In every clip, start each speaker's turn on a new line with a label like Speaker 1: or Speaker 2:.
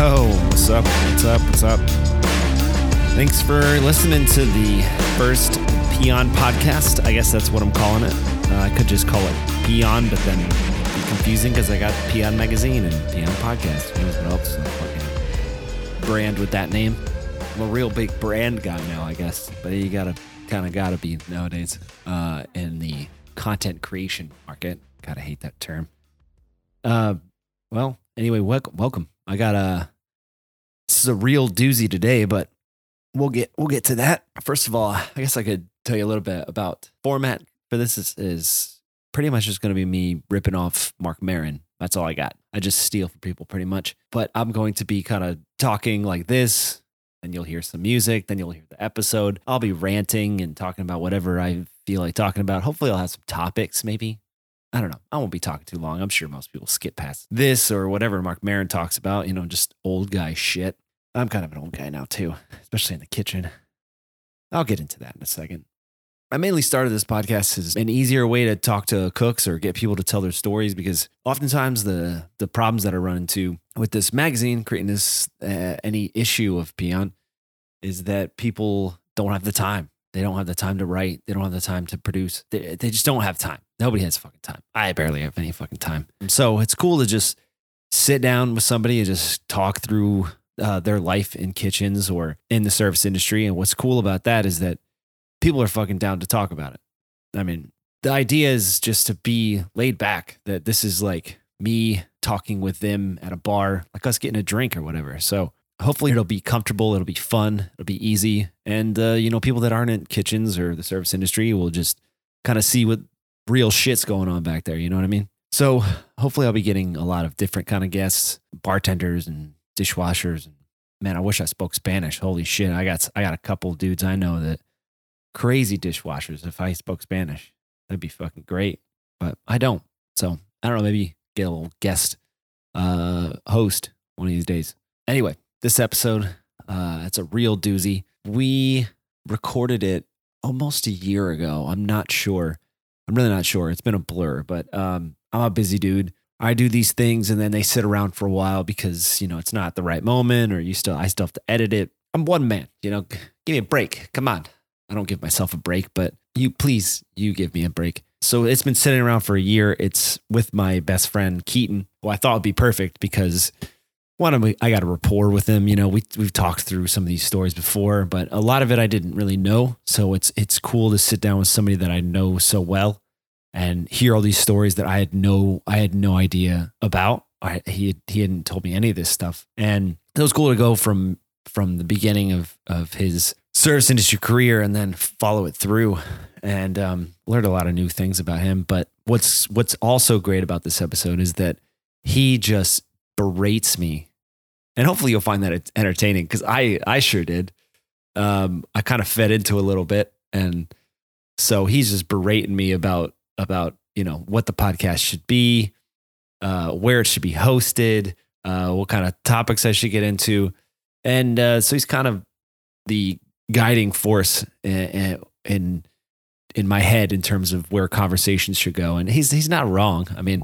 Speaker 1: What's up? What's up? What's up? Thanks for listening to the first Peon podcast. I guess that's what I'm calling it. Uh, I could just call it Peon, but then it'd be confusing because I got Peon magazine and Peon podcast. Who knows what else? is a fucking brand with that name. I'm a real big brand guy now, I guess. But you gotta kind of gotta be nowadays uh, in the content creation market. Gotta hate that term. Uh, well, anyway, welcome. Welcome. I got a. This is a real doozy today, but we'll get we'll get to that. First of all, I guess I could tell you a little bit about format for this is is pretty much just going to be me ripping off Mark Marin. That's all I got. I just steal from people pretty much. But I'm going to be kind of talking like this, and you'll hear some music, then you'll hear the episode. I'll be ranting and talking about whatever I feel like talking about. Hopefully, I'll have some topics maybe I don't know. I won't be talking too long. I'm sure most people skip past this or whatever Mark Marin talks about, you know, just old guy shit. I'm kind of an old guy now, too, especially in the kitchen. I'll get into that in a second. I mainly started this podcast as an easier way to talk to cooks or get people to tell their stories because oftentimes the the problems that I run into with this magazine, creating this uh, any issue of Peon, is that people don't have the time. They don't have the time to write. They don't have the time to produce. They, they just don't have time. Nobody has fucking time. I barely have any fucking time. So it's cool to just sit down with somebody and just talk through uh, their life in kitchens or in the service industry. And what's cool about that is that people are fucking down to talk about it. I mean, the idea is just to be laid back, that this is like me talking with them at a bar, like us getting a drink or whatever. So hopefully it'll be comfortable it'll be fun it'll be easy and uh, you know people that aren't in kitchens or the service industry will just kind of see what real shit's going on back there you know what i mean so hopefully i'll be getting a lot of different kind of guests bartenders and dishwashers and man i wish i spoke spanish holy shit i got i got a couple dudes i know that crazy dishwashers if i spoke spanish that'd be fucking great but i don't so i don't know maybe get a little guest uh host one of these days anyway this episode. Uh, it's a real doozy. We recorded it almost a year ago. I'm not sure. I'm really not sure. It's been a blur, but um, I'm a busy dude. I do these things and then they sit around for a while because, you know, it's not the right moment or you still, I still have to edit it. I'm one man, you know, give me a break. Come on. I don't give myself a break, but you please, you give me a break. So it's been sitting around for a year. It's with my best friend Keaton, who I thought would be perfect because one of I got a rapport with him. You know, we we've talked through some of these stories before, but a lot of it I didn't really know. So it's it's cool to sit down with somebody that I know so well and hear all these stories that I had no I had no idea about. I he he hadn't told me any of this stuff, and it was cool to go from from the beginning of of his service industry career and then follow it through and um, learned a lot of new things about him. But what's what's also great about this episode is that he just berates me. And hopefully you'll find that entertaining because I, I sure did. Um, I kind of fed into a little bit. And so he's just berating me about, about, you know, what the podcast should be, uh, where it should be hosted, uh, what kind of topics I should get into. And uh, so he's kind of the guiding force in, in, in my head in terms of where conversations should go. And he's, he's not wrong. I mean,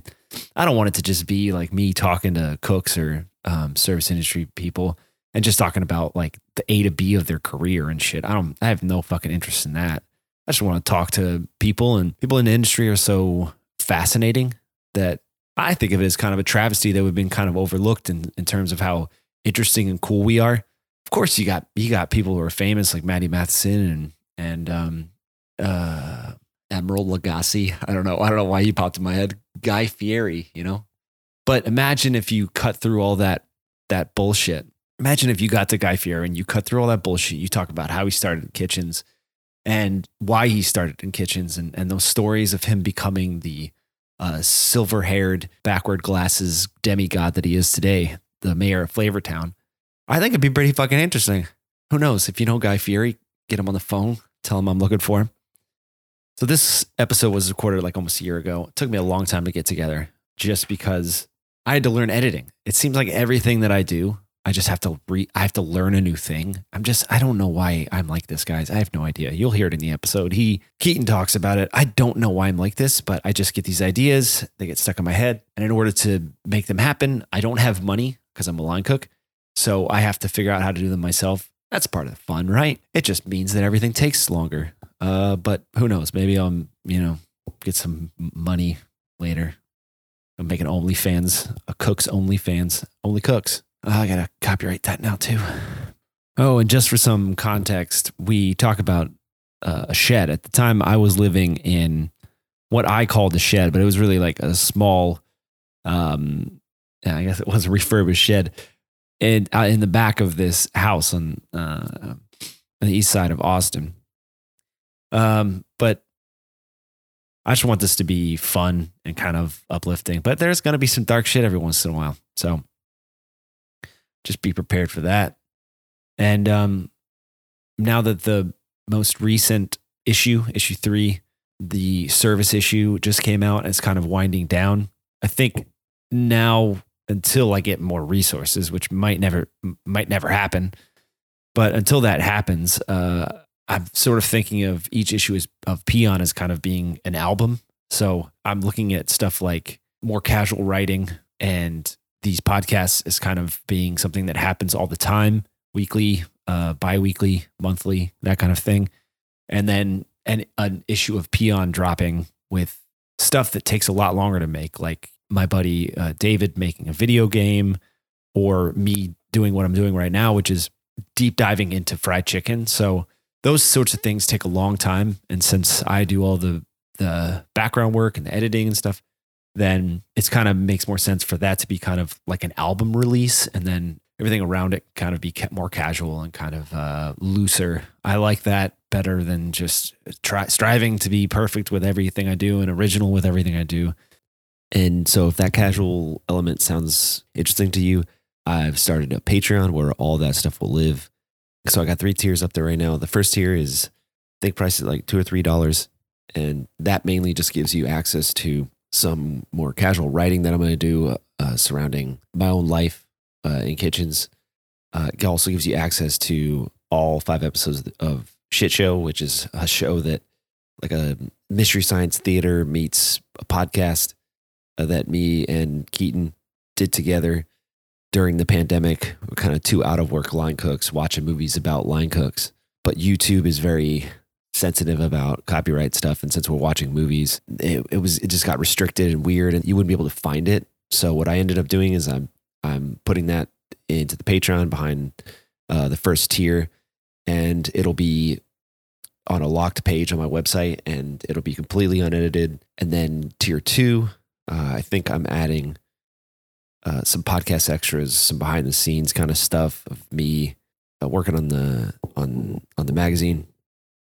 Speaker 1: I don't want it to just be like me talking to cooks or um, service industry people and just talking about like the A to B of their career and shit. I don't, I have no fucking interest in that. I just want to talk to people, and people in the industry are so fascinating that I think of it as kind of a travesty that we've been kind of overlooked in, in terms of how interesting and cool we are. Of course, you got you got people who are famous like Maddie Matheson and and um, uh, Emerald Lagasse. I don't know. I don't know why he popped in my head. Guy Fieri, you know? But imagine if you cut through all that that bullshit. Imagine if you got to Guy Fieri and you cut through all that bullshit. You talk about how he started in kitchens and why he started in kitchens and, and those stories of him becoming the uh, silver haired, backward glasses demigod that he is today, the mayor of Flavortown. I think it'd be pretty fucking interesting. Who knows? If you know Guy Fieri, get him on the phone, tell him I'm looking for him. So this episode was recorded like almost a year ago. It took me a long time to get together just because I had to learn editing. It seems like everything that I do, I just have to re I have to learn a new thing. I'm just I don't know why I'm like this, guys. I have no idea. You'll hear it in the episode. He Keaton talks about it. I don't know why I'm like this, but I just get these ideas, they get stuck in my head, and in order to make them happen, I don't have money because I'm a line cook. So I have to figure out how to do them myself. That's part of the fun, right? It just means that everything takes longer. Uh, but who knows? Maybe I'll, you know, get some money later. I'm making OnlyFans, a cook's OnlyFans, only cooks. Oh, I gotta copyright that now too. Oh, and just for some context, we talk about uh, a shed. At the time, I was living in what I called a shed, but it was really like a small, um, yeah, I guess it was a refurbished shed, and uh, in the back of this house on uh, on the east side of Austin. Um, but I just want this to be fun and kind of uplifting. But there's going to be some dark shit every once in a while, so just be prepared for that. And um, now that the most recent issue, issue three, the service issue just came out and it's kind of winding down. I think now until I get more resources, which might never might never happen, but until that happens, uh, I'm sort of thinking of each issue as, of Peon as kind of being an album. So I'm looking at stuff like more casual writing and these podcasts as kind of being something that happens all the time, weekly, uh, bi-weekly, monthly, that kind of thing. And then an, an issue of Peon dropping with stuff that takes a lot longer to make, like my buddy uh, David making a video game or me doing what I'm doing right now, which is deep diving into fried chicken. So those sorts of things take a long time. And since I do all the, the background work and the editing and stuff, then it's kind of makes more sense for that to be kind of like an album release and then everything around it kind of be kept more casual and kind of uh, looser. I like that better than just try, striving to be perfect with everything I do and original with everything I do.
Speaker 2: And so, if that casual element sounds interesting to you, I've started a Patreon where all that stuff will live. So, I got three tiers up there right now. The first tier is, I think, priced at like two or three dollars. And that mainly just gives you access to some more casual writing that I'm going to do uh, surrounding my own life uh, in kitchens. Uh, it also gives you access to all five episodes of Shit Show, which is a show that, like a mystery science theater meets a podcast uh, that me and Keaton did together during the pandemic. We're kind of two out of work line cooks watching movies about line cooks. But YouTube is very sensitive about copyright stuff. And since we're watching movies, it, it was it just got restricted and weird, and you wouldn't be able to find it. So what I ended up doing is I'm I'm putting that into the Patreon behind uh, the first tier, and it'll be on a locked page on my website, and it'll be completely unedited. And then tier two, uh, I think I'm adding uh, some podcast extras, some behind the scenes kind of stuff of me uh, working on the on on the magazine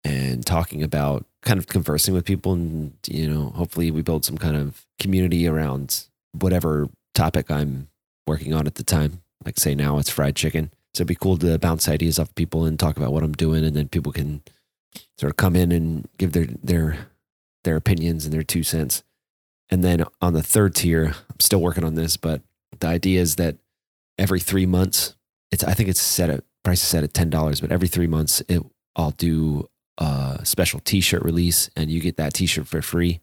Speaker 2: and talking about kind of conversing with people and you know hopefully we build some kind of community around whatever topic i'm working on at the time like say now it's fried chicken so it'd be cool to bounce ideas off people and talk about what i'm doing and then people can sort of come in and give their their their opinions and their two cents and then on the third tier i'm still working on this but the idea is that every three months it's i think it's set at price is set at $10 but every three months it i'll do uh, special t-shirt release and you get that t-shirt for free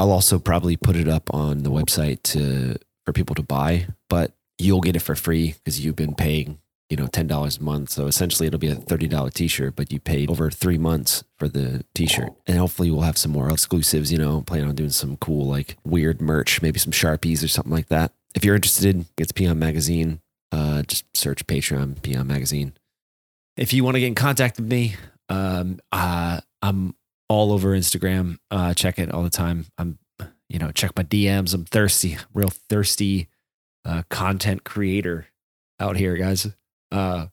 Speaker 2: i'll also probably put it up on the website to for people to buy but you'll get it for free because you've been paying you know $10 a month so essentially it'll be a $30 t-shirt but you paid over three months for the t-shirt and hopefully we'll have some more exclusives you know plan on doing some cool like weird merch maybe some sharpies or something like that if you're interested it's peon magazine uh, just search patreon peon magazine
Speaker 1: If you want to get in contact with me, um, uh, I'm all over Instagram. Uh, check it all the time. I'm, you know, check my DMs. I'm thirsty, real thirsty, uh, content creator out here, guys. Uh,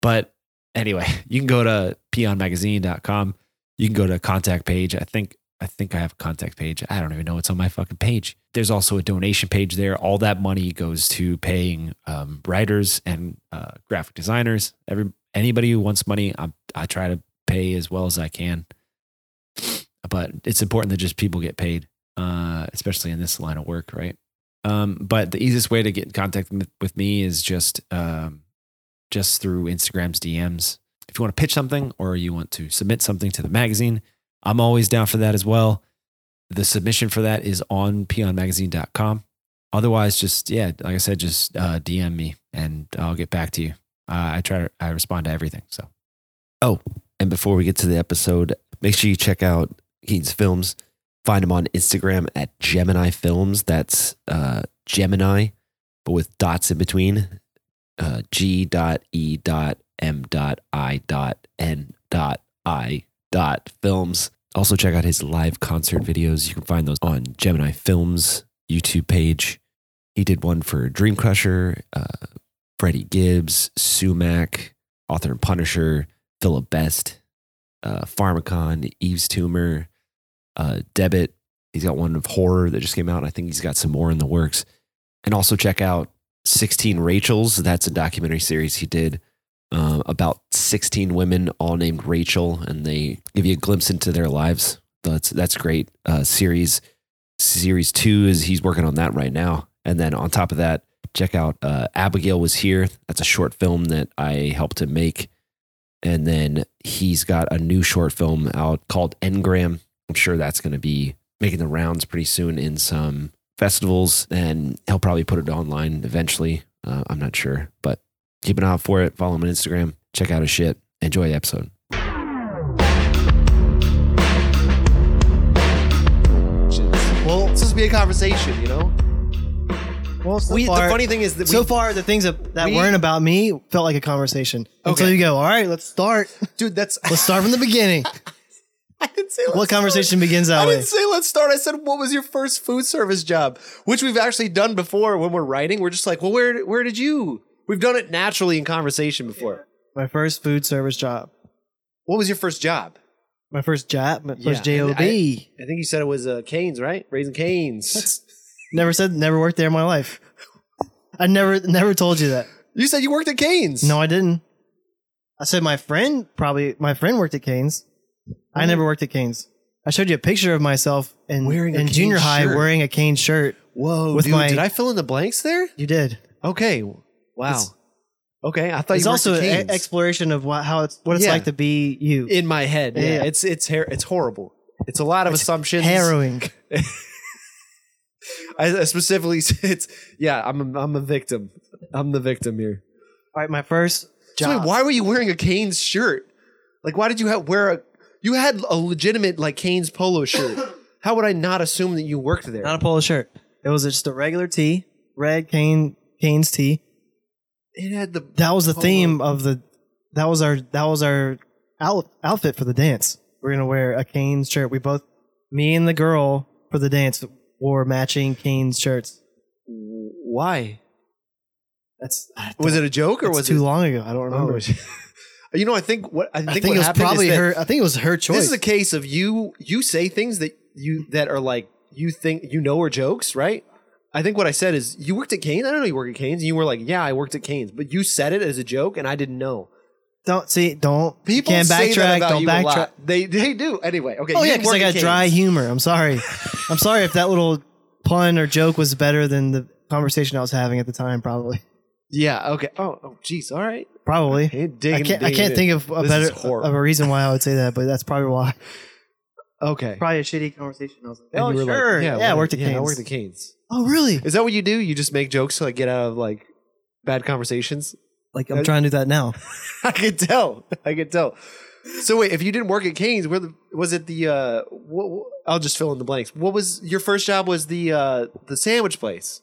Speaker 1: but anyway, you can go to peonmagazine.com. You can go to contact page. I think, I think I have a contact page. I don't even know what's on my fucking page. There's also a donation page there. All that money goes to paying um, writers and uh, graphic designers. Every anybody who wants money, I I try to pay as well as I can. But it's important that just people get paid, uh, especially in this line of work, right? Um, but the easiest way to get in contact with- with me is just um, just through Instagram's DMs. If you want to pitch something or you want to submit something to the magazine, I'm always down for that as well. The submission for that is on peonmagazine.com. Otherwise, just yeah, like I said, just uh, DM me and I'll get back to you. Uh, I try, I respond to everything. So Oh,
Speaker 3: And before we get to the episode, make sure you check out Keaton's films. Find him on Instagram at Gemini Films. That's uh, Gemini, but with dots in between. Uh, G dot E dot M dot I dot N dot I dot Films. Also check out his live concert videos. You can find those on Gemini Films YouTube page. He did one for Dream Crusher, uh, Freddie Gibbs, Sumac, Author and Punisher, Philip Best, uh, Pharmacon, Eve's Tumor, uh, Debit. He's got one of horror that just came out. and I think he's got some more in the works. And also check out 16 Rachels. That's a documentary series he did um, about 16 women, all named Rachel, and they give you a glimpse into their lives. That's that's great. Uh, series series two is he's working on that right now. And then on top of that, check out uh, Abigail was here. That's a short film that I helped him make and then he's got a new short film out called Engram. I'm sure that's going to be making the rounds pretty soon in some festivals, and he'll probably put it online eventually. Uh, I'm not sure, but keep an eye out for it. Follow him on Instagram. Check out his shit. Enjoy the episode. Well, it's supposed to be a conversation, you know.
Speaker 4: Well, so
Speaker 3: We, the
Speaker 4: far,
Speaker 3: funny thing is that we,
Speaker 4: so far the things that, that
Speaker 3: we-
Speaker 4: weren't about me felt like a conversation. Until
Speaker 3: Okay.
Speaker 4: you go, all right, let's start.
Speaker 3: dude, that's
Speaker 4: Let's start from the beginning.
Speaker 3: I didn't say
Speaker 4: what
Speaker 3: let's start.
Speaker 4: conversation begins that
Speaker 3: I
Speaker 4: way?
Speaker 3: didn't say let's start. I said what was your first food service job, which we've actually done before when we're writing. We're just like, well, where where did you? We've done it naturally in conversation before.
Speaker 4: My first food service job.
Speaker 3: What was your first job?
Speaker 4: My first job. My
Speaker 3: Yeah,
Speaker 4: first
Speaker 3: and
Speaker 4: job.
Speaker 3: I think you said it was uh, Canes, right? Raising Canes.
Speaker 4: Never said. Never worked there in my life. I never, never told you that.
Speaker 3: you said you worked at Canes.
Speaker 4: No, I didn't. I said my friend probably. My friend worked at Canes. I never worked at Canes. I showed you a picture of myself in,
Speaker 3: Wearing a
Speaker 4: in
Speaker 3: Canes
Speaker 4: junior high
Speaker 3: shirt.
Speaker 4: wearing a Canes shirt.
Speaker 3: Whoa,
Speaker 4: With
Speaker 3: dude,
Speaker 4: my-
Speaker 3: did I fill in the blanks there?
Speaker 4: You did.
Speaker 3: Okay. Wow.
Speaker 4: It's-
Speaker 3: okay, I thought
Speaker 4: it's
Speaker 3: you worked
Speaker 4: also
Speaker 3: at
Speaker 4: an e-,
Speaker 3: Canes.
Speaker 4: exploration of what, how it's what it's
Speaker 3: Yeah.
Speaker 4: like to be you.
Speaker 3: in my head. Yeah,
Speaker 4: Yeah.
Speaker 3: it's it's her- it's horrible. It's a lot of assumptions.
Speaker 4: Harrowing.
Speaker 3: I I specifically, it's yeah. I'm a, I'm a victim. I'm the victim here.
Speaker 4: All right, my first
Speaker 3: So wait,
Speaker 4: job.
Speaker 3: why were you wearing a Canes shirt? Like, why did you have, wear a? You had a legitimate like Canes polo shirt. How would I not assume that you worked there?
Speaker 4: Not a polo shirt. It was just a regular tee, red cane Canes tee.
Speaker 3: it had the
Speaker 4: That was the
Speaker 3: Polo.
Speaker 4: theme of the. That was our that was our out, outfit for the dance. We're gonna wear a Canes shirt. We both, me and the girl for the dance, wore matching Canes shirts.
Speaker 3: why?
Speaker 4: That's I
Speaker 3: Was
Speaker 4: don't-
Speaker 3: it a joke or
Speaker 4: it's
Speaker 3: was
Speaker 4: too
Speaker 3: it?
Speaker 4: long ago. I don't
Speaker 3: Oh,
Speaker 4: remember.
Speaker 3: it was- you know, I think what I think,
Speaker 4: I think,
Speaker 3: what
Speaker 4: it was
Speaker 3: happened is
Speaker 4: probably
Speaker 3: that
Speaker 4: her. I think it was her choice.
Speaker 3: This is a case of you. You say things that you that are like you think you know are jokes, right? I think what I said is you worked at Canes. I don't know you work at Canes. And you were like, yeah, I worked at Canes, but you said it as a joke, and I didn't know.
Speaker 4: don't see. Don't
Speaker 3: People
Speaker 4: can't
Speaker 3: say
Speaker 4: backtrack.
Speaker 3: that about
Speaker 4: don't
Speaker 3: you
Speaker 4: backtrack.
Speaker 3: a lot. They they do anyway. Okay.
Speaker 4: Oh
Speaker 3: you
Speaker 4: yeah, because
Speaker 3: work
Speaker 4: I
Speaker 3: at
Speaker 4: got
Speaker 3: Canes.
Speaker 4: dry humor. I'm sorry. I'm sorry if that little pun or joke was better than the conversation I was having at the time. Probably,
Speaker 3: Yeah. Okay. Oh. Oh. Geez. All right.
Speaker 4: probably.
Speaker 3: Hey, digging,
Speaker 4: I can't. I can't think of a
Speaker 3: This is
Speaker 4: better
Speaker 3: horrible.
Speaker 4: of a reason why I would say that, but that's probably why.
Speaker 3: Okay.
Speaker 4: Probably a shitty conversation. I was like,
Speaker 3: And
Speaker 4: oh
Speaker 3: you were like,
Speaker 4: sure, yeah, I
Speaker 3: well,
Speaker 4: worked at
Speaker 3: yeah, I
Speaker 4: Canes.
Speaker 3: worked at Canes.
Speaker 4: oh really?
Speaker 3: Is that what you do? You just make jokes to like get out of like bad conversations?
Speaker 4: Like I'm trying to do that now.
Speaker 3: I could tell. I could tell. So wait, if you didn't work at Canes, where the, was it the? Uh, what, what- I'll just fill in the blanks. What was your first job? Was the uh, the sandwich place?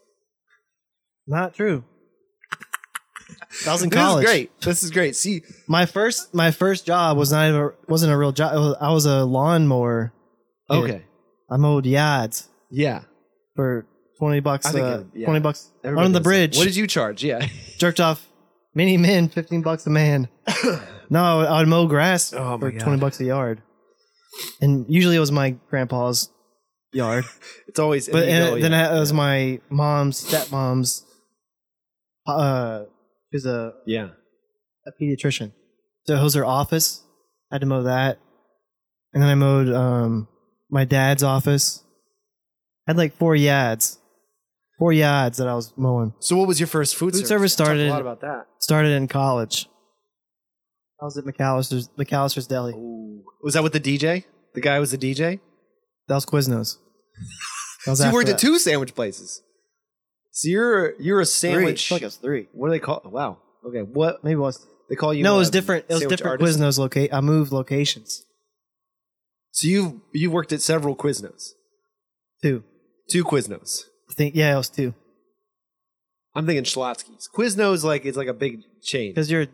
Speaker 4: Not true. That was in
Speaker 3: This is
Speaker 4: college.
Speaker 3: great. This is great. See,
Speaker 4: My first my first job was not even wasn't a real job. It was- I was a lawnmower. dude.
Speaker 3: okay,
Speaker 4: I mowed yards.
Speaker 3: yeah.
Speaker 4: for twenty bucks.
Speaker 3: I think,
Speaker 4: uh,
Speaker 3: uh, yeah.
Speaker 4: Twenty bucks
Speaker 3: Everybody
Speaker 4: on the
Speaker 3: does that.
Speaker 4: bridge.
Speaker 3: What did you charge? Yeah.
Speaker 4: jerked off many men, fifteen bucks a man. no, I would, I would mow grass
Speaker 3: Oh, my
Speaker 4: for
Speaker 3: God.
Speaker 4: twenty bucks a yard, and usually it was my grandpa's yard.
Speaker 3: It's always.
Speaker 4: But
Speaker 3: you
Speaker 4: and
Speaker 3: know,
Speaker 4: then
Speaker 3: yeah.
Speaker 4: it was my mom's stepmom's. Uh, she's a,
Speaker 3: yeah.
Speaker 4: a pediatrician, so it was her office. I had to mow that, and then I mowed um my dad's office. I had like four yards, four yards that I was mowing.
Speaker 3: So what was your first food?
Speaker 4: Food
Speaker 3: service
Speaker 4: service started-
Speaker 3: We talked a lot about that.
Speaker 4: started in college. I was at McAllister's McAllister's Deli.
Speaker 3: Was that with the DJ? The guy was the DJ.
Speaker 4: That was Quiznos. That was
Speaker 3: So you
Speaker 4: after
Speaker 3: worked at
Speaker 4: that.
Speaker 3: two sandwich places. So you're you're a
Speaker 4: Three. I
Speaker 3: sandwich.
Speaker 4: feel like it was three.
Speaker 3: what do they call? Wow. Okay. What
Speaker 4: Maybe it was.
Speaker 3: they call you?
Speaker 4: no, it was
Speaker 3: um,
Speaker 4: different. It was
Speaker 3: sandwich
Speaker 4: different.
Speaker 3: artist?
Speaker 4: Quiznos locate. I moved locations.
Speaker 3: So you you worked at several Quiznos,
Speaker 4: Two.
Speaker 3: two Quiznos.
Speaker 4: I think yeah, it was two.
Speaker 3: I'm thinking Schlotsky's. Quiznos like it's like a big chain.
Speaker 4: Because you're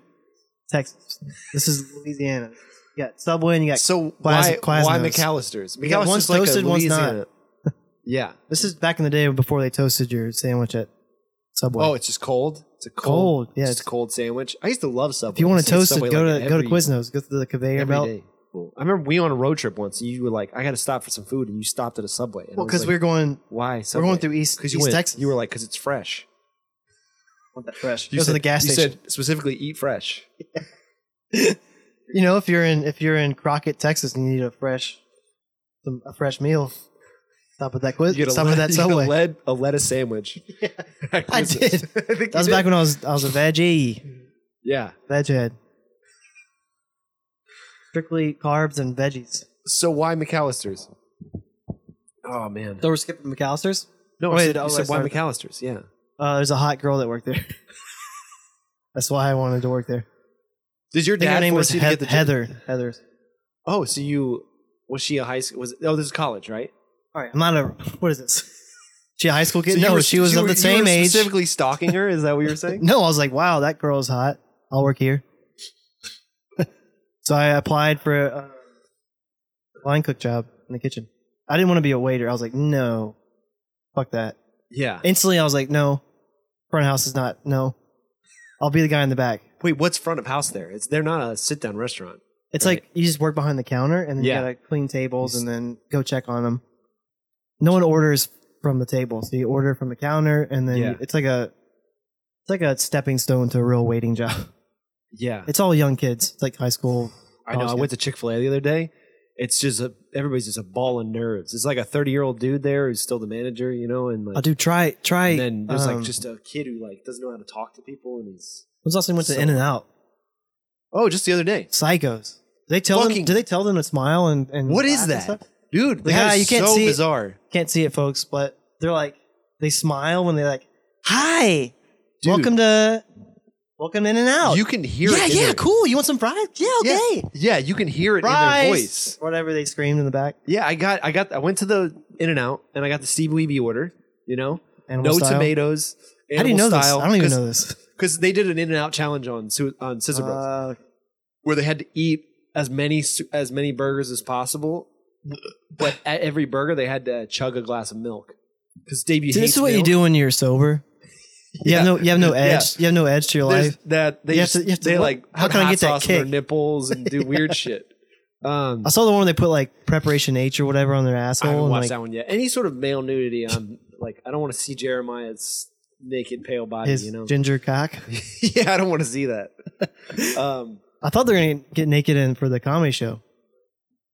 Speaker 4: Texas. This is Louisiana. You got Subway and you got.
Speaker 3: So
Speaker 4: Quas-
Speaker 3: why why
Speaker 4: Quasnos.
Speaker 3: McAllister's?
Speaker 4: You got
Speaker 3: McAllister's
Speaker 4: one's
Speaker 3: like a
Speaker 4: toasted, one's not.
Speaker 3: Louisiana- Yeah.
Speaker 4: this is back in the day before they toasted your sandwich at Subway.
Speaker 3: Oh, it's just cold. It's a cold.
Speaker 4: Cold, yeah,
Speaker 3: It's a
Speaker 4: it's-
Speaker 3: cold sandwich. I used to love Subway.
Speaker 4: if you want
Speaker 3: I'd
Speaker 4: to
Speaker 3: say
Speaker 4: toast it,
Speaker 3: Subway,
Speaker 4: go to
Speaker 3: like,
Speaker 4: go to
Speaker 3: every-
Speaker 4: Quiznos. Go to the conveyor
Speaker 3: every
Speaker 4: belt.
Speaker 3: day. Cool. I remember we were on a road trip once. And you were like, I got to stop for some food, and you stopped at a Subway.
Speaker 4: Well, because we were going
Speaker 3: why
Speaker 4: we're going through East,
Speaker 3: because
Speaker 4: East
Speaker 3: you went,
Speaker 4: Texas.
Speaker 3: You were like, because it's fresh.
Speaker 4: want that fresh.
Speaker 3: You
Speaker 4: Go to
Speaker 3: said,
Speaker 4: the gas
Speaker 3: you
Speaker 4: station.
Speaker 3: said specifically eat fresh.
Speaker 4: you know, if you're in if you're in Crockett, Texas, and you need a fresh some, a fresh meal, stop at that quiz.
Speaker 3: You get a
Speaker 4: Stop
Speaker 3: lead-
Speaker 4: at that
Speaker 3: you get
Speaker 4: Subway.
Speaker 3: A lead, a lettuce sandwich. At
Speaker 4: I
Speaker 3: Quiznos.
Speaker 4: did.
Speaker 3: I think
Speaker 4: That was
Speaker 3: you
Speaker 4: back
Speaker 3: did.
Speaker 4: when I was I was a veggie,
Speaker 3: Yeah.
Speaker 4: veg head. Strictly carbs and veggies.
Speaker 3: So why McAllister's? Oh man.
Speaker 4: So we're skipping McAllister's.
Speaker 3: No,
Speaker 4: Wait,
Speaker 3: I said,
Speaker 4: oh,
Speaker 3: you said
Speaker 4: I
Speaker 3: why
Speaker 4: started-
Speaker 3: McAllister's? Yeah.
Speaker 4: Uh, there's a hot girl that worked there. That's why I wanted to work there.
Speaker 3: Did your
Speaker 4: I think
Speaker 3: dad
Speaker 4: her name
Speaker 3: force
Speaker 4: was
Speaker 3: you
Speaker 4: Heath-
Speaker 3: to get the job?
Speaker 4: Heather. Heather.
Speaker 3: Oh, so you was she a high school? Was oh, this is college, right?
Speaker 4: All right, I'm not a. What is this? She a high school kid?
Speaker 3: So you
Speaker 4: no,
Speaker 3: were-
Speaker 4: she was
Speaker 3: you
Speaker 4: of
Speaker 3: were-
Speaker 4: the
Speaker 3: you
Speaker 4: same
Speaker 3: were
Speaker 4: age.
Speaker 3: Specifically stalking her? Is that what you're saying?
Speaker 4: No, I was like, wow, that girl's hot. I'll work here. so I applied for a a line cook job in the kitchen. I didn't want to be a waiter. I was like, no, fuck that.
Speaker 3: yeah.
Speaker 4: Instantly, I was like, no, front house is not. No, I'll be the guy in the back.
Speaker 3: Wait, what's front of house there? It's they're not a sit down restaurant.
Speaker 4: It's
Speaker 3: Right.
Speaker 4: like you just work behind the counter and then
Speaker 3: Yeah.
Speaker 4: you gotta clean tables and then go check on them. No one orders from the table, so you order from the counter and then
Speaker 3: Yeah.
Speaker 4: you- it's like a it's like a stepping stone to a real waiting job.
Speaker 3: Yeah.
Speaker 4: It's all young kids, it's like high school.
Speaker 3: Uh, I know. I went to Chick fil A the other day. It's just a, everybody's just a ball of nerves. It's like a 30 year old dude there who's still the manager, you know, and like,
Speaker 4: I do Oh, try try.
Speaker 3: and then there's
Speaker 4: um,
Speaker 3: like just a kid who like doesn't know how to talk to people and he's.
Speaker 4: I was also went to
Speaker 3: so-
Speaker 4: In and Out.
Speaker 3: Oh, just the other day.
Speaker 4: Psychos. They tell
Speaker 3: Fucking-
Speaker 4: them. Do they tell them to smile and and
Speaker 3: What
Speaker 4: laugh
Speaker 3: is
Speaker 4: and
Speaker 3: that?
Speaker 4: stuff?
Speaker 3: Dude,
Speaker 4: Like,
Speaker 3: that
Speaker 4: ah,
Speaker 3: is
Speaker 4: you can't
Speaker 3: so
Speaker 4: see it.
Speaker 3: bizarre.
Speaker 4: Can't see it, folks, but they're like they smile when they're like, "Hi,
Speaker 3: Dude,
Speaker 4: welcome to welcome to In and Out."
Speaker 3: You can hear
Speaker 4: yeah,
Speaker 3: it. in
Speaker 4: yeah,
Speaker 3: their-
Speaker 4: cool. You want some fries? Yeah,
Speaker 3: Yeah.
Speaker 4: okay.
Speaker 3: Yeah, you can hear it in
Speaker 4: Fries.
Speaker 3: their voice.
Speaker 4: Whatever they screamed in the back.
Speaker 3: Yeah, I got, I got, I went to the In and Out and I got the Steve Weeby order. You know,
Speaker 4: Animal
Speaker 3: no
Speaker 4: style.
Speaker 3: tomatoes.
Speaker 4: How do you know
Speaker 3: animal
Speaker 4: this?
Speaker 3: style,
Speaker 4: I don't even
Speaker 3: 'cause-
Speaker 4: know this.
Speaker 3: because they did an in and out challenge on Su- on Scissor Bros,
Speaker 4: Uh,
Speaker 3: where they had to eat as many su- as many burgers as possible, but at every burger they had to chug a glass of milk because Davey.
Speaker 4: see, this
Speaker 3: hates
Speaker 4: is what you
Speaker 3: milk.
Speaker 4: do when you're sober. You
Speaker 3: Yeah.
Speaker 4: have no, you have no
Speaker 3: Yeah.
Speaker 4: edge. You have no edge to your
Speaker 3: There's
Speaker 4: life.
Speaker 3: That they
Speaker 4: You have
Speaker 3: just,
Speaker 4: to- you have to
Speaker 3: they
Speaker 4: look-
Speaker 3: like
Speaker 4: how
Speaker 3: put
Speaker 4: can I
Speaker 3: hot
Speaker 4: get that
Speaker 3: sauce on their
Speaker 4: kick?
Speaker 3: nipples and do weird shit. Um,
Speaker 4: I saw the one where they put like preparation H or whatever on their
Speaker 3: I
Speaker 4: asshole.
Speaker 3: haven't
Speaker 4: and,
Speaker 3: watched
Speaker 4: like,
Speaker 3: that one yet. Any sort of male nudity, I'm like, I don't want to see Jeremiah's naked pale body.
Speaker 4: his
Speaker 3: You know,
Speaker 4: ginger cock.
Speaker 3: yeah, I don't want to see that. Um,
Speaker 4: I thought they were gonna get naked in for the comedy show.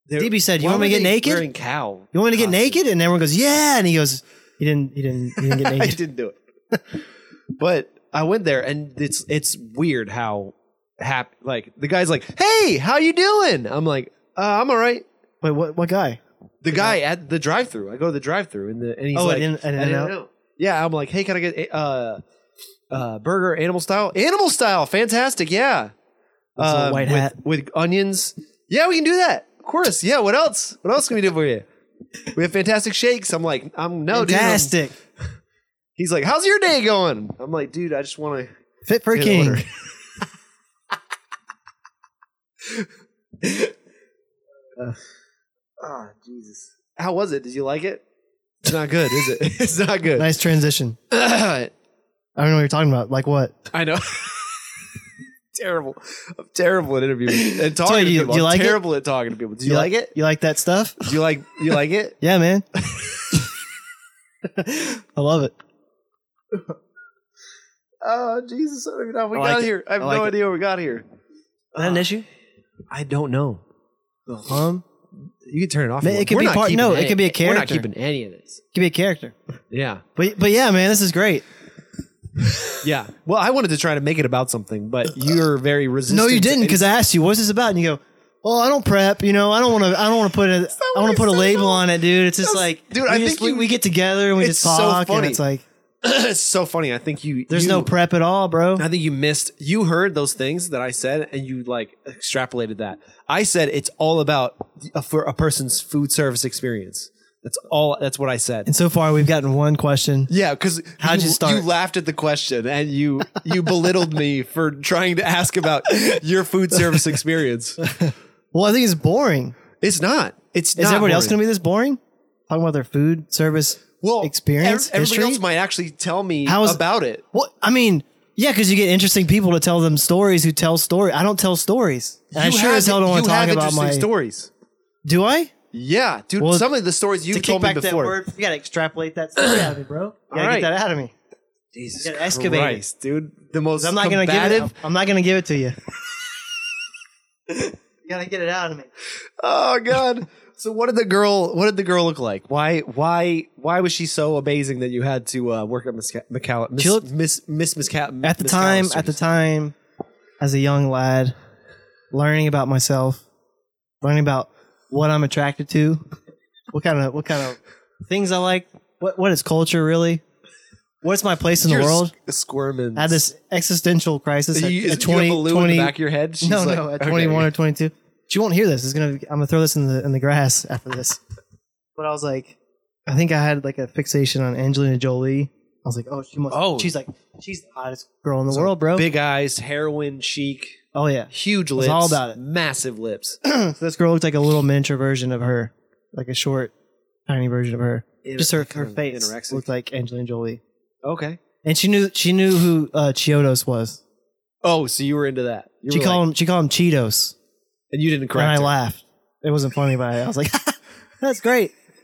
Speaker 3: they're-
Speaker 4: DB said, "You
Speaker 3: why
Speaker 4: want me to
Speaker 3: were
Speaker 4: get
Speaker 3: they
Speaker 4: naked?
Speaker 3: Wearing cow.
Speaker 4: You want me to get
Speaker 3: costume?
Speaker 4: naked?" And everyone goes, "Yeah." And he goes, "He didn't. He didn't. He didn't get
Speaker 3: I
Speaker 4: naked."
Speaker 3: didn't do it. but I went there, and it's it's weird how happy. Like the guy's like, "Hey, how you doing?" I'm like, uh, "I'm all right."
Speaker 4: Wait, what? What guy?
Speaker 3: The guy at the drive-through. I go to the drive-through, and the and he's
Speaker 4: oh,
Speaker 3: like,
Speaker 4: I didn't. I
Speaker 3: "I
Speaker 4: didn't
Speaker 3: didn't
Speaker 4: know.
Speaker 3: know." Yeah, I'm like, "Hey, can I get a uh, uh, burger animal style? Animal style, fantastic, yeah."
Speaker 4: Uh, With some
Speaker 3: Um,
Speaker 4: white
Speaker 3: with,
Speaker 4: hat.
Speaker 3: with onions. Yeah, we can do that. Of course. Yeah. What else? What else can we do for you? We have fantastic shakes. I'm like, I'm
Speaker 4: Oh,
Speaker 3: no dude. I'm-
Speaker 4: Fantastic.
Speaker 3: He's like, "How's your day going?" I'm like, "Dude, I just want to."
Speaker 4: Fit for a
Speaker 3: Get
Speaker 4: king.
Speaker 3: order. Ah, Jesus. How was it? Did you like it? It's not good, is it? It's not good.
Speaker 4: Nice transition. I don't know what you're talking about. Like what?
Speaker 3: I know. terrible. I'm terrible at interviewing and talking
Speaker 4: So you-
Speaker 3: to people.
Speaker 4: do you
Speaker 3: I'm
Speaker 4: like it?
Speaker 3: terrible at talking to people. Do you, like, it?
Speaker 4: You like that stuff?
Speaker 3: Do you like you like it?
Speaker 4: Yeah, man. I love it.
Speaker 3: Oh Jesus! I don't even know how we
Speaker 4: I like
Speaker 3: got
Speaker 4: it.
Speaker 3: here. I have
Speaker 4: I like
Speaker 3: no
Speaker 4: it.
Speaker 3: idea how we got here. Uh,
Speaker 4: issue?
Speaker 3: I don't know.
Speaker 4: Um,
Speaker 3: You can turn it off.
Speaker 4: Man,
Speaker 3: if you want.
Speaker 4: it could
Speaker 3: We're
Speaker 4: be
Speaker 3: not
Speaker 4: part-
Speaker 3: keeping
Speaker 4: no, it
Speaker 3: any-
Speaker 4: could be a
Speaker 3: We're not
Speaker 4: character.
Speaker 3: keeping any of this.
Speaker 4: could be a character.
Speaker 3: Yeah.
Speaker 4: But but yeah, man, this is great.
Speaker 3: Yeah. Uh, Well, I wanted to try to make it about something, but you're very resistant.
Speaker 4: no, you
Speaker 3: to
Speaker 4: didn't,
Speaker 3: any-
Speaker 4: because I asked you, "What's this about?" And you go, "Well, I don't prep. You know, I don't want to. I don't want to put a. I
Speaker 3: what
Speaker 4: want
Speaker 3: I
Speaker 4: to put a
Speaker 3: said at
Speaker 4: label
Speaker 3: all.
Speaker 4: on it, dude. It's just
Speaker 3: That was-
Speaker 4: like,
Speaker 3: dude,
Speaker 4: we
Speaker 3: I
Speaker 4: just-
Speaker 3: think
Speaker 4: we,
Speaker 3: you-
Speaker 4: we get together and we
Speaker 3: It's
Speaker 4: just
Speaker 3: so
Speaker 4: talk,
Speaker 3: funny.
Speaker 4: and it's like,
Speaker 3: it's so funny. I think you
Speaker 4: There's
Speaker 3: you-
Speaker 4: no prep at all, bro.
Speaker 3: I think you missed. You heard those things that I said, and you like extrapolated that. I said it's all about a, for a person's food service experience. That's all. That's what I said.
Speaker 4: And so far, we've gotten one question.
Speaker 3: Yeah, because
Speaker 4: How'd you start?
Speaker 3: You laughed at the question, and you you belittled me for trying to ask about your food service experience.
Speaker 4: Well, I think it's boring.
Speaker 3: It's not. It's
Speaker 4: Is
Speaker 3: not
Speaker 4: everybody else
Speaker 3: boring.
Speaker 4: going to be this boring? Talking about their food service
Speaker 3: well
Speaker 4: experience
Speaker 3: ev- everybody
Speaker 4: history?
Speaker 3: else might actually tell me
Speaker 4: How is-
Speaker 3: about it.
Speaker 4: Well, I mean, yeah, because you get interesting people to tell them stories who tell stories. I don't tell stories. And I
Speaker 3: You
Speaker 4: sure
Speaker 3: have-
Speaker 4: as hell don't want
Speaker 3: you
Speaker 4: to talk
Speaker 3: have
Speaker 4: about
Speaker 3: interesting
Speaker 4: my.
Speaker 3: stories.
Speaker 4: Do I?
Speaker 3: Yeah, dude.
Speaker 4: Well,
Speaker 3: some of the stories you've told me before.
Speaker 4: you gotta extrapolate that story out of me, bro. You
Speaker 3: All right.
Speaker 4: out of me.
Speaker 3: Jesus
Speaker 4: Gotta excavate it.
Speaker 3: Christ, dude. The most
Speaker 4: I'm not gonna give
Speaker 3: combative.
Speaker 4: it. I'm not gonna give it to you. you gotta get it out of me.
Speaker 3: Oh god. so what did the girl what did the girl look like? Why why why was she so amazing that you had to uh, work at Miss Ca- McCall- Miss,
Speaker 4: She looked-
Speaker 3: Miss Miss Miss Ca-
Speaker 4: At the time, at the time, as a young lad, learning about myself, learning about what I'm attracted to, what kind of what kind of things I like, what what is culture really, what's my place in the world.
Speaker 3: squirming.
Speaker 4: I had this existential crisis
Speaker 3: you,
Speaker 4: at,
Speaker 3: you
Speaker 4: at
Speaker 3: have
Speaker 4: 20,
Speaker 3: a Lou in
Speaker 4: 20
Speaker 3: the back of your head. She's
Speaker 4: no,
Speaker 3: like,
Speaker 4: no, at
Speaker 3: okay.
Speaker 4: 21 or 22. She won't hear this. It's gonna. I'm gonna throw this in the in the grass after this. But I was like, I think I had like a fixation on Angelina Jolie. I was like, oh, she must.
Speaker 3: Oh.
Speaker 4: she's like, she's the hottest girl in the world, bro.
Speaker 3: Big eyes, heroin chic,
Speaker 4: oh yeah.
Speaker 3: huge
Speaker 4: was
Speaker 3: lips.
Speaker 4: all about it.
Speaker 3: Massive lips.
Speaker 4: so this girl looked like a little miniature version of her, like a short, tiny version of her. Just her, her
Speaker 3: Kind of
Speaker 4: face
Speaker 3: anorexic.
Speaker 4: looked like Angelina Jolie,
Speaker 3: Okay.
Speaker 4: and she knew she knew who uh, Chiodos was.
Speaker 3: Oh, so you were into that. You
Speaker 4: she
Speaker 3: were
Speaker 4: called
Speaker 3: like-
Speaker 4: him she called him Cheetos,
Speaker 3: and you didn't
Speaker 4: and I
Speaker 3: correct her.
Speaker 4: laughed. It wasn't funny, but I, I was like, that's great.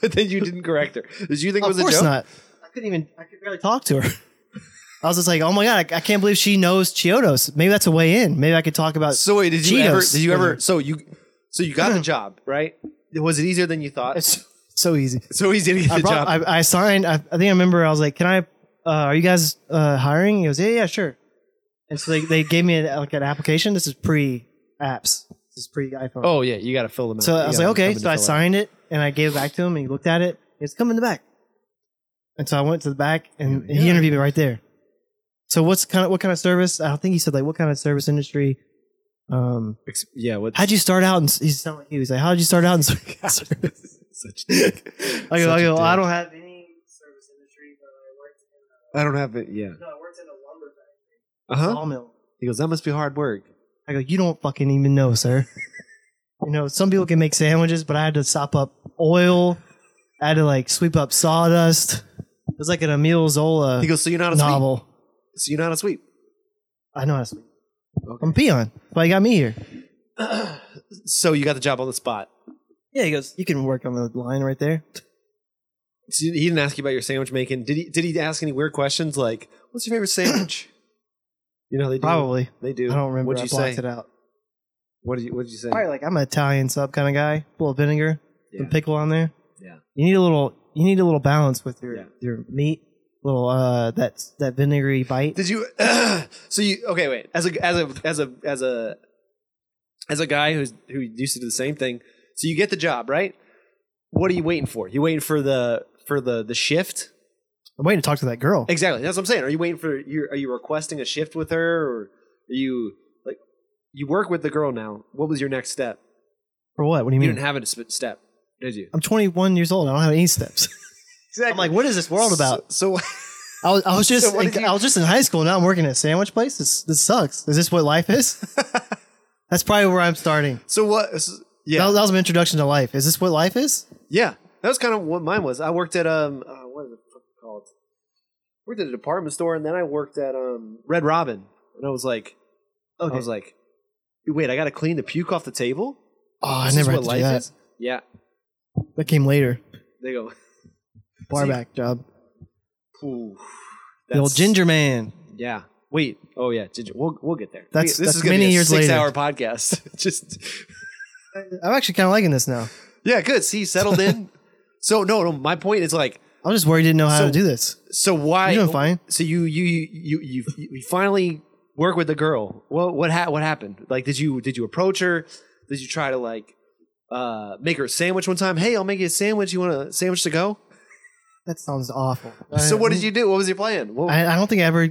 Speaker 3: but then you didn't correct her. Did you think it was
Speaker 4: of
Speaker 3: a
Speaker 4: course
Speaker 3: joke?
Speaker 4: not. I couldn't even. I could barely talk to her. I was just like, oh my god, I, I can't believe she knows Chiodos. Maybe that's a way in. Maybe I could talk about.
Speaker 3: So wait, did you ever?
Speaker 4: Cheetos
Speaker 3: Did you
Speaker 4: with
Speaker 3: ever?
Speaker 4: it.
Speaker 3: So you, so you got the job, right? Was it easier than you thought?
Speaker 4: it's so easy.
Speaker 3: so easy to get
Speaker 4: I,
Speaker 3: the
Speaker 4: brought,
Speaker 3: job.
Speaker 4: I, I signed. I, I think I remember. I was like, "Can I? Uh, are you guys uh, hiring?" He goes, "Yeah, yeah, sure." And so they, they gave me an, like an application. This is pre apps. This is pre iPhone.
Speaker 3: oh yeah, you got to fill them.
Speaker 4: so
Speaker 3: out.
Speaker 4: I
Speaker 3: You
Speaker 4: was like,
Speaker 3: gotta
Speaker 4: "Okay."
Speaker 3: come in
Speaker 4: So
Speaker 3: to
Speaker 4: I
Speaker 3: fill out.
Speaker 4: signed it and I gave it back to him. And he looked at it. It's come in the back. And so I went to the back and he interviewed me right there. So what's kind of what kind of service? I think he said like what kind of service industry. Um,
Speaker 3: Ex- Yeah, what?
Speaker 4: how'd you start out? And he sounded like he was like, "How'd you start out?" In service?
Speaker 3: Such a dick.
Speaker 4: I go,
Speaker 3: Such
Speaker 4: I
Speaker 3: a
Speaker 4: go,
Speaker 3: dick.
Speaker 4: I don't have any service industry, but I worked in
Speaker 3: I don't have it. Yeah.
Speaker 4: no, I worked in a lumber factory,
Speaker 3: Uh huh.
Speaker 4: sawmill.
Speaker 3: He goes, that must be hard work.
Speaker 4: I go, you don't fucking even know, sir. you know, some people can make sandwiches, but I had to sop up oil. I had to like sweep up sawdust. It was like an Emile Zola
Speaker 3: He goes, so you're not a sweep.
Speaker 4: novel.
Speaker 3: So you're not a sweep.
Speaker 4: I know how to sweep.
Speaker 3: Okay.
Speaker 4: I'm a peon. Why you got me here?
Speaker 3: So you got the job on the spot.
Speaker 4: Yeah, he goes, you can work on the line right there.
Speaker 3: So he didn't ask you about your sandwich making. Did he? Did he ask any weird questions like, "What's your favorite sandwich?" you know how they do.
Speaker 4: Probably.
Speaker 3: They do.
Speaker 4: I don't remember.
Speaker 3: What'd
Speaker 4: I
Speaker 3: you
Speaker 4: blocked
Speaker 3: say?
Speaker 4: it out.
Speaker 3: What did you? What did you say?
Speaker 4: Probably like I'm an Italian sub kind of guy. A little vinegar,
Speaker 3: Yeah.
Speaker 4: some pickle on there.
Speaker 3: Yeah.
Speaker 4: You need a little. You need a little balance with your
Speaker 3: Yeah.
Speaker 4: your meat. Little uh that that vinegary bite.
Speaker 3: Did you? so you? Okay, wait. As a as a as a as a as a guy who's who used to do the same thing. So you get the job, right? What are you waiting for? You waiting for the for the the shift?
Speaker 4: I'm waiting to talk to that girl.
Speaker 3: Exactly. That's what I'm saying. Are you waiting for you? Are you requesting a shift with her, or are you like you work with the girl now? What was your next step?
Speaker 4: For what? What do you
Speaker 3: You
Speaker 4: mean?
Speaker 3: didn't have a sp- step, did you?
Speaker 4: I'm 21 years old. I don't have any steps.
Speaker 3: Exactly.
Speaker 4: I'm like, what is this world about?
Speaker 3: So, so
Speaker 4: I was, I was just
Speaker 3: So what
Speaker 4: in,
Speaker 3: did you-
Speaker 4: I was just in high school. Now I'm working at a sandwich place. This this sucks. Is this what life is? That's probably where I'm starting.
Speaker 3: so what? Yeah,
Speaker 4: That, was- that was my introduction to life. Is this what life is?
Speaker 3: Yeah, that was kind of what mine was. I worked at um, uh, what is it fucking called? Worked at a department store, and then I worked at um Red Robin, and I was like, I was like, wait, I got to clean the puke off the table.
Speaker 4: Oh, I
Speaker 3: This
Speaker 4: never
Speaker 3: is
Speaker 4: had to do that.
Speaker 3: is. Yeah,
Speaker 4: That came later.
Speaker 3: they go.
Speaker 4: Bar
Speaker 3: See-
Speaker 4: back job.
Speaker 3: Ooh,
Speaker 4: The old
Speaker 3: that's-
Speaker 4: ginger man.
Speaker 3: Yeah. Wait. Oh yeah, ginger. We'll we'll get there.
Speaker 4: That's-
Speaker 3: We- this
Speaker 4: that's
Speaker 3: is gonna
Speaker 4: many
Speaker 3: be a
Speaker 4: years later.
Speaker 3: six-hour podcast. Just
Speaker 4: I'm actually kind of liking this now.
Speaker 3: yeah, good. See, settled in. so no, no. My point is like,
Speaker 4: I'm just worried you didn't know how
Speaker 3: So-
Speaker 4: to do this.
Speaker 3: so why?
Speaker 4: You're doing fine.
Speaker 3: so you you you you you, you finally work with the girl. What what ha- what happened? Like did you did you approach her? Did you try to like uh make her a sandwich one time? Hey, I'll make you a sandwich. You want a sandwich to go?
Speaker 4: That sounds awful.
Speaker 3: So what did you do? What was your plan? What,
Speaker 4: I, I don't think I ever.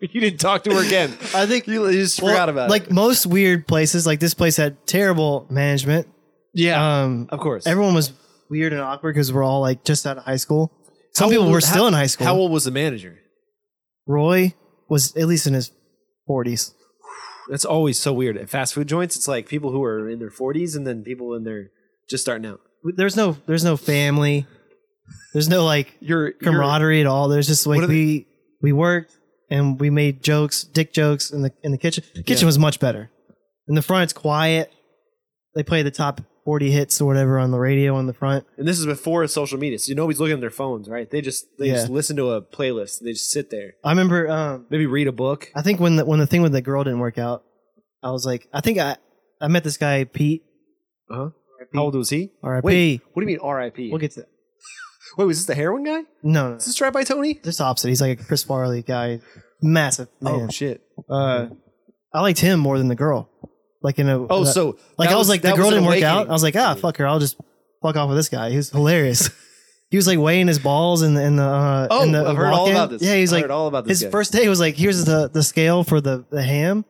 Speaker 3: you didn't talk to her again.
Speaker 4: I think
Speaker 3: You just forgot about
Speaker 4: like
Speaker 3: it.
Speaker 4: most weird places. Like this place had terrible management.
Speaker 3: yeah,
Speaker 4: Um,
Speaker 3: of course.
Speaker 4: everyone was weird and awkward because we're all like just out of high school. Some
Speaker 3: How
Speaker 4: people
Speaker 3: old-
Speaker 4: were
Speaker 3: how-
Speaker 4: still in high school.
Speaker 3: How old was the manager?
Speaker 4: Roy was at least in his forties.
Speaker 3: That's always so weird at fast food joints. It's like people who are in their 40s and then people in their just starting out.
Speaker 4: There's no, there's no family. There's no like
Speaker 3: Your
Speaker 4: camaraderie at all. There's just like
Speaker 3: What are they-
Speaker 4: we we worked and we made jokes, dick jokes in the in the kitchen. Kitchen was much better. In the front, it's quiet. They play the top forty hits or whatever on the radio on the front.
Speaker 3: and this is before social media, so nobody's looking at their phones, right? They just they just
Speaker 4: Yeah.
Speaker 3: listen to a playlist. They just sit there,
Speaker 4: I remember. Um,
Speaker 3: maybe read a book.
Speaker 4: I think when the when the thing with the girl didn't work out, I was like, I think I I met this guy Pete.
Speaker 3: Uh huh. How old was he?
Speaker 4: R.I.P.
Speaker 3: Wait, what do you mean R.I.P.?
Speaker 4: We'll get to that.
Speaker 3: Wait, was this the heroin guy?
Speaker 4: No, no, no.
Speaker 3: Is this tried by Tony?
Speaker 4: This opposite. He's like a Chris Farley guy, massive man.
Speaker 3: Oh shit.
Speaker 4: uh, I liked him more than the girl. Like in a
Speaker 3: Oh,
Speaker 4: in a-
Speaker 3: so
Speaker 4: Like
Speaker 3: that
Speaker 4: I was like,
Speaker 3: that
Speaker 4: the girl
Speaker 3: an
Speaker 4: didn't work
Speaker 3: awakening.
Speaker 4: out. I was like, ah, fuck her. I'll just fuck off with this guy. He was hilarious. he was like weighing his balls in the in the. Uh,
Speaker 3: Oh,
Speaker 4: in the
Speaker 3: I've heard all
Speaker 4: walk-in.
Speaker 3: about this.
Speaker 4: Yeah, he's
Speaker 3: I
Speaker 4: like
Speaker 3: heard all about this
Speaker 4: his
Speaker 3: guy.
Speaker 4: first day was like, here's the the scale for the the ham.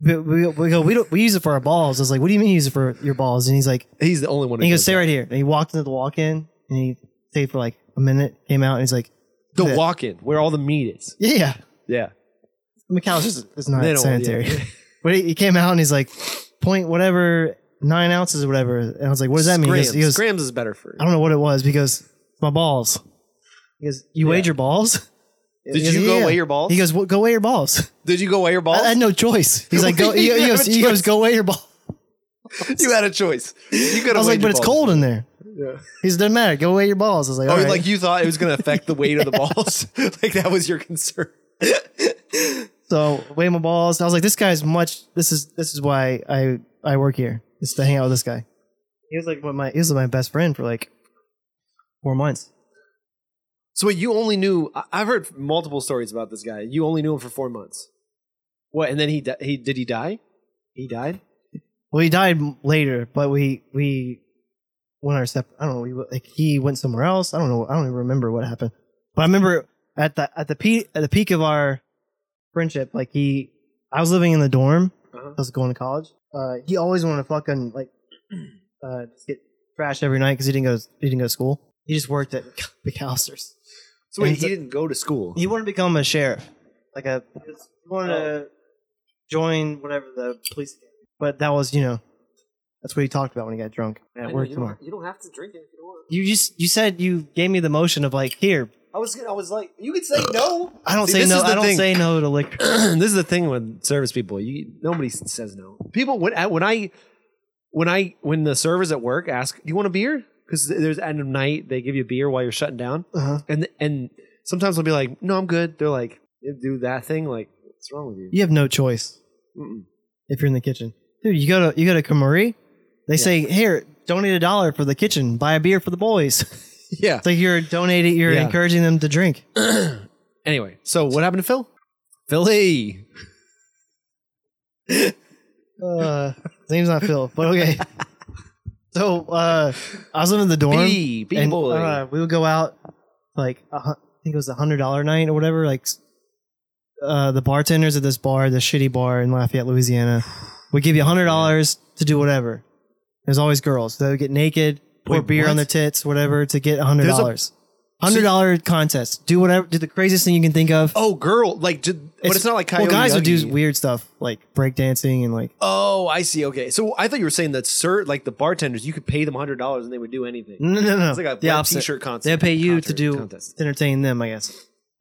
Speaker 4: But we, we go, we don't we use it for our balls. I was like, what do you mean you use it for your balls? And he's like,
Speaker 3: He's the only one.
Speaker 4: and he
Speaker 3: who
Speaker 4: goes,
Speaker 3: knows
Speaker 4: stay
Speaker 3: that.
Speaker 4: right here. And he walked into the walk-in and he stayed for like a minute. Came out and he's like,
Speaker 3: The
Speaker 4: Yeah.
Speaker 3: walk-in where all the meat is.
Speaker 4: yeah, yeah.
Speaker 3: Yeah.
Speaker 4: McAllister's is- is not
Speaker 3: They don't-
Speaker 4: sanitary.
Speaker 3: yeah.
Speaker 4: But he, he came out and he's like, point whatever, nine ounces or whatever. And I was like, what does that mean? He goes-
Speaker 3: Scrams.
Speaker 4: he goes,
Speaker 3: Scrams is better for.
Speaker 4: I don't know what it was because my balls. He goes, You
Speaker 3: Yeah.
Speaker 4: weighed your balls?
Speaker 3: Did you go weigh your balls?
Speaker 4: He goes, well, Go weigh your balls.
Speaker 3: Did you go weigh your
Speaker 4: I,
Speaker 3: balls?
Speaker 4: I had no choice. He's like, Go,
Speaker 3: You
Speaker 4: he, he
Speaker 3: had
Speaker 4: goes,
Speaker 3: a
Speaker 4: he goes, Go weigh your balls.
Speaker 3: you had a choice. You could.
Speaker 4: I was like, But it's cold in there. He's doesn't matter. Go weigh your balls. I was like,
Speaker 3: Oh,
Speaker 4: all right.
Speaker 3: like you thought it was going to affect the weight of the balls. like that was your concern.
Speaker 4: So weigh my balls. I was like, This guy's much. This is this is why I I work here. It's to hang out with this guy. He was like, what my he was my best friend for like four months.
Speaker 3: So wait, you only knew? I- I've heard multiple stories about this guy. You only knew him for four months. What? And then he di- he did he die? He died.
Speaker 4: Well, he died m- later, but we we went our step. I don't know. We w- like he went somewhere else. I don't know. I don't even remember what happened. But I remember at the at the peak at the peak of our friendship, like he, I was living in the dorm.
Speaker 3: Uh-huh.
Speaker 4: I was going to college. Uh, he always wanted to fucking like uh, just get trashed every night because he didn't go he didn't go to school. He just worked at McAllister's.
Speaker 3: So wait,
Speaker 4: And
Speaker 3: he
Speaker 4: so-
Speaker 3: didn't go to school.
Speaker 4: He wanted to become a sheriff, like a he wanted to join whatever the police. But that was you know, that's what he talked about when he got drunk at work tomorrow.
Speaker 3: you don't have to drink it if you don't want.
Speaker 4: You just you said you gave me the motion of like here.
Speaker 3: I was gonna- I was like, you could say no.
Speaker 4: I don't
Speaker 3: See,
Speaker 4: say
Speaker 3: this
Speaker 4: no.
Speaker 3: is the
Speaker 4: I don't
Speaker 3: thing.
Speaker 4: say no to liquor.
Speaker 3: this is the thing with service people. You nobody says no. People when I- when I when I when the servers at work ask, "Do you want a beer?" Because there's end of night they give you a beer while you're shutting down,
Speaker 4: Uh-huh.
Speaker 3: and and sometimes they'll be like, "No, I'm good." They're like, they "Do that thing." Like, what's wrong with you?
Speaker 4: You have no choice
Speaker 3: Mm-mm.
Speaker 4: if you're in the kitchen, dude. You go to you go to Camari. They say here donate a dollar for the kitchen, buy a beer for the boys. it's
Speaker 3: Yeah.
Speaker 4: like you're donating, you're
Speaker 3: Yeah.
Speaker 4: encouraging them to drink.
Speaker 3: Anyway, so what happened to Phil? Philly.
Speaker 4: Uh, his name's not Phil, but okay. so uh, I was living in the dorm.
Speaker 3: B, B
Speaker 4: and,
Speaker 3: boy.
Speaker 4: uh, we would go out like a hun- I think it was a hundred dollar night or whatever. Like s- uh, the bartenders at this bar, the shitty bar in Lafayette, Louisiana, would give you a hundred dollars to do whatever. There's always girls. They would get naked, pour
Speaker 3: Wait,
Speaker 4: beer
Speaker 3: what?
Speaker 4: on their tits, whatever, to get a hundred
Speaker 3: There's a-
Speaker 4: dollars. Hundred dollar contest. Do whatever. Do the craziest thing you can think of.
Speaker 3: oh, girl. Like, did, but it's not like
Speaker 4: well,
Speaker 3: Coyote
Speaker 4: guys would do
Speaker 3: Ugly.
Speaker 4: weird stuff like breakdancing and like
Speaker 3: Oh, I see. Okay, so I thought you were saying that, sir, like the bartenders, you could pay them hundred dollars and they would do anything.
Speaker 4: no no no.
Speaker 3: It's like a
Speaker 4: the
Speaker 3: wet
Speaker 4: opposite.
Speaker 3: t-shirt contest.
Speaker 4: They pay you to
Speaker 3: Concert,
Speaker 4: do
Speaker 3: contest.
Speaker 4: to entertain them, I guess,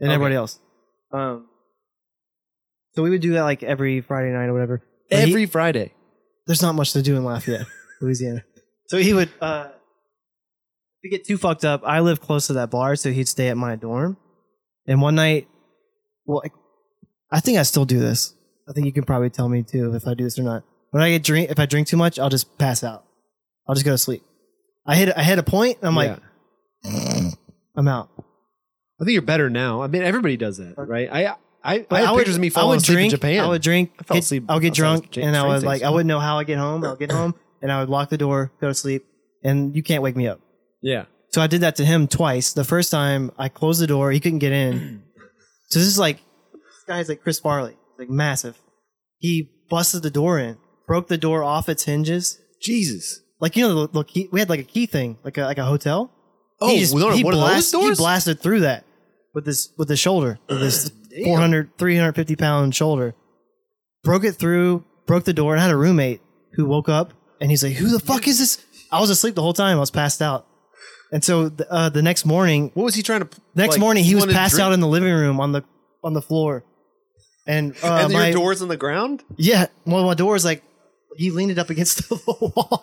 Speaker 4: and
Speaker 3: Okay.
Speaker 4: everybody else. Um, so we would do that like every Friday night or whatever. But he-
Speaker 3: every Friday.
Speaker 4: there's not much to do in Lafayette, Louisiana. So he would uh, we get too fucked up. I live close to that bar, so he'd stay at my dorm. And one night, well, I, I think I still do this. I think you can probably tell me too if I do this or not. When I get drink, if I drink too much, I'll just pass out. I'll just go to sleep. I hit I hit a point. And I'm like,
Speaker 3: Yeah.
Speaker 4: I'm out.
Speaker 3: I think you're better now. I mean, everybody does that, right? I I, Uh, I, have
Speaker 4: would,
Speaker 3: pictures of me falling
Speaker 4: I would
Speaker 3: asleep
Speaker 4: drink,
Speaker 3: in Japan.
Speaker 4: I would drink.
Speaker 3: fell
Speaker 4: get-
Speaker 3: asleep
Speaker 4: I'll get
Speaker 3: outside
Speaker 4: drunk,
Speaker 3: the Ja-
Speaker 4: and I
Speaker 3: train
Speaker 4: would like.
Speaker 3: station.
Speaker 4: I wouldn't know how I get home. I'll get home, and I would lock the door, go to sleep, and you can't wake me up.
Speaker 3: yeah.
Speaker 4: So I did that to him twice. The first time I closed the door, he couldn't get in. so this is like this guy's like Chris Farley, like massive. He busted the door in, broke the door off its hinges.
Speaker 3: Jesus.
Speaker 4: Like you know, the- look, he- we had like a key thing, like a like a hotel.
Speaker 3: Oh,
Speaker 4: he just,
Speaker 3: one
Speaker 4: he
Speaker 3: of those
Speaker 4: blast-
Speaker 3: doors?
Speaker 4: He blasted through that with his with his shoulder, with his 400, 350 pound shoulder. Broke it through, broke the door, and I had a roommate who woke up and he's like, "Who the fuck is this?" I was asleep the whole time. I was passed out, and so th- uh, the next morning,
Speaker 3: what was he trying to?
Speaker 4: next
Speaker 3: like,
Speaker 4: morning he was
Speaker 3: wanted to
Speaker 4: passed
Speaker 3: drink-
Speaker 4: out in the living room on the on the floor, and, uh,
Speaker 3: and
Speaker 4: my
Speaker 3: your door's on the ground.
Speaker 4: yeah, well my door was like he leaned it up against the wall,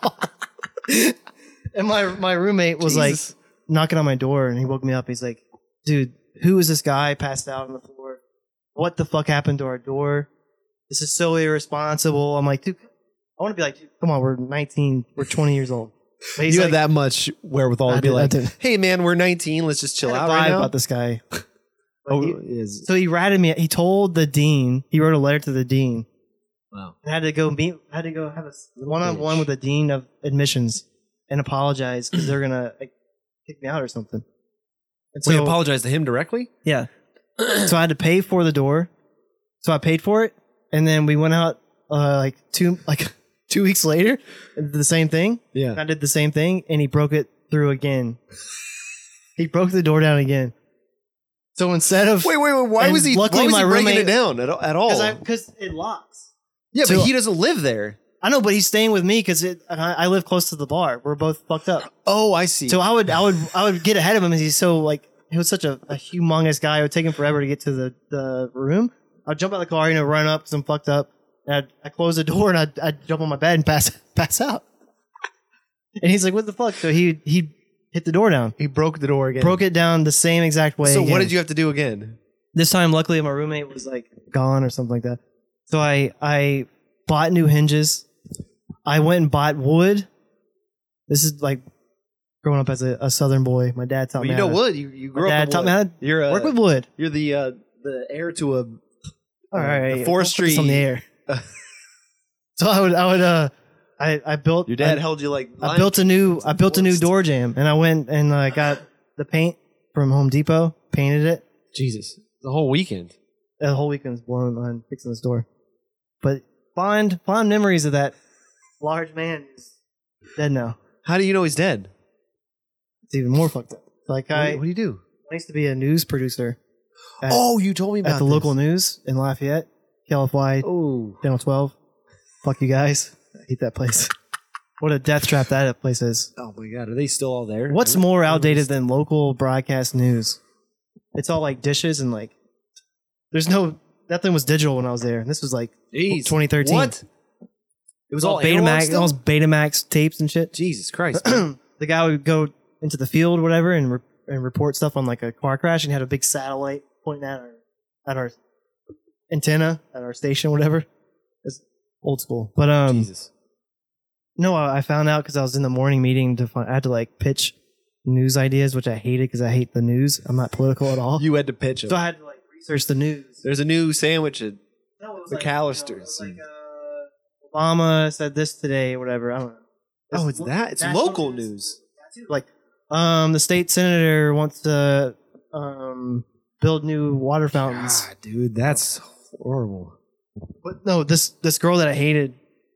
Speaker 4: and my my roommate was like
Speaker 3: Jesus.
Speaker 4: knocking on my door and he woke me up. He's like, dude, who is this guy passed out on the floor? What the fuck happened to our door? This is so irresponsible. I'm like, dude, I want to be like, dude, come on, we're 19, we're 20 years old. But he's
Speaker 3: you
Speaker 4: like-
Speaker 3: had that much wherewithal
Speaker 4: I
Speaker 3: to be
Speaker 4: did- I
Speaker 3: like,
Speaker 4: did.
Speaker 3: "Hey, man, we're 19. Let's just chill
Speaker 4: I had
Speaker 3: out
Speaker 4: a
Speaker 3: right
Speaker 4: vibe
Speaker 3: now."
Speaker 4: about this guy.
Speaker 3: oh,
Speaker 4: Like,
Speaker 3: it is
Speaker 4: So he ratted me. He told the dean. He wrote a letter to the dean.
Speaker 3: Wow.
Speaker 4: And had to go meet. Had to go have a one on one
Speaker 3: bitch.
Speaker 4: with the dean of admissions and apologize because they're gonna like, kick me out or something. And
Speaker 3: we apologize to him directly.
Speaker 4: yeah. so I had to pay for the door. So I paid for it, and then we went out uh, like two like two weeks later, and did the same thing.
Speaker 3: Yeah.
Speaker 4: I did the same thing, and he broke it through again. he broke the door down again. So instead of
Speaker 3: Wait, wait, wait. Why
Speaker 4: And
Speaker 3: was he?
Speaker 4: luckily
Speaker 3: why was
Speaker 4: my
Speaker 3: he breaking
Speaker 4: roommate-
Speaker 3: it down at, at all?
Speaker 4: because it locks.
Speaker 3: yeah,
Speaker 4: So-
Speaker 3: but he doesn't live there.
Speaker 4: I know, but he's staying with me because it. I, I live close to the bar. We're both fucked up.
Speaker 3: Oh, I see.
Speaker 4: So I would, I would, I would get ahead of him. as He's so like he was such a, a humongous guy. It would take him forever to get to the, the room. I'd jump out of the car, you know, run up because I'm fucked up. And I'd, I close the door and I'd, I'd jump on my bed and pass pass out. And he's like, "What the fuck?" So he he hit the door down,
Speaker 3: he broke the door again. Oh,
Speaker 4: broke it down the same exact way.
Speaker 3: So
Speaker 4: again.
Speaker 3: what did you have to do again?
Speaker 4: This time, luckily, my roommate was like gone or something like that. So I I bought new hinges. I went and bought wood. This is like growing up as a, a southern boy. My dad taught
Speaker 3: Well,
Speaker 4: me.
Speaker 3: you
Speaker 4: how
Speaker 3: know
Speaker 4: to-
Speaker 3: what? You you
Speaker 4: My
Speaker 3: grew
Speaker 4: dad
Speaker 3: up.
Speaker 4: taught
Speaker 3: in
Speaker 4: me
Speaker 3: wood.
Speaker 4: how to
Speaker 3: You're a,
Speaker 4: work with wood.
Speaker 3: you're the uh, the heir to a.
Speaker 4: All right,
Speaker 3: uh, the forestry- Uh,
Speaker 4: It's on the air. so I would I would uh I I built
Speaker 3: Your dad
Speaker 4: I,
Speaker 3: held you like.
Speaker 4: I
Speaker 3: lion-
Speaker 4: built a new I built a new
Speaker 3: forest.
Speaker 4: door jam and I went and I got the paint from Home Depot, painted it.
Speaker 3: Jesus the whole weekend.
Speaker 4: The whole weekend's blown on fixing this door. But fond fond memories of that large man who's dead now.
Speaker 3: How do you know he's dead?
Speaker 4: It's even more fucked up. Like
Speaker 3: What do
Speaker 4: I,
Speaker 3: you- what do you do?
Speaker 4: I used to be a news producer at,
Speaker 3: oh, you told me about
Speaker 4: at the
Speaker 3: this.
Speaker 4: local news in Lafayette, KLFY
Speaker 3: Oh,
Speaker 4: Channel 12. Fuck you guys. I hate that place. what a death trap that place is.
Speaker 3: oh my God! Are they still all there?
Speaker 4: What's
Speaker 3: I-
Speaker 4: more outdated than local broadcast news? It's all like dishes and like, there's no, nothing was digital when I was there. This was like,
Speaker 3: Jeez.
Speaker 4: 2013.
Speaker 3: What? It was all analog
Speaker 4: Oh, Betamax,
Speaker 3: still?
Speaker 4: all those Betamax tapes and shit.
Speaker 3: Jesus Christ!
Speaker 4: the guy would go into the field, whatever, and, re- and report stuff on like a car crash and had a big satellite pointing at our, at our antenna, at our station, whatever. It's old school. But, um,
Speaker 3: Jesus.
Speaker 4: No, I I found out because I was in the morning meeting to find. I had to like pitch news ideas, which I hated because I hate the news. I'm not political at all.
Speaker 3: You had to pitch him.
Speaker 4: so I had to like research the news.
Speaker 3: There's a new sandwich. At,
Speaker 4: No, it was
Speaker 3: the
Speaker 4: like, you know, it was
Speaker 3: Callisters
Speaker 4: like, uh, Obama said this today, or whatever. I don't know.
Speaker 3: oh, it's that. It's
Speaker 4: national
Speaker 3: local news.
Speaker 4: Like, um, the state senator wants to um build new water fountains.
Speaker 3: God, dude, that's Um, Oh. horrible.
Speaker 4: But no, this this girl that I hated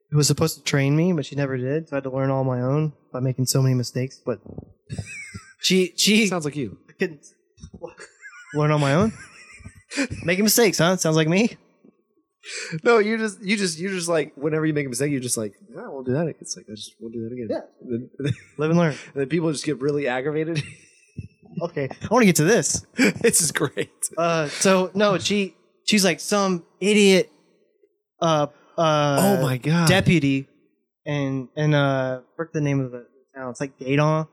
Speaker 4: who was supposed to train me, but she never did. So I had to learn all my own by making so many mistakes. But she she
Speaker 3: Sounds like you.
Speaker 4: I couldn't learn on my own. Making mistakes, huh? Sounds like me.
Speaker 3: No, you just, you just, you're just like whenever you make a mistake, you're just like, I won't do that. It's like I just won't do that again. Yeah. And then,
Speaker 4: Live and learn.
Speaker 3: and then people just get really aggravated.
Speaker 4: Okay, I want to get to this.
Speaker 3: this is great.
Speaker 4: Uh, so no, she she's like some idiot. Uh, uh,
Speaker 3: oh my God.
Speaker 4: deputy, and and uh, what's the name of the town? It's like Dayton,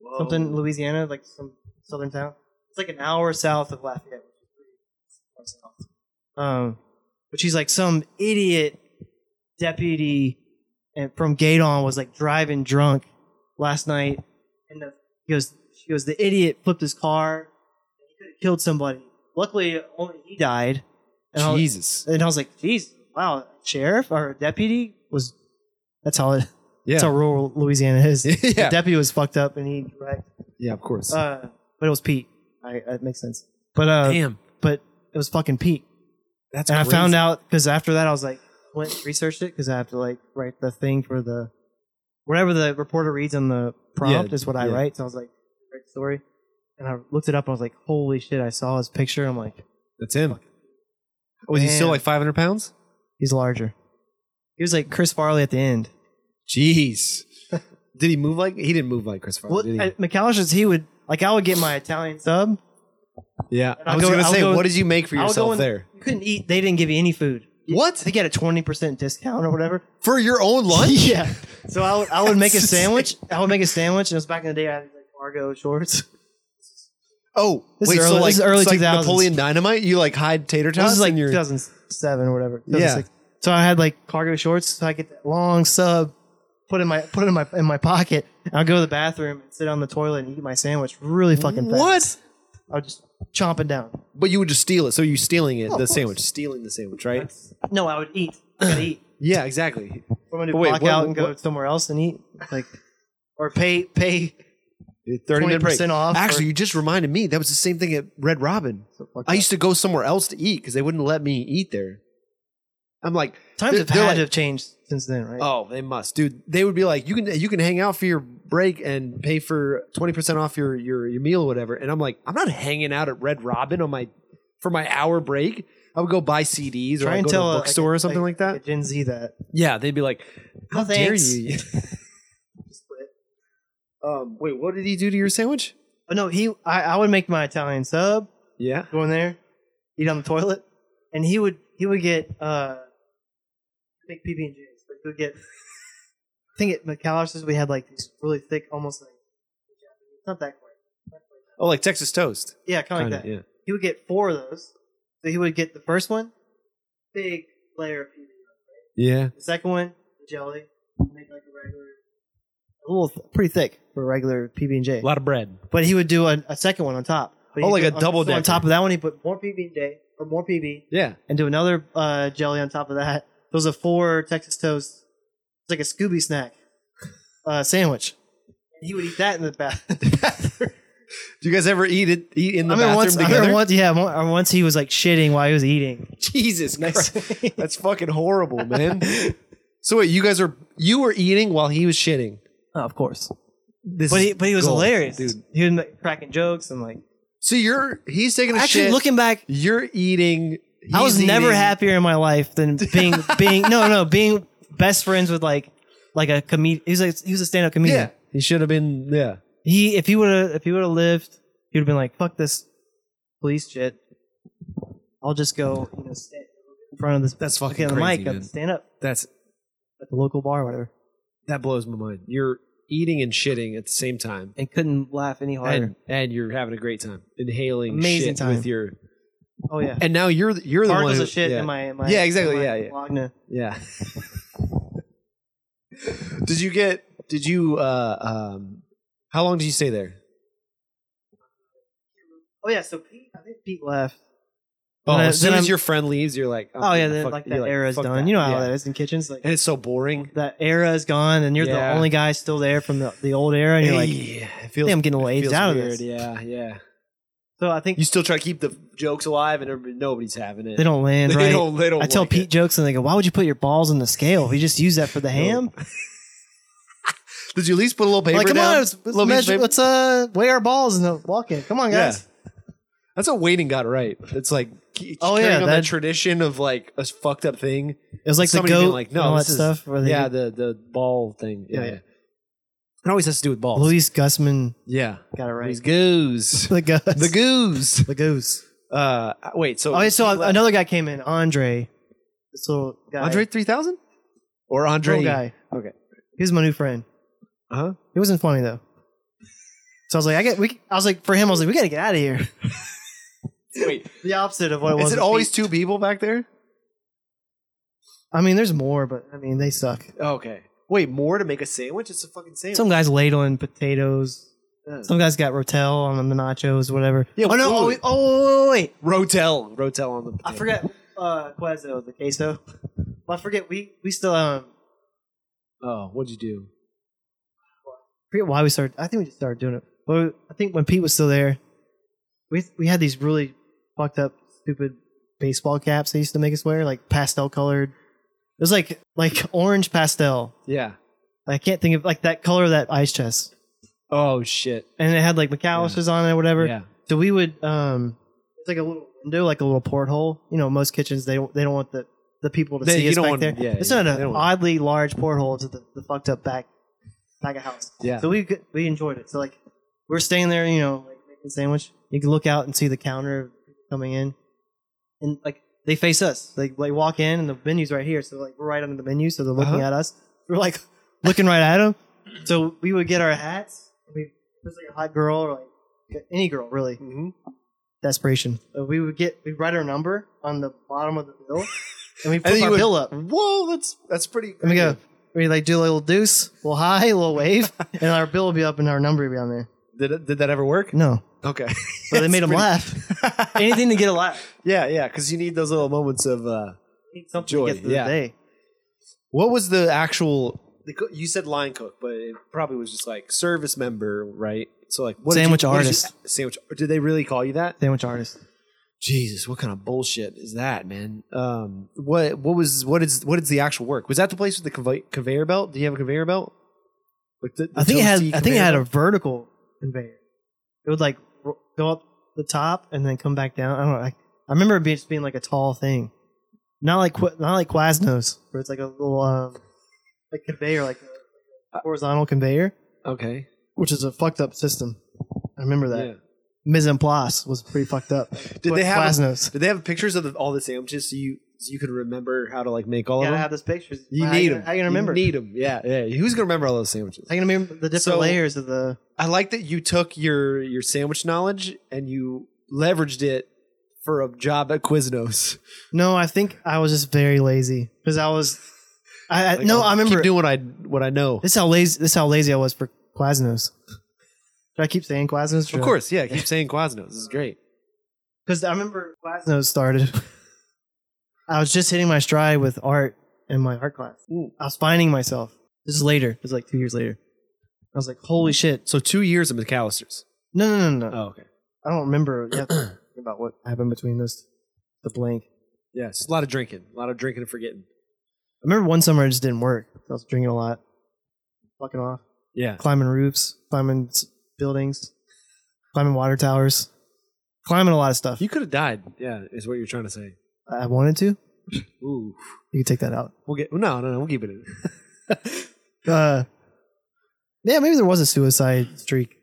Speaker 3: Whoa.
Speaker 4: something Louisiana, like some southern town. It's like an hour south of Lafayette. which is pretty far south. Um, but she's like some idiot deputy and from Gaydon was like driving drunk last night, and the, he goes, she goes, the idiot flipped his car, and he could have killed somebody. Luckily, only he died. And I was-
Speaker 3: Jesus.
Speaker 4: and I was like, geez, wow, sheriff or deputy was that's how it
Speaker 3: Yeah.
Speaker 4: That's how rural Louisiana is. The
Speaker 3: yeah.
Speaker 4: deputy was fucked up and he wrecked.
Speaker 3: yeah, of course.
Speaker 4: Uh, but it was Pete. I, that makes sense. But uh,
Speaker 3: Damn.
Speaker 4: but it was fucking Pete.
Speaker 3: That's
Speaker 4: and I found out because after that I was like went and researched it because I have to like write the thing for the whatever the reporter reads on the prompt
Speaker 3: Yeah,
Speaker 4: is what I
Speaker 3: yeah.
Speaker 4: write. So I was like write the story, and I looked it up. and I was like, holy shit! I saw his picture. I'm like,
Speaker 3: That's him. Was Oh, he still
Speaker 4: Man.
Speaker 3: like 500 pounds?
Speaker 4: he's larger. He was like Chris Farley at the end.
Speaker 3: Jeez. did he move like he didn't move like Chris Farley?
Speaker 4: Well,
Speaker 3: did he?
Speaker 4: at McAllister's, he would like I would get my Italian sub.
Speaker 3: yeah.
Speaker 4: I'll
Speaker 3: I was
Speaker 4: go-
Speaker 3: gonna
Speaker 4: I'll
Speaker 3: say,
Speaker 4: go-
Speaker 3: what did you make for
Speaker 4: I'll go
Speaker 3: yourself
Speaker 4: in-
Speaker 3: there?
Speaker 4: You couldn't eat. They didn't give you any food. You-
Speaker 3: What?
Speaker 4: They get a twenty percent discount or whatever.
Speaker 3: For your own lunch?
Speaker 4: Yeah. So I would, I would make a
Speaker 3: That's insane.
Speaker 4: sandwich. I would make a sandwich, and it was back in the day. I had like cargo shorts.
Speaker 3: Oh,
Speaker 4: This
Speaker 3: wait,
Speaker 4: is
Speaker 3: so
Speaker 4: early-
Speaker 3: like,
Speaker 4: this is early
Speaker 3: it's like
Speaker 4: 2000s.
Speaker 3: Napoleon Dynamite, you like hide tater tots
Speaker 4: This is like
Speaker 3: in your
Speaker 4: 2007 or whatever.
Speaker 3: Yeah.
Speaker 4: 2006. So I had like cargo shorts. So I get that long sub, put in my put in my in my pocket. and I'll go to the bathroom and sit on the toilet and eat my sandwich really fucking fast.
Speaker 3: What?
Speaker 4: I'll just chomp it down.
Speaker 3: But you would just steal it. So you're stealing it,
Speaker 4: of
Speaker 3: the
Speaker 4: course.
Speaker 3: sandwich. Stealing the sandwich, right?
Speaker 4: No, I would eat. I gotta eat.
Speaker 3: Yeah, exactly.
Speaker 4: What am I
Speaker 3: But
Speaker 4: gonna
Speaker 3: wait,
Speaker 4: do? Walk
Speaker 3: what-
Speaker 4: out and go
Speaker 3: what-
Speaker 4: somewhere else and eat? Like, or pay pay
Speaker 3: 30
Speaker 4: twenty
Speaker 3: minute break.
Speaker 4: percent off?
Speaker 3: Actually, you just reminded me that was the same thing at Red Robin.
Speaker 4: or,
Speaker 3: I used to go somewhere else to eat because they wouldn't let me eat there. I'm like,
Speaker 4: times
Speaker 3: they're-
Speaker 4: have
Speaker 3: they're
Speaker 4: had
Speaker 3: like-
Speaker 4: to have changed since then, right?
Speaker 3: oh, they must, dude. They would be like, you can you can hang out for your break and pay for twenty percent off your, your your meal or whatever. And I'm like, I'm not hanging out at Red Robin on my for my hour break. I would go buy CDs or
Speaker 4: Try
Speaker 3: I'd
Speaker 4: and
Speaker 3: go to
Speaker 4: tell
Speaker 3: a
Speaker 4: a-
Speaker 3: bookstore
Speaker 4: like a-
Speaker 3: or something like, that. Oh,
Speaker 4: Like Gen Z that.
Speaker 3: yeah, they'd be like,
Speaker 4: How
Speaker 3: dare you? um, wait, what did he do to your sandwich?
Speaker 4: But no, he. I, I would make my Italian sub,
Speaker 3: Yeah,
Speaker 4: go in there, eat on the toilet, and he would he would get uh, big PB and J's. Like he would get. I think at McAllister's we had like these really thick, almost like it's not that quite. not quite.
Speaker 3: oh, like Texas toast.
Speaker 4: Yeah, kind of like
Speaker 3: Kinda,
Speaker 4: that.
Speaker 3: yeah.
Speaker 4: He would get four of those. So he would get the first one, big layer of PB.
Speaker 3: Yeah.
Speaker 4: The second one, the jelly, make like a regular, a little th- pretty thick for a regular PB and J.
Speaker 3: lot of bread.
Speaker 4: But he would do a, a second one on top. But
Speaker 3: Oh, like
Speaker 4: he'd put
Speaker 3: a
Speaker 4: on-
Speaker 3: double
Speaker 4: so On
Speaker 3: decker.
Speaker 4: top of that one, he put more PB and J or more PB,
Speaker 3: Yeah.
Speaker 4: and do another uh, jelly on top of that. Those are four Texas toast. It's like a Scooby snack uh, sandwich. And he would eat that in the bathroom.
Speaker 3: Do you guys ever eat it eat in the
Speaker 4: I mean,
Speaker 3: bathroom
Speaker 4: once, I
Speaker 3: together?
Speaker 4: remember once, yeah, mo- or once he was like shitting while he was eating.
Speaker 3: Jesus Christ. That's fucking horrible, man. so wait, you guys are you were eating while he was shitting.
Speaker 4: Oh, of course,
Speaker 3: This
Speaker 4: but
Speaker 3: is
Speaker 4: he but he was
Speaker 3: gold,
Speaker 4: hilarious.
Speaker 3: dude.
Speaker 4: He was like, cracking jokes and like
Speaker 3: So you're he's taking a
Speaker 4: actually
Speaker 3: Oh, shit.
Speaker 4: looking back,
Speaker 3: you're eating.
Speaker 4: I was
Speaker 3: he's
Speaker 4: never
Speaker 3: eating.
Speaker 4: happier in my life than being being no no being best friends with like like a comedian. He was like he was a stand up
Speaker 3: Yeah.
Speaker 4: comedian.
Speaker 3: he should have been. Yeah,
Speaker 4: He if he would have if he would have lived, he would have been like fuck this police shit. I'll just go you know stand in front of this
Speaker 3: That's fucking
Speaker 4: get on the
Speaker 3: crazy,
Speaker 4: mic
Speaker 3: man.
Speaker 4: and stand up
Speaker 3: that's
Speaker 4: at the local bar or whatever
Speaker 3: that blows my mind. You're eating and shitting at the same time,
Speaker 4: and couldn't laugh any harder.
Speaker 3: and and you're having a great time, inhaling
Speaker 4: Amazing
Speaker 3: shit
Speaker 4: time.
Speaker 3: with your.
Speaker 4: oh yeah,
Speaker 3: And now you're you're the one
Speaker 4: particles
Speaker 3: who,
Speaker 4: of shit
Speaker 3: yeah.
Speaker 4: in my, in my
Speaker 3: Yeah, exactly,
Speaker 4: in my
Speaker 3: yeah, yeah.
Speaker 4: Wagner.
Speaker 3: Yeah. did you get? Did you? uh um How long did you stay there?
Speaker 4: Oh yeah, so Pete I think Pete left.
Speaker 3: Oh,
Speaker 4: Then I-
Speaker 3: as soon
Speaker 4: then
Speaker 3: as
Speaker 4: I'm-
Speaker 3: your friend leaves, you're like,
Speaker 4: Oh yeah, then
Speaker 3: fuck-
Speaker 4: like
Speaker 3: you're
Speaker 4: that era is
Speaker 3: fuck
Speaker 4: done. You know how
Speaker 3: Yeah.
Speaker 4: that is in kitchens like.
Speaker 3: And it's so boring.
Speaker 4: that era is gone and you're
Speaker 3: Yeah.
Speaker 4: the only guy still there from the, the old era and you're like
Speaker 3: Hey, it feels,
Speaker 4: "Damn, I'm getting a little
Speaker 3: it
Speaker 4: aged
Speaker 3: feels
Speaker 4: out of
Speaker 3: weird.
Speaker 4: this.
Speaker 3: Yeah, yeah.
Speaker 4: so i think
Speaker 3: You still try to keep the jokes alive, and everybody, nobody's having it.
Speaker 4: they don't land
Speaker 3: They
Speaker 4: right
Speaker 3: don't. They don't
Speaker 4: i tell
Speaker 3: like
Speaker 4: pete
Speaker 3: it.
Speaker 4: jokes and they go why would you put your balls on the scale we just use that for the ham
Speaker 3: Did you at least put a little paper
Speaker 4: like come
Speaker 3: down?
Speaker 4: on let's,
Speaker 3: Little
Speaker 4: let's,
Speaker 3: piece of
Speaker 4: measure,
Speaker 3: paper?
Speaker 4: let's uh weigh our balls and then walk in come on
Speaker 3: Yeah.
Speaker 4: guys
Speaker 3: That's what waiting got right. It's like ke-
Speaker 4: Oh,
Speaker 3: carrying
Speaker 4: yeah,
Speaker 3: on that,
Speaker 4: that-
Speaker 3: tradition of like a fucked up thing.
Speaker 4: it was like
Speaker 3: Somebody
Speaker 4: the
Speaker 3: being
Speaker 4: goat
Speaker 3: like,
Speaker 4: like,
Speaker 3: no,
Speaker 4: and all that
Speaker 3: this is-
Speaker 4: stuff where they
Speaker 3: yeah,
Speaker 4: did-
Speaker 3: the the ball thing. Yeah,
Speaker 4: Yeah.
Speaker 3: yeah. It always has to do with balls.
Speaker 4: luis gussman
Speaker 3: yeah,
Speaker 4: got it right
Speaker 3: These goos,
Speaker 4: the goose
Speaker 3: the goose.
Speaker 4: the goose
Speaker 3: Uh, wait. So
Speaker 4: oh yeah, so another guy came in andre this little guy
Speaker 3: Andre three thousand or
Speaker 4: little
Speaker 3: Andre? Uh-huh.
Speaker 4: guy
Speaker 3: Okay.
Speaker 4: he was my new friend
Speaker 3: Huh?
Speaker 4: It wasn't funny though. So I was like, I get. We, I was like, for him, I was like, we gotta get out of here.
Speaker 3: Wait,
Speaker 4: The opposite of what it was.
Speaker 3: is it
Speaker 4: with
Speaker 3: always
Speaker 4: Pete.
Speaker 3: two people back there?
Speaker 4: I mean, there's more, but I mean, they suck.
Speaker 3: Oh, Okay. Wait, more to make a sandwich? It's a fucking sandwich.
Speaker 4: Some guys ladling potatoes.
Speaker 3: Yeah.
Speaker 4: Some guys got rotel on the nachos, whatever.
Speaker 3: Yeah,
Speaker 4: Oh no!
Speaker 3: food.
Speaker 4: Oh, wait, oh wait, wait, wait.
Speaker 3: Rotel, Rotel on the.
Speaker 4: I
Speaker 3: potato.
Speaker 4: forget. Uh, queso, the queso. Well, I forget. We we still um.
Speaker 3: Oh, what'd you do?
Speaker 4: I forget why we started. I think we just started doing it. But I think when Pete was still there, we we had these really fucked up, stupid baseball caps they used to make us wear, like pastel colored. It was like like orange pastel.
Speaker 3: Yeah.
Speaker 4: I can't think of like that color of that ice chest,
Speaker 3: Oh shit.
Speaker 4: and it had like McAllister's on it or whatever.
Speaker 3: Yeah.
Speaker 4: So we would um, it's like a little window, like a little porthole. You know, most kitchens they don't they don't want the the people to
Speaker 3: They-
Speaker 4: see
Speaker 3: you
Speaker 4: us
Speaker 3: don't
Speaker 4: back
Speaker 3: want-
Speaker 4: there.
Speaker 3: yeah,
Speaker 4: it's
Speaker 3: yeah,
Speaker 4: not
Speaker 3: they
Speaker 4: an
Speaker 3: don't-
Speaker 4: oddly large porthole to the, the fucked up back back of house.
Speaker 3: Yeah.
Speaker 4: So we could- we enjoyed it. So like we're staying there, you know, like making a sandwich. You can look out and see the counter coming in, and like they face us. Like they walk in and the menu's right here, so like we're right under the menu, so they're looking
Speaker 3: Uh-huh.
Speaker 4: at us. We're like looking right at them. So we would get our hats. and We there's like a hot girl or like any girl really
Speaker 3: Mm-hmm.
Speaker 4: desperation. Uh, we would get we would write our number on the bottom of the bill, and we
Speaker 3: then
Speaker 4: put
Speaker 3: you
Speaker 4: our
Speaker 3: would-
Speaker 4: bill up.
Speaker 3: Whoa, that's that's pretty.
Speaker 4: And we go, we like do a little deuce, little hi, little wave, and our bill will be up and our number will be on there.
Speaker 3: Did it- did that ever work?
Speaker 4: No,
Speaker 3: Okay.
Speaker 4: but Mm. they made them
Speaker 3: pretty-
Speaker 4: laugh. Anything to get a laugh.
Speaker 3: yeah, yeah, because you need those little moments of. uh
Speaker 4: Need something
Speaker 3: Joy,
Speaker 4: to get through
Speaker 3: yeah.
Speaker 4: the day.
Speaker 3: What was the actual? the co- You said line cook, but it probably was just like service member, right? So like what did you-
Speaker 4: Sandwich
Speaker 3: what did you-
Speaker 4: artist.
Speaker 3: sandwich. Did they really call you that?
Speaker 4: Sandwich artist.
Speaker 3: Jesus, what kind of bullshit is that, man? Um, what what was what is what is the actual work? Was that the place with the convey, conveyor belt? Do you have a conveyor belt? Like the, the
Speaker 4: I think it had
Speaker 3: toasty
Speaker 4: I think it had a
Speaker 3: conveyor
Speaker 4: vertical conveyor. It would like ro- go up the top and then come back down. I don't know. I, I remember it being, just being like a tall thing, not like Qua- not like Quasnos, where it's like a little um, like conveyor, like a horizontal conveyor,
Speaker 3: belt? okay.
Speaker 4: which is a fucked up system. I remember that.
Speaker 3: Yeah.
Speaker 4: Mise en place was pretty fucked up. Did
Speaker 3: they have a-
Speaker 4: Quasnos?
Speaker 3: Did they have pictures of the, all the sandwiches so you so you could remember how to like make all
Speaker 4: gotta
Speaker 3: of them?
Speaker 4: have those pictures.
Speaker 3: you
Speaker 4: How
Speaker 3: need
Speaker 4: you-
Speaker 3: them.
Speaker 4: How you gonna remember?
Speaker 3: You need them. Yeah, yeah. Who's gonna remember all those sandwiches?
Speaker 4: how you gonna remember the different
Speaker 3: So-
Speaker 4: layers of the?
Speaker 3: I like that you took your your sandwich knowledge and you leveraged it for a job at Quiznos.
Speaker 4: No, I think I was just very lazy because I was. I, I
Speaker 3: Like,
Speaker 4: no,
Speaker 3: I'll
Speaker 4: I remember.
Speaker 3: keep doing what I what I know.
Speaker 4: This is how lazy this is how lazy I was for Quasnos. Did I keep saying Quasnos?
Speaker 3: Of course, yeah. Keep saying Quiznos. This is great.
Speaker 4: because I remember Quasnos started. I was just hitting my stride with art in my art class. I was finding myself. This is later. This is like two years later. I was like, "Holy shit!"
Speaker 3: So two years of McAllister's.
Speaker 4: No, no, no, no.
Speaker 3: Oh, okay.
Speaker 4: I don't remember you have to think about what happened between those. The blank.
Speaker 3: Yes, a lot of drinking, a lot of drinking and forgetting.
Speaker 4: I remember one summer it just didn't work. I was drinking a lot, fucking off,
Speaker 3: Yeah,
Speaker 4: climbing roofs, climbing s- buildings, climbing water towers, climbing a lot of stuff.
Speaker 3: you could have died. Yeah, is what you're trying to say.
Speaker 4: I wanted to.
Speaker 3: Ooh,
Speaker 4: You can take that out.
Speaker 3: we'll get no, no, no. We'll keep it in.
Speaker 4: Uh, yeah, maybe there was a suicide streak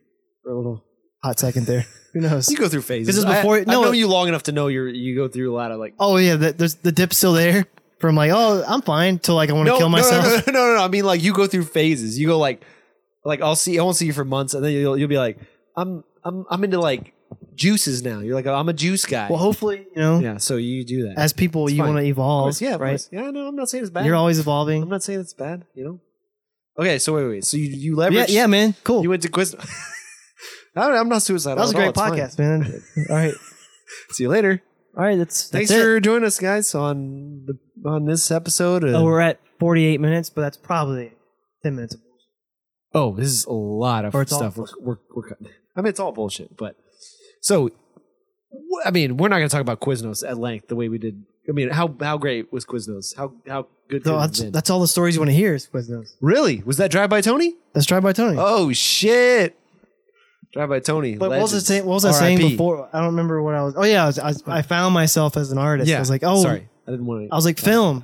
Speaker 4: for a little hot second there. Who knows?
Speaker 3: you go through phases.
Speaker 4: This is
Speaker 3: I-
Speaker 4: before-
Speaker 3: I,
Speaker 4: no.
Speaker 3: know you long enough to know you you go through a lot of like.
Speaker 4: Oh yeah, the, there's the dip still there from like oh I'm fine to like I want to
Speaker 3: no,
Speaker 4: kill
Speaker 3: no,
Speaker 4: myself.
Speaker 3: No no, no, no, no. I mean, like you go through phases. You go like, like I'll see, I won't see you for months, and then you'll you'll be like, I'm I'm I'm into like juices now. You're like, I'm a juice guy.
Speaker 4: Well, hopefully you know
Speaker 3: yeah, so you do that.
Speaker 4: as people
Speaker 3: It's
Speaker 4: you
Speaker 3: fine.
Speaker 4: want to
Speaker 3: Of
Speaker 4: evolve.
Speaker 3: course, yeah, of
Speaker 4: right.
Speaker 3: course. Yeah, no, I'm not saying it's bad.
Speaker 4: You're always
Speaker 3: I'm
Speaker 4: evolving.
Speaker 3: not saying it's bad. You know. Okay, so wait, wait. So you you leveraged.
Speaker 4: Yeah, yeah, man. Cool.
Speaker 3: You went to quiz. I don't- I'm not suicidal.
Speaker 4: that was a
Speaker 3: at all.
Speaker 4: great
Speaker 3: It's fine.
Speaker 4: podcast, man. All right,
Speaker 3: See you later.
Speaker 4: all right. That's, that's
Speaker 3: Thanks
Speaker 4: it.
Speaker 3: for joining us, guys, on the on this episode. Of,
Speaker 4: Oh, we're at 48 minutes, but that's probably 10 minutes. of bullshit.
Speaker 3: Oh, this is a lot of
Speaker 4: Or it's all
Speaker 3: stuff we're, we're, we're cutting. I mean, it's all bullshit, but so, wh- I mean, we're not going to talk about Quiznos at length the way we did. I mean, how how great was Quiznos? How how good could
Speaker 4: So
Speaker 3: it have
Speaker 4: that's,
Speaker 3: been?
Speaker 4: that's all the stories you want to hear is Quiznos.
Speaker 3: Really? Was that Drive by Tony?
Speaker 4: Let's try by Tony.
Speaker 3: Oh, shit. Drive by Tony.
Speaker 4: But what was, I
Speaker 3: legends.
Speaker 4: saying, what was I saying
Speaker 3: RIP.
Speaker 4: before? I don't remember what I was. Oh yeah, I, was, I, was- I found myself as an artist.
Speaker 3: Yeah.
Speaker 4: I was like, oh,
Speaker 3: Sorry. I didn't want
Speaker 4: I
Speaker 3: to.
Speaker 4: was like, film,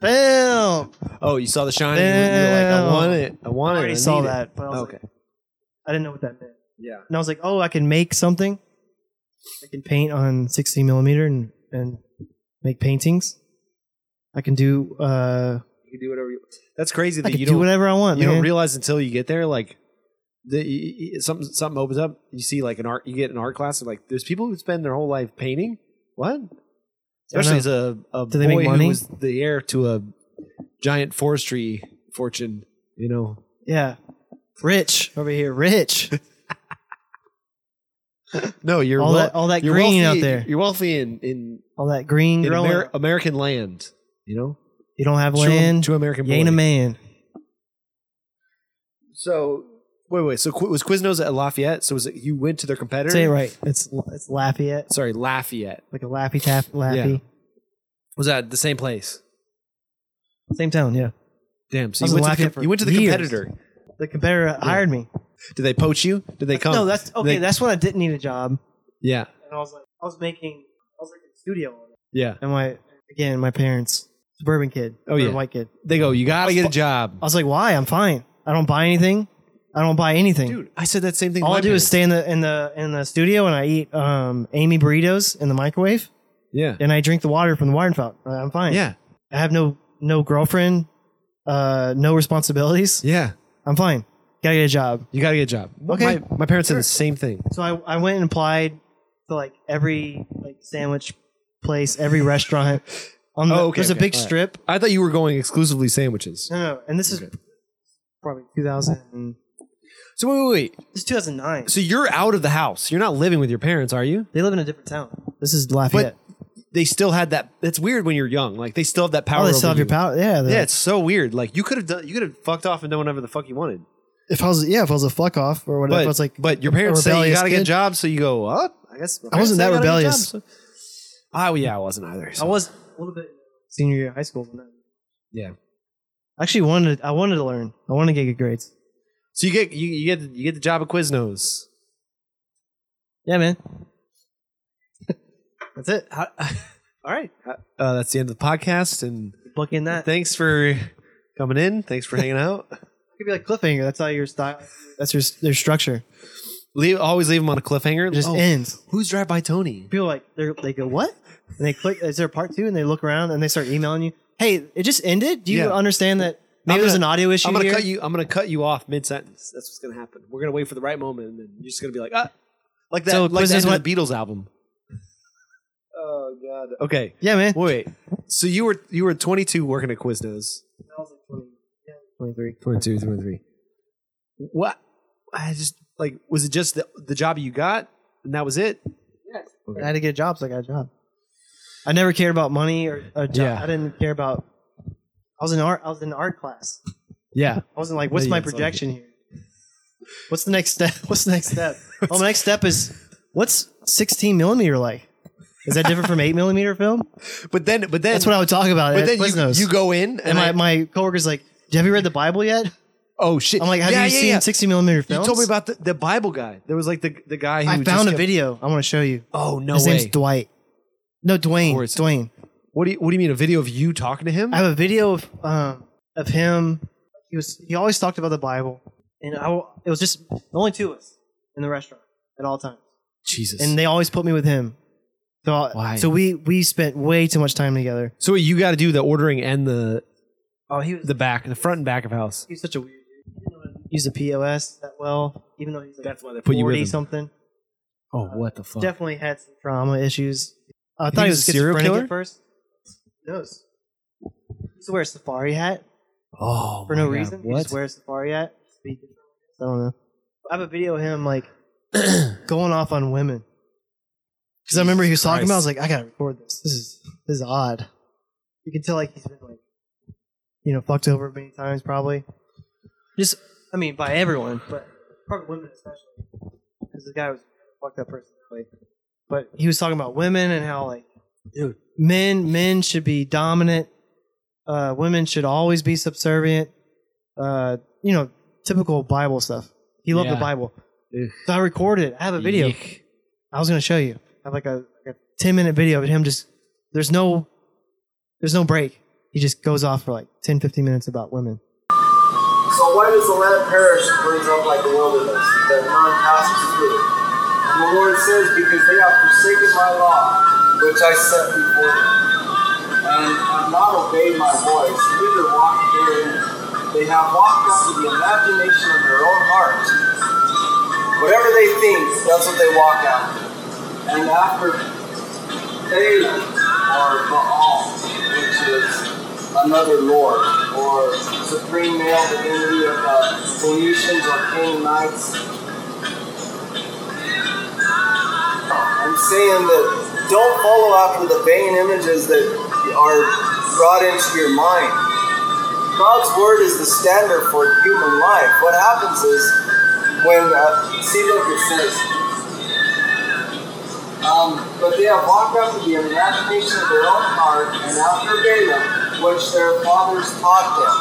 Speaker 4: film.
Speaker 3: Oh, you saw the shine? and you were like, I
Speaker 4: Damn.
Speaker 3: want it. I
Speaker 4: I
Speaker 3: want it.
Speaker 4: already
Speaker 3: I
Speaker 4: saw
Speaker 3: need it.
Speaker 4: that, but I, was
Speaker 3: Okay.
Speaker 4: like, I didn't know what that meant.
Speaker 3: Yeah.
Speaker 4: And I was like, oh, I can make something. I can paint on 60 millimeter and and make paintings. I can do uh,
Speaker 3: You can do whatever you. That's crazy
Speaker 4: I
Speaker 3: that
Speaker 4: can
Speaker 3: you
Speaker 4: do
Speaker 3: don't.
Speaker 4: whatever I want.
Speaker 3: you
Speaker 4: man.
Speaker 3: don't realize until you get there, like the, you, you- something something opens up. You see like an art, you get an art class, and like there's people who spend their whole life painting. What? Especially as a, a
Speaker 4: Do
Speaker 3: boy
Speaker 4: they make
Speaker 3: who
Speaker 4: money?
Speaker 3: was the heir to a giant forestry fortune. You know,
Speaker 4: Yeah. Rich over here, rich.
Speaker 3: no, you're
Speaker 4: all
Speaker 3: wel-
Speaker 4: that all that
Speaker 3: you're
Speaker 4: green
Speaker 3: wealthy,
Speaker 4: out there.
Speaker 3: You're wealthy in in,
Speaker 4: All that green
Speaker 3: in
Speaker 4: growing.
Speaker 3: Amer- American land. You know,
Speaker 4: you don't have
Speaker 3: True-
Speaker 4: land.
Speaker 3: true American
Speaker 4: you ain't a
Speaker 3: boy.
Speaker 4: man.
Speaker 3: So wait, wait. So Qu- was Quiznos at Lafayette? So was it you went to their competitor?
Speaker 4: Say it right. It's it's Lafayette,
Speaker 3: Sorry, Lafayette.
Speaker 4: like a Laffy Tap Laffy.
Speaker 3: Was that the same place?
Speaker 4: Same town, yeah.
Speaker 3: Damn. So
Speaker 4: I was
Speaker 3: you went, to the,
Speaker 4: in Lafayette
Speaker 3: com-
Speaker 4: for
Speaker 3: you went to the
Speaker 4: years.
Speaker 3: competitor.
Speaker 4: The competitor hired me.
Speaker 3: Did they poach you? Did they come?
Speaker 4: No, that's okay.
Speaker 3: They-
Speaker 4: that's when I didn't need a job,
Speaker 3: yeah,
Speaker 4: and I was like, I was making, I was like in the studio,
Speaker 3: yeah.
Speaker 4: and my again, my parents, suburban kid,
Speaker 3: Oh,
Speaker 4: or
Speaker 3: yeah.
Speaker 4: white kid.
Speaker 3: They go. You gotta get a job,
Speaker 4: I was like, why? I'm fine. I don't buy anything. I don't buy anything.
Speaker 3: dude. I said that same thing. to
Speaker 4: All
Speaker 3: my
Speaker 4: I do
Speaker 3: parents.
Speaker 4: is stay in the in the in the studio and I eat um, Amy burritos in the microwave
Speaker 3: Yeah,
Speaker 4: and I drink the water from the water fountain. Uh, I'm fine.
Speaker 3: yeah,
Speaker 4: I have no no girlfriend, uh, no responsibilities.
Speaker 3: yeah.
Speaker 4: I'm fine. Gotta get a job.
Speaker 3: You gotta get a job.
Speaker 4: Okay.
Speaker 3: My, my parents said
Speaker 4: Sure.
Speaker 3: the same thing.
Speaker 4: So I, I went and applied to like every like sandwich place, every restaurant. On the,
Speaker 3: Oh, okay,
Speaker 4: there's
Speaker 3: okay.
Speaker 4: a big
Speaker 3: All right.
Speaker 4: strip.
Speaker 3: I thought you were going exclusively sandwiches.
Speaker 4: No, no, and this is
Speaker 3: Okay.
Speaker 4: probably 2000. and-
Speaker 3: So wait, wait, wait.
Speaker 4: It's 2009.
Speaker 3: So you're out of the house. You're not living with your parents, are you?
Speaker 4: They live in a different town. This is Lafayette.
Speaker 3: They still had that. It's weird when you're young. Like they still have that power.
Speaker 4: oh, they
Speaker 3: over
Speaker 4: still have
Speaker 3: you.
Speaker 4: your power. Yeah, they're-
Speaker 3: Yeah, it's so weird. Like you could have done. You could have fucked off and done whatever the fuck you wanted.
Speaker 4: If I was, yeah, if I was a fuck off or whatever,
Speaker 3: But
Speaker 4: if I was like,
Speaker 3: but your parents
Speaker 4: a
Speaker 3: say you
Speaker 4: rebellious
Speaker 3: gotta get
Speaker 4: kid.
Speaker 3: jobs, so you go up. I guess my
Speaker 4: I
Speaker 3: parents say
Speaker 4: wasn't that
Speaker 3: I gotta get
Speaker 4: rebellious.
Speaker 3: jobs, so- Ah, well, yeah, I wasn't either.
Speaker 4: I
Speaker 3: so-
Speaker 4: was a little bit senior year of high school. but not-
Speaker 3: Yeah.
Speaker 4: I actually wanted, I wanted to learn. I wanted to get good grades.
Speaker 3: So you get you, you get you get the job at Quiznos.
Speaker 4: Yeah, man.
Speaker 3: That's it. How, all right. Uh, that's the end of the podcast. And
Speaker 4: Book in that.
Speaker 3: thanks for coming in. Thanks for hanging out.
Speaker 4: It could be like cliffhanger. That's all your style. That's your their structure.
Speaker 3: Leave always leave them on a cliffhanger.
Speaker 4: It just
Speaker 3: Oh,
Speaker 4: ends.
Speaker 3: who's drive by Tony?
Speaker 4: People like they they go what? And they click. Is there a part two? And they look around and they start emailing you. Hey, it just ended. Do you
Speaker 3: Yeah.
Speaker 4: understand that? Maybe
Speaker 3: I'm
Speaker 4: there's an
Speaker 3: gonna-
Speaker 4: audio issue
Speaker 3: I'm gonna
Speaker 4: here.
Speaker 3: cut you. I'm gonna cut you off mid sentence. That's what's gonna happen. We're gonna wait for the right moment, and then you're just gonna be like, ah, like that,
Speaker 4: So
Speaker 3: like
Speaker 4: Quiznos
Speaker 3: that
Speaker 4: went-
Speaker 3: the Beatles album. Oh God. Okay.
Speaker 4: yeah, man.
Speaker 3: Wait. So you were you were 22 working at Quiznos.
Speaker 4: Twenty three.
Speaker 3: 22, 23. What? I just like was it just the, the job you got and that was it?
Speaker 4: I had to get a job, so I got a job. I never cared about money or a job.
Speaker 3: Yeah.
Speaker 4: I didn't care about. I was in art. I was in art class.
Speaker 3: Yeah.
Speaker 4: I wasn't like, what's
Speaker 3: Oh, Yeah,
Speaker 4: my
Speaker 3: it's all
Speaker 4: projection here? What's the next step? What's the next step? well, my next step is what's 16 millimeter like? Is that different from 8 millimeter film?
Speaker 3: But then but then
Speaker 4: That's what I would talk about.
Speaker 3: but
Speaker 4: at
Speaker 3: then you,
Speaker 4: Quiznos.
Speaker 3: you go in and,
Speaker 4: and my,
Speaker 3: I-
Speaker 4: my coworker's like, have you read the Bible yet?
Speaker 3: oh shit.
Speaker 4: I'm like, have
Speaker 3: Yeah,
Speaker 4: you
Speaker 3: yeah,
Speaker 4: seen
Speaker 3: yeah.
Speaker 4: 60 millimeter
Speaker 3: You
Speaker 4: films?
Speaker 3: told me about the, the Bible guy. There was like the the guy who
Speaker 4: I
Speaker 3: just
Speaker 4: found a
Speaker 3: kept-
Speaker 4: video. I want to show you.
Speaker 3: Oh no
Speaker 4: His
Speaker 3: way.
Speaker 4: name's Dwight. No, Dwayne.
Speaker 3: course.
Speaker 4: Dwayne.
Speaker 3: what do you what do you mean a video of you talking to him?
Speaker 4: I have a video of um, of him. He was he always talked about the Bible, and I w- it was just the only two of us in the restaurant at all times,
Speaker 3: Jesus.
Speaker 4: and they always put me with him. So I-
Speaker 3: Why?
Speaker 4: so we we spent way too much time together.
Speaker 3: so you got to do the ordering and the
Speaker 4: Oh, he was
Speaker 3: the back, the front and back of house.
Speaker 4: he was such a weird. dude. He didn't know how to use the POS that well, even though he's like
Speaker 3: why they
Speaker 4: forty something.
Speaker 3: Oh, what the fuck?
Speaker 4: Definitely had some trauma issues. I
Speaker 3: He
Speaker 4: thought he
Speaker 3: was
Speaker 4: was
Speaker 3: a serial
Speaker 4: schizophrenic
Speaker 3: killer?
Speaker 4: at first. Who knows? He used to wear a safari hat.
Speaker 3: Oh,
Speaker 4: for
Speaker 3: my
Speaker 4: no
Speaker 3: God,
Speaker 4: reason. He
Speaker 3: What?
Speaker 4: just wears safari hat. I don't know. I have a video of him like going off on women because I remember he was talking about. I was like, I gotta record this. This is this is odd. You can tell like he's been like, you know, fucked over many times probably. Just I mean by everyone, but probably women especially because the guy was a fucked up person. Like, but he was talking about women and how like, dude, men men should be dominant. Uh, women should always be subservient. Uh, you know, typical Bible stuff. He loved
Speaker 3: Yeah.
Speaker 4: the Bible.
Speaker 3: Ugh.
Speaker 4: So I recorded. it. I have a video.
Speaker 3: Yeek.
Speaker 4: I was gonna show you. I have like a, like a ten minute video of him just. There's no, there's no break. He just goes off for like 10, 15 minutes about women.
Speaker 5: So why does the land perish and brings up like the wilderness, that none passes through? And the Lord says, Because they have forsaken my law, which I set before them, and have not obeyed my voice, neither walked therein. They have walked after the imagination of their own heart. Whatever they think, that's what they walk after. And after Balaam, or Baal, which is another lord, or supreme male divinity of the Phoenicians or Canaanites. I'm saying that don't follow after the vain images that are brought into your mind. God's word is the standard for human life. What happens is when uh, see look it says, um, but they have walked after the imagination of their own heart and after Balaam, which their fathers taught them.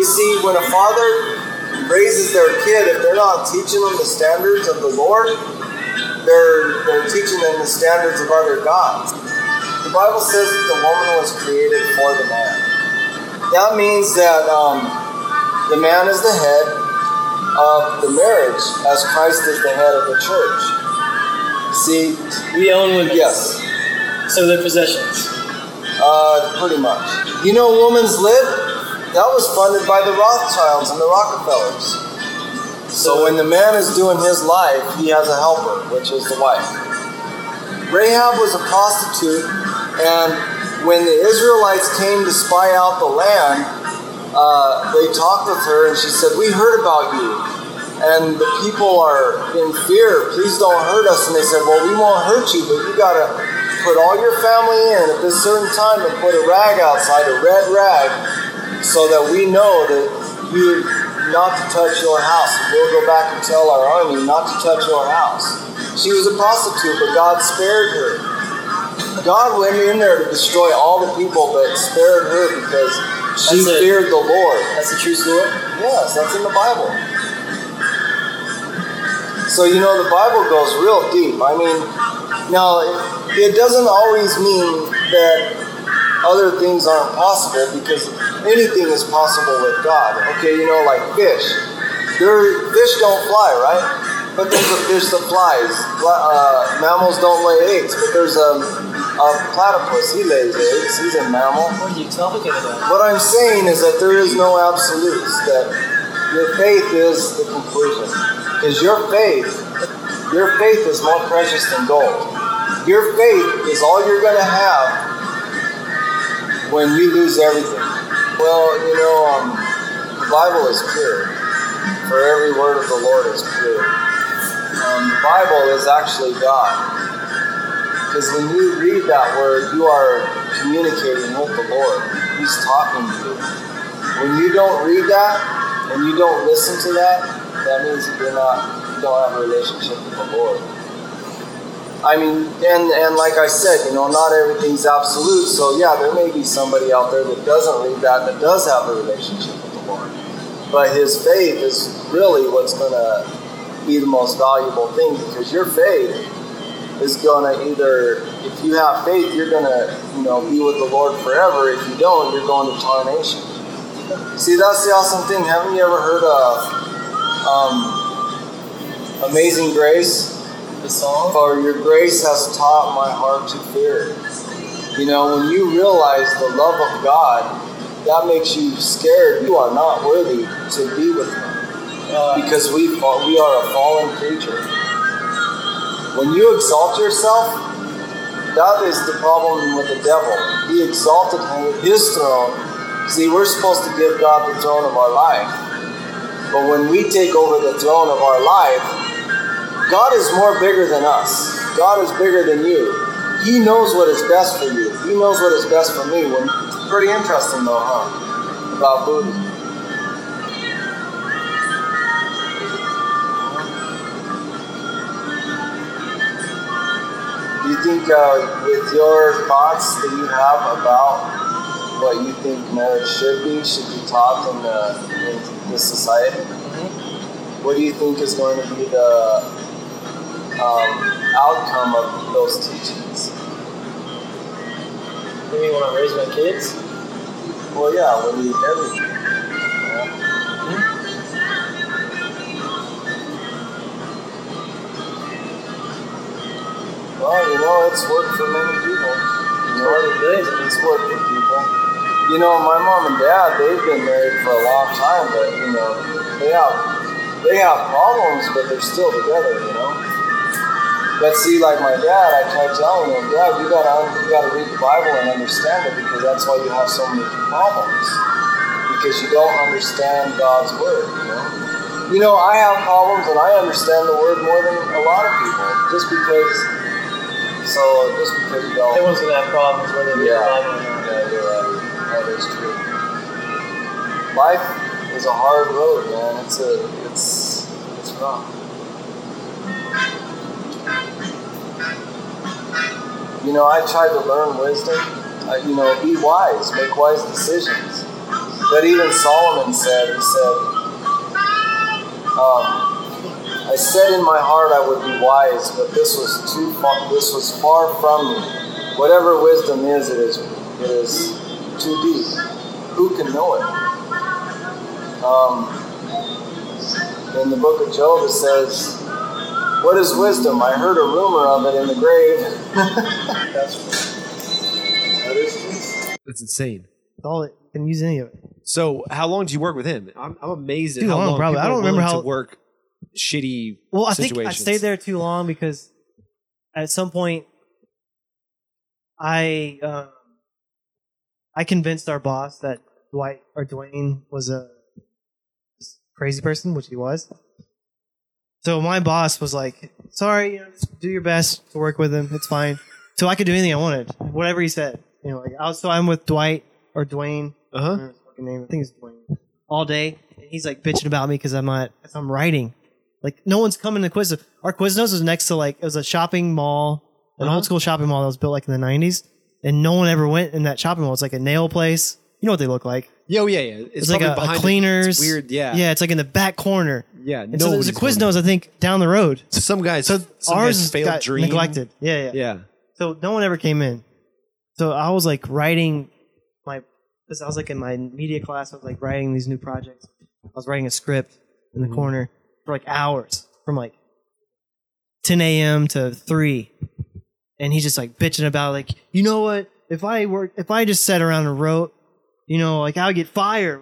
Speaker 5: You see, when a father raises their kid, if they're not teaching them the standards of the Lord, they're they're teaching them the standards of other gods. The Bible says that the woman was created for the man. That means that um, the man is the head of the marriage, as Christ is the head of the church. See,
Speaker 6: We own women.
Speaker 5: yes,
Speaker 6: So they're possessions.
Speaker 5: uh, pretty much. You know, woman's lib that was funded by the Rothschilds and the Rockefellers. So when the man is doing his life, he has a helper, which is the wife. Rahab was a prostitute, and when the Israelites came to spy out the land, uh, they talked with her, and she said, "We heard about you, and the people are in fear. Please don't hurt us." And they said, "Well, we won't hurt you, but you gotta put all your family in at this certain time and put a rag outside, a red rag, so that we know that you not to touch your house. We'll go back and tell our army not to touch your house." She was a prostitute, but God spared her. God went in there to destroy all the people, but spared her because she
Speaker 6: That's it.
Speaker 5: feared the Lord.
Speaker 6: That's the true story.
Speaker 5: Yes, that's in the Bible. So you know the Bible goes real deep. I mean, now it, it doesn't always mean that other things aren't possible because anything is possible with God. Okay, you know, like fish. There, fish don't fly, right? But there's a fish that flies. Fla- Uh, mammals don't lay eggs, but there's a, a platypus. He lays eggs. He's a mammal.
Speaker 6: What are you talking about?
Speaker 5: What I'm saying is that there is no absolutes, that your faith is the conclusion. Because your faith, your faith is more precious than gold. Your faith is all you're going to have when you lose everything. Well, you know, um, the Bible is pure. For every word of the Lord is pure. Um, the Bible is actually God. Because when you read that word, you are communicating with the Lord. He's talking to you. When you don't read that, when you don't listen to that, that means you're not, you don't have a relationship with the Lord. I mean, and, and like I said, you know, not everything's absolute. So yeah, there may be somebody out there that doesn't read that that does have a relationship with the Lord. But his faith is really what's going to be the most valuable thing because your faith is gonna either if you have faith you're gonna you know be with the lord forever if you don't you're going to tarnation see that's the awesome thing haven't you ever heard of um, amazing grace
Speaker 6: The song?
Speaker 5: for your grace has taught my heart to fear you know when you realize the love of god that makes you scared you are not worthy to be with him
Speaker 6: Uh,
Speaker 5: because we fall, we are a fallen creature. When you exalt yourself, that is the problem with the devil. He exalted him- his throne. See, we're supposed to give God the throne of our life, but when we take over the throne of our life, God is more bigger than us. God is bigger than you. He knows what is best for you. He knows what is best for me. When, pretty interesting though, huh? About Buddha. Do you think uh, with your thoughts that you have about what you think marriage should be, should be taught in the, in the society?
Speaker 6: Mm-hmm.
Speaker 5: What do you think is going to be the um, outcome of those teachings?
Speaker 6: you mean when I raise my kids?
Speaker 5: Well, yeah, when you everything. Yeah. Well, you know, it's worked for many people. You know,
Speaker 6: Or the days?
Speaker 5: it's worked for people. You know, my mom and dad, they've been married for a long time, but you know, they have they have problems, but they're still together. You know. But see, like my dad, I try telling him, Dad, you gotta you gotta read the Bible and understand it because that's why you have so many problems because you don't understand God's word. You know. You know, I have problems and I understand the word more than a lot of people just because. So just because you don't.
Speaker 6: Everyone's gonna have problems whether they're
Speaker 5: Yeah.
Speaker 6: Bible or not.
Speaker 5: Yeah, you're right. That is true.
Speaker 6: life is a hard road, man. It's a, it's, it's rough. You know, I try to learn wisdom. Uh, you know, be wise, make wise decisions. But even Solomon said, he said, um, I said in my heart I would be wise, but this was too far. This was far from me. Whatever wisdom is, it is it is too deep. Who can know it? Um, in the book of Job, it says, "What is wisdom? I heard a rumor of it in the grave." That's that is
Speaker 3: That's insane.
Speaker 4: It's all it can use any of it.
Speaker 3: So, how long did you work with him? I'm, I'm amazed at
Speaker 4: Too
Speaker 3: how
Speaker 4: long,
Speaker 3: long
Speaker 4: probably.
Speaker 3: people
Speaker 4: I don't
Speaker 3: are
Speaker 4: remember
Speaker 3: willing
Speaker 4: how-
Speaker 3: to work shitty.
Speaker 4: Well, I think I
Speaker 3: situations.
Speaker 4: stayed there too long because at some point I um, I convinced our boss that Dwight or Dwayne was a crazy person, which he was. So my boss was like, "Sorry, you know, just do your best to work with him. It's fine." So I could do anything I wanted, whatever he said. You know, like I was, so I'm with Dwight or Dwayne.
Speaker 3: Uh huh.
Speaker 4: I don't know his fucking name. I think it's Dwayne. All day, and he's like bitching about me because I'm not. 'cause I'm writing. Like no one's coming to Quiznos. Our Quiznos was next to like it was a shopping mall, an old school shopping mall that was built like in the '90s, and no one ever went in that shopping mall. It's like a nail place. You know what they look like?
Speaker 3: Yeah, oh, yeah, yeah.
Speaker 4: It's, like
Speaker 3: probably
Speaker 4: a, a
Speaker 3: behind it.
Speaker 4: cleaners.
Speaker 3: It's weird. Yeah.
Speaker 4: yeah. It's like in the back corner.
Speaker 3: Yeah.
Speaker 4: And so there's a
Speaker 3: nobody's
Speaker 4: Quiznos, I think, down the road.
Speaker 3: So some guys, so some
Speaker 4: Ours
Speaker 3: guys failed
Speaker 4: got
Speaker 3: dream.
Speaker 4: neglected. Yeah, yeah,
Speaker 3: Yeah.
Speaker 4: So no one ever came in. So I was like writing my because I was like in my media class, I was like writing these new projects. I was writing a script in
Speaker 3: Mm-hmm.
Speaker 4: the corner for like hours from like 10 a.m. to 3. And he's just like bitching about like, you know what? If I work if I just sat around and wrote, you know, like I'll get fired.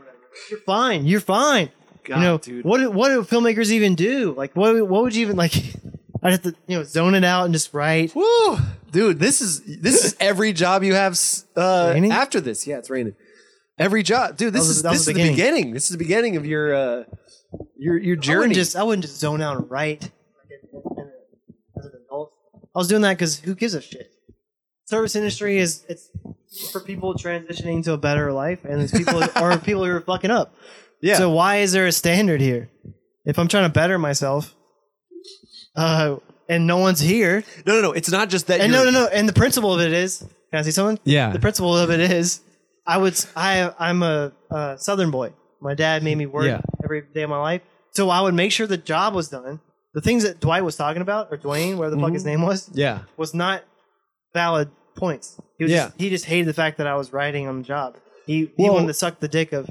Speaker 4: You're fine. You're fine.
Speaker 3: God,
Speaker 4: you know,
Speaker 3: dude.
Speaker 4: what do- what do filmmakers even do? Like what what would you even like I'd have to, you know, zone it out and just write.
Speaker 3: Woo, dude, this is this is every job you have s- uh,
Speaker 4: Raining?
Speaker 3: after this. Yeah, it's raining. Every job, dude. This
Speaker 4: was-
Speaker 3: is
Speaker 4: that
Speaker 3: this
Speaker 4: was
Speaker 3: is
Speaker 4: the
Speaker 3: the beginning. This is the beginning of your uh, your your
Speaker 4: I
Speaker 3: journey.
Speaker 4: wouldn't just I wouldn't just zone out and write like, in- in a- as an adult. I was doing that because who gives a shit? Service industry is it's for people transitioning to a better life, and it's people or people who are fucking up.
Speaker 3: yeah,
Speaker 4: So why is there a standard here? If I'm trying to better myself, uh, and no one's here,
Speaker 3: no, no, no. It's not just that.
Speaker 4: and
Speaker 3: you're-
Speaker 4: no, no, no, and the principle of it is, can I see something?
Speaker 3: Yeah.
Speaker 4: The principle of it is, I would, I, I'm a, uh Southern boy. My dad made me work
Speaker 3: Yeah.
Speaker 4: every day of my life, so I would make sure the job was done. The things that Dwight was talking about, or Dwayne, whatever the fuck his
Speaker 3: Mm-hmm.
Speaker 4: name was,
Speaker 3: Yeah,
Speaker 4: was not valid points. He was
Speaker 3: Yeah.
Speaker 4: just, he just hated the fact that I was writing on the job. He, he
Speaker 3: Well-
Speaker 4: wanted to suck the dick of,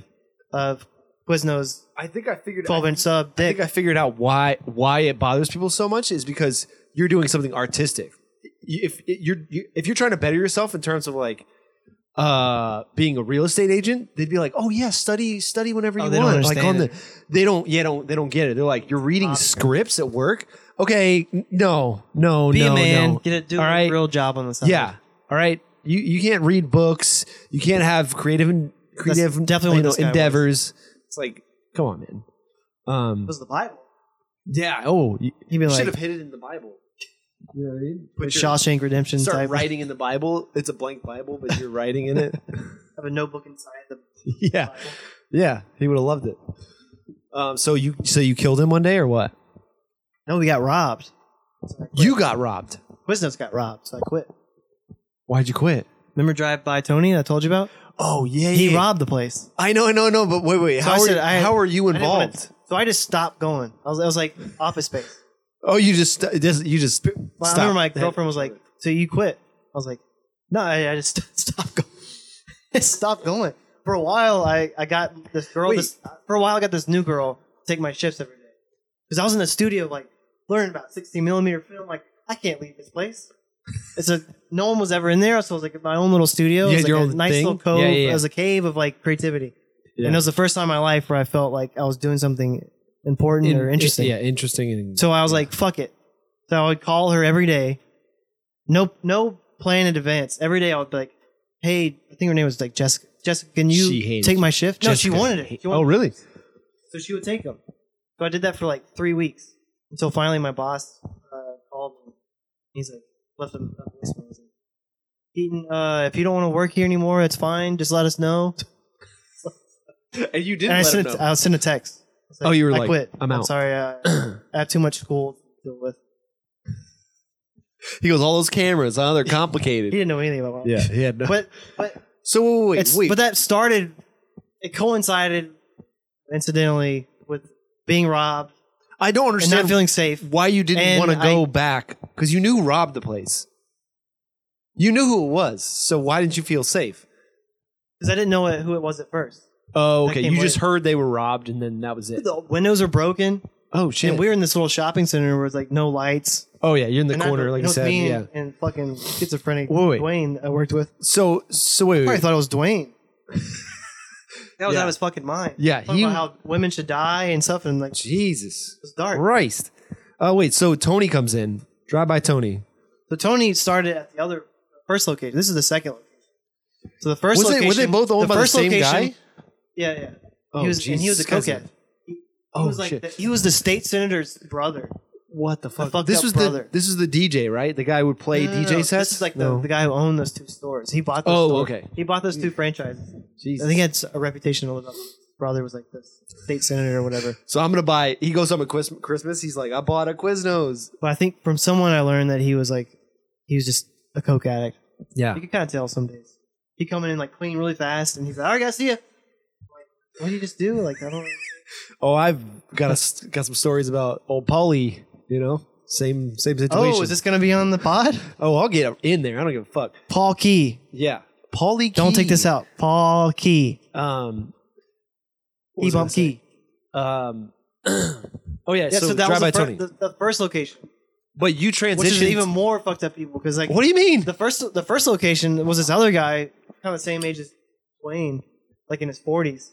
Speaker 4: of Quiznos
Speaker 3: I think I figured.
Speaker 4: 12 inch sub
Speaker 3: I
Speaker 4: dick.
Speaker 3: think I figured out why why it bothers people so much is because you're doing something artistic. You- If you're you, if you're trying to better yourself in terms of like uh being a real estate agent they'd be like oh yeah study study whenever
Speaker 4: Oh,
Speaker 3: you
Speaker 4: they don't
Speaker 3: want like
Speaker 4: understand
Speaker 3: on the
Speaker 4: it.
Speaker 3: they don't yeah don't they don't get it they're like you're reading scripts at work okay n- no no
Speaker 4: Be
Speaker 3: no
Speaker 4: a man,
Speaker 3: no.
Speaker 4: get it, do
Speaker 3: All
Speaker 4: a
Speaker 3: right.
Speaker 4: real job on the side.
Speaker 3: yeah all right you you can't read books you can't have creative and creative
Speaker 4: definitely
Speaker 3: you
Speaker 4: what
Speaker 3: know,
Speaker 4: this guy was.
Speaker 3: endeavors it's like come on man um
Speaker 4: It was the Bible.
Speaker 3: yeah oh you-
Speaker 4: He'd be like,
Speaker 3: should have hid it in the Bible. You know what I mean?
Speaker 4: with
Speaker 3: Put your-
Speaker 4: Shawshank Redemption
Speaker 3: start
Speaker 4: type.
Speaker 3: writing in the Bible. It's a blank Bible, but you're writing in it.
Speaker 4: have a notebook inside the
Speaker 3: yeah, yeah. He would have loved it. Um, so you so you killed him one day or what?
Speaker 4: No, we got robbed.
Speaker 3: You got robbed.
Speaker 4: Quiznos got robbed, so I quit.
Speaker 3: Why'd you quit?
Speaker 4: Remember Drive by Tony that I told you about?
Speaker 3: Oh yeah,
Speaker 4: He
Speaker 3: yeah.
Speaker 4: robbed the place.
Speaker 3: I know, I know, I know. But wait, wait.
Speaker 4: So
Speaker 3: how
Speaker 4: I
Speaker 3: are
Speaker 4: said
Speaker 3: you-
Speaker 4: I-
Speaker 3: how are you
Speaker 4: I didn't wanna-
Speaker 3: involved?
Speaker 4: so I just stopped going. I was, I was like, office space.
Speaker 3: Oh, you just it doesn't- you just
Speaker 4: Well,
Speaker 3: stop.
Speaker 4: I remember my girlfriend was like, so you quit? I was like, no, I, I just stopped going. I stopped going. For a while, I, I got this girl.
Speaker 3: Wait.
Speaker 4: This, for a while, I got this new girl to take my shifts every day. Because I was in the studio, like, learning about 60 millimeter film. Like, I can't leave this place. It's a no one was ever in there, so it was like my own little studio.
Speaker 3: You
Speaker 4: it was
Speaker 3: had
Speaker 4: like
Speaker 3: your
Speaker 4: a
Speaker 3: own
Speaker 4: nice
Speaker 3: thing?
Speaker 4: little cove.
Speaker 3: Yeah, yeah, yeah.
Speaker 4: It was a cave of like creativity.
Speaker 3: Yeah.
Speaker 4: And it was the first time in my life where I felt like I was doing something important or interesting.
Speaker 3: Yeah, interesting. And
Speaker 4: So I was like, fuck it. So I would call her every day. No no plan in advance. Every day I would be like, hey, I think her name was like Jessica. Jessica, can
Speaker 3: She
Speaker 4: you
Speaker 3: hated
Speaker 4: take my shift? No,
Speaker 3: Jessica.
Speaker 4: she wanted it. She wanted
Speaker 3: oh really?
Speaker 4: it. So she would take them. So I did that for like three weeks until finally my boss uh, called me. He's like, left him a voicemail. He's like, Keaton, uh, if you don't want to work here anymore, it's fine. Just let us know.
Speaker 3: and you didn't
Speaker 4: And I
Speaker 3: let
Speaker 4: uh,
Speaker 3: him
Speaker 4: sent
Speaker 3: know.
Speaker 4: a, I sent a text. I was
Speaker 1: Oh, you were
Speaker 4: I
Speaker 1: like,
Speaker 4: quit.
Speaker 1: "I'm out."
Speaker 4: sorry, uh, I have too much school to deal with.
Speaker 3: He goes, all those cameras, huh? They're
Speaker 4: He
Speaker 3: complicated.
Speaker 4: didn't know anything about
Speaker 3: yeah, yeah. no-
Speaker 4: But but
Speaker 3: so wait, wait,
Speaker 4: it's,
Speaker 3: wait.
Speaker 4: but that started. It coincided, incidentally, with being robbed
Speaker 3: I don't
Speaker 4: and not
Speaker 3: understand
Speaker 4: feeling safe.
Speaker 3: why you didn't
Speaker 4: And
Speaker 3: want to go
Speaker 4: I-
Speaker 3: back because you knew robbed the place. You knew who it was, so why didn't you feel safe?
Speaker 4: because I didn't know it, who it was at first.
Speaker 3: Oh,
Speaker 4: That
Speaker 3: okay.
Speaker 4: came
Speaker 3: You just
Speaker 4: later.
Speaker 3: heard they were robbed, and then that was it.
Speaker 4: The windows are broken,
Speaker 3: Oh shit!
Speaker 4: and we were in this little shopping center where it's like no lights.
Speaker 3: oh yeah, you're in the
Speaker 4: And I-
Speaker 3: corner, like
Speaker 4: it
Speaker 3: you
Speaker 4: was
Speaker 3: said.
Speaker 4: me
Speaker 3: Yeah.
Speaker 4: and, and fucking schizophrenic
Speaker 3: Wait, wait.
Speaker 4: Dwayne I worked with.
Speaker 3: So so wait,
Speaker 4: I
Speaker 3: wait,
Speaker 4: probably thought it was Dwayne. that was
Speaker 3: Yeah.
Speaker 4: out of his fucking mind.
Speaker 3: Yeah,
Speaker 4: Talking
Speaker 3: he-
Speaker 4: about how women should die and stuff, and like it
Speaker 3: Jesus
Speaker 4: was dark.
Speaker 3: Christ! Oh wait, so Tony comes in. Drive by Tony.
Speaker 4: So Tony started at the other first location. This is the second location. So the first
Speaker 3: Was they-
Speaker 4: location
Speaker 3: were they both owned by the
Speaker 4: first
Speaker 3: same
Speaker 4: location-
Speaker 3: guy?
Speaker 4: Yeah, yeah.
Speaker 3: Oh,
Speaker 4: he was, and he was a
Speaker 3: Jesus, guys,
Speaker 4: cokehead. He, he
Speaker 3: Oh,
Speaker 4: was like
Speaker 3: shit.
Speaker 4: The, he was the state senator's brother.
Speaker 3: What the fuck?
Speaker 4: fucked
Speaker 3: this
Speaker 4: up
Speaker 3: was
Speaker 4: brother.
Speaker 3: the this is the DJ, right? The guy who would play
Speaker 4: No, no, no,
Speaker 3: DJ
Speaker 4: no.
Speaker 3: sets.
Speaker 4: This is like
Speaker 3: No.
Speaker 4: the, the guy who owned those two stores. He bought. Those
Speaker 3: Oh,
Speaker 4: stores.
Speaker 3: okay.
Speaker 4: He bought those two franchises.
Speaker 3: Jesus.
Speaker 4: I think it's a reputation to live up. His brother was like this state senator or whatever.
Speaker 3: So I'm gonna buy. He goes home at Quis- Christmas. He's like, I bought a Quiznos.
Speaker 4: But I think from someone I learned that he was like, he was just a coke addict.
Speaker 3: Yeah.
Speaker 4: You can kind of tell some days. He coming in like clean really fast, and he's like, "All right, guys, see ya." Like, what do you just do? Like, I don't.
Speaker 3: Oh, I've got a, got some stories about old Polly. You know, same same situation.
Speaker 4: Oh, is this gonna be on the pod?
Speaker 3: Oh, I'll get in there. I don't give a fuck.
Speaker 4: Paul Key.
Speaker 3: Yeah, Paulie.
Speaker 4: Don't take this out. Paul Key.
Speaker 3: Um, what
Speaker 4: E
Speaker 3: was I gonna
Speaker 4: bump Key.
Speaker 3: say? Um. oh yeah.
Speaker 4: Yeah, so,
Speaker 3: so,
Speaker 4: that was
Speaker 3: drive by
Speaker 4: the, fir-
Speaker 3: Tony.
Speaker 4: the, the first location,
Speaker 3: but you transitioned.
Speaker 4: which is even more fucked up people because like
Speaker 3: what do you mean?
Speaker 4: the first the first location was this other guy, kind of the same age as Wayne, like in his forties,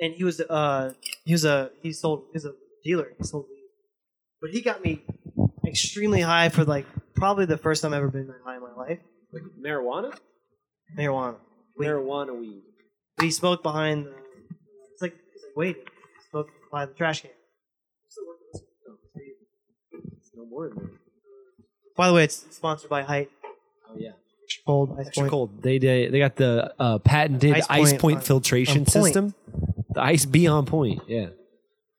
Speaker 4: and he was uh he was a he sold he was a dealer he sold weed, but he got me extremely high for like probably the first time I've ever been that high in my life
Speaker 3: marijuana.
Speaker 4: marijuana. Weed.
Speaker 3: Marijuana weed.
Speaker 4: But he smoked behind the it's like it's like waiting he smoked behind the trash can.
Speaker 3: No more than that.
Speaker 4: By the way, it's sponsored by Height.
Speaker 3: Oh yeah.
Speaker 4: Cold ice
Speaker 3: Extra
Speaker 4: point.
Speaker 3: cold. They they they got the uh, patented ice
Speaker 4: Ice
Speaker 3: point,
Speaker 4: point on-
Speaker 3: filtration
Speaker 4: on point.
Speaker 3: system. The ice be on point. Yeah.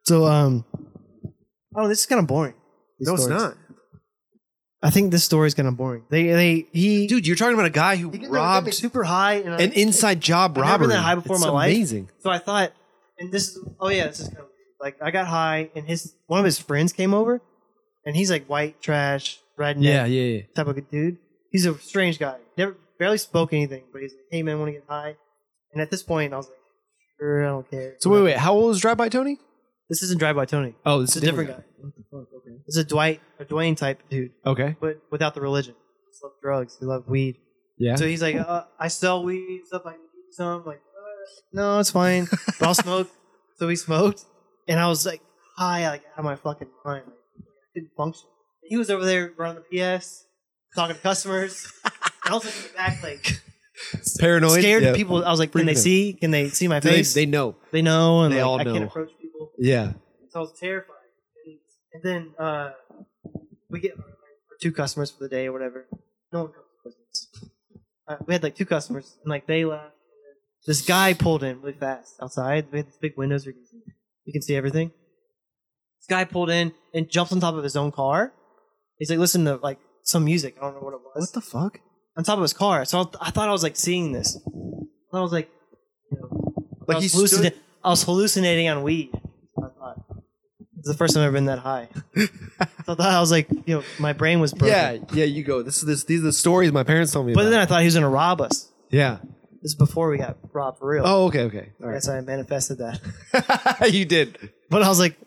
Speaker 4: So um, oh, this is kind of boring. these stories. I think this story is kind of boring. They they he
Speaker 3: Dude, you're talking about a guy who
Speaker 4: he got me- got me
Speaker 3: robbed
Speaker 4: super high and, I,
Speaker 3: an inside job
Speaker 4: I've never
Speaker 3: robbery.
Speaker 4: been that high before
Speaker 3: It's
Speaker 4: in my life.
Speaker 3: Amazing.
Speaker 4: so I thought, and this is oh yeah, this is kind of like I got high and his one of his friends came over, and he's like white trash redneck
Speaker 3: Yeah, yeah, yeah.
Speaker 4: type of a dude. He's a strange guy. Never barely spoke anything, but he's like, hey man, want to get high? And at this point, I was like, sure, I don't care.
Speaker 3: So wait, wait, how old was Drive By Tony?
Speaker 4: this isn't Drive by Tony.
Speaker 3: Oh, this
Speaker 4: It's
Speaker 3: is
Speaker 4: a different guy. This is a Dwight, a Dwayne type dude,
Speaker 3: guy. Okay.
Speaker 4: but without the religion. He loved drugs. He loved weed.
Speaker 3: Yeah.
Speaker 4: So he's like, uh, I sell weed and stuff. I need some. I'm like, uh, no, it's fine. But I'll smoke. So we smoked, and I was like high, like out of my fucking mind. Like, I didn't function. And he was over there running the PS, talking to customers. and I was looking back, like
Speaker 3: Paranoid.
Speaker 4: scared
Speaker 3: yeah.
Speaker 4: of people. I was like, can they
Speaker 3: Freaking out.
Speaker 4: see? Can they see my
Speaker 3: Do They,
Speaker 4: face?
Speaker 3: they know.
Speaker 4: They know, and
Speaker 3: they
Speaker 4: like,
Speaker 3: all
Speaker 4: I can't
Speaker 3: know.
Speaker 4: approach people.
Speaker 3: Yeah.
Speaker 4: So I was terrified. And, and then uh, we get our, our two customers for the day or whatever. No one comes to business. Uh, we had like two customers, and like they left. And then This guy pulled in really fast outside. We had these big windows where you can see, you can see everything. This guy pulled in and jumped on top of his own car. He's like, listen to like some music. I don't know what it was
Speaker 3: What the fuck?
Speaker 4: on top of his car. So I, I thought I was like seeing this. I was like, you know,
Speaker 3: Like
Speaker 4: I, was
Speaker 3: he stood-
Speaker 4: hallucina- I was hallucinating on weed. I thought it's the first time I've ever been that high. so I thought I was like, you know, my brain was broken.
Speaker 3: Yeah, yeah, you go. This is this these are the stories my parents told me
Speaker 4: But
Speaker 3: about.
Speaker 4: then I thought he was gonna rob us.
Speaker 3: yeah.
Speaker 4: This is before we got robbed for real.
Speaker 3: Oh, okay, okay. All
Speaker 4: I
Speaker 3: right.
Speaker 4: guess I manifested that.
Speaker 3: you did.
Speaker 4: But I was like,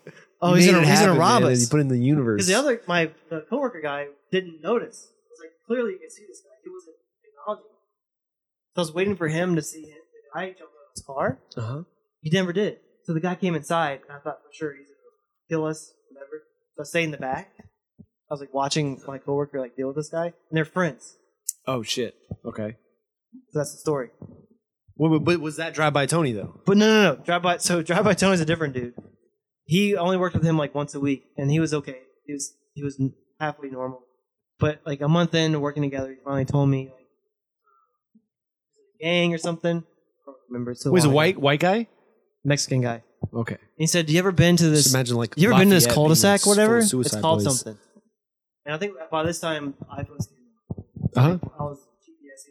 Speaker 4: oh,
Speaker 3: You
Speaker 4: he's
Speaker 3: made
Speaker 4: gonna,
Speaker 3: it
Speaker 4: he's gonna
Speaker 3: happen,
Speaker 4: rob
Speaker 3: man, and
Speaker 4: us.
Speaker 3: You put it in the universe.
Speaker 4: Because the other my the coworker guy didn't notice. I was like, clearly you can see this guy. He wasn't acknowledging. it. So I was waiting for him to see it. The guy jumped out of his car.
Speaker 3: Uh-huh.
Speaker 4: He never did. So the guy came inside, and I thought for sure he's gonna kill us, whatever. So I stayed in the back. I was like watching my coworker like deal with this guy, and they're friends.
Speaker 3: Oh shit. Okay.
Speaker 4: So that's the story.
Speaker 3: Wait, wait, but was that Drive By Tony though?
Speaker 4: But no, no, no. Drive by. So drive by Tony's a different dude. He I only worked with him like once a week, and he was okay. He was he was halfway normal. But like a uh, month in to working together, he finally told me like gang or something, or remember it's so
Speaker 3: Was a
Speaker 4: long ago.
Speaker 3: white white guy?
Speaker 4: Mexican guy.
Speaker 3: Okay.
Speaker 4: He said, "You ever been to this?
Speaker 3: Just imagine like
Speaker 4: you ever been to this
Speaker 3: Lafayette being
Speaker 4: cul-de-sac,
Speaker 3: full of
Speaker 4: whatever? It's
Speaker 3: suicide
Speaker 4: called
Speaker 3: boys.
Speaker 4: something." And I think by this time, I was
Speaker 3: Uh-huh.
Speaker 4: I was GPS anyways.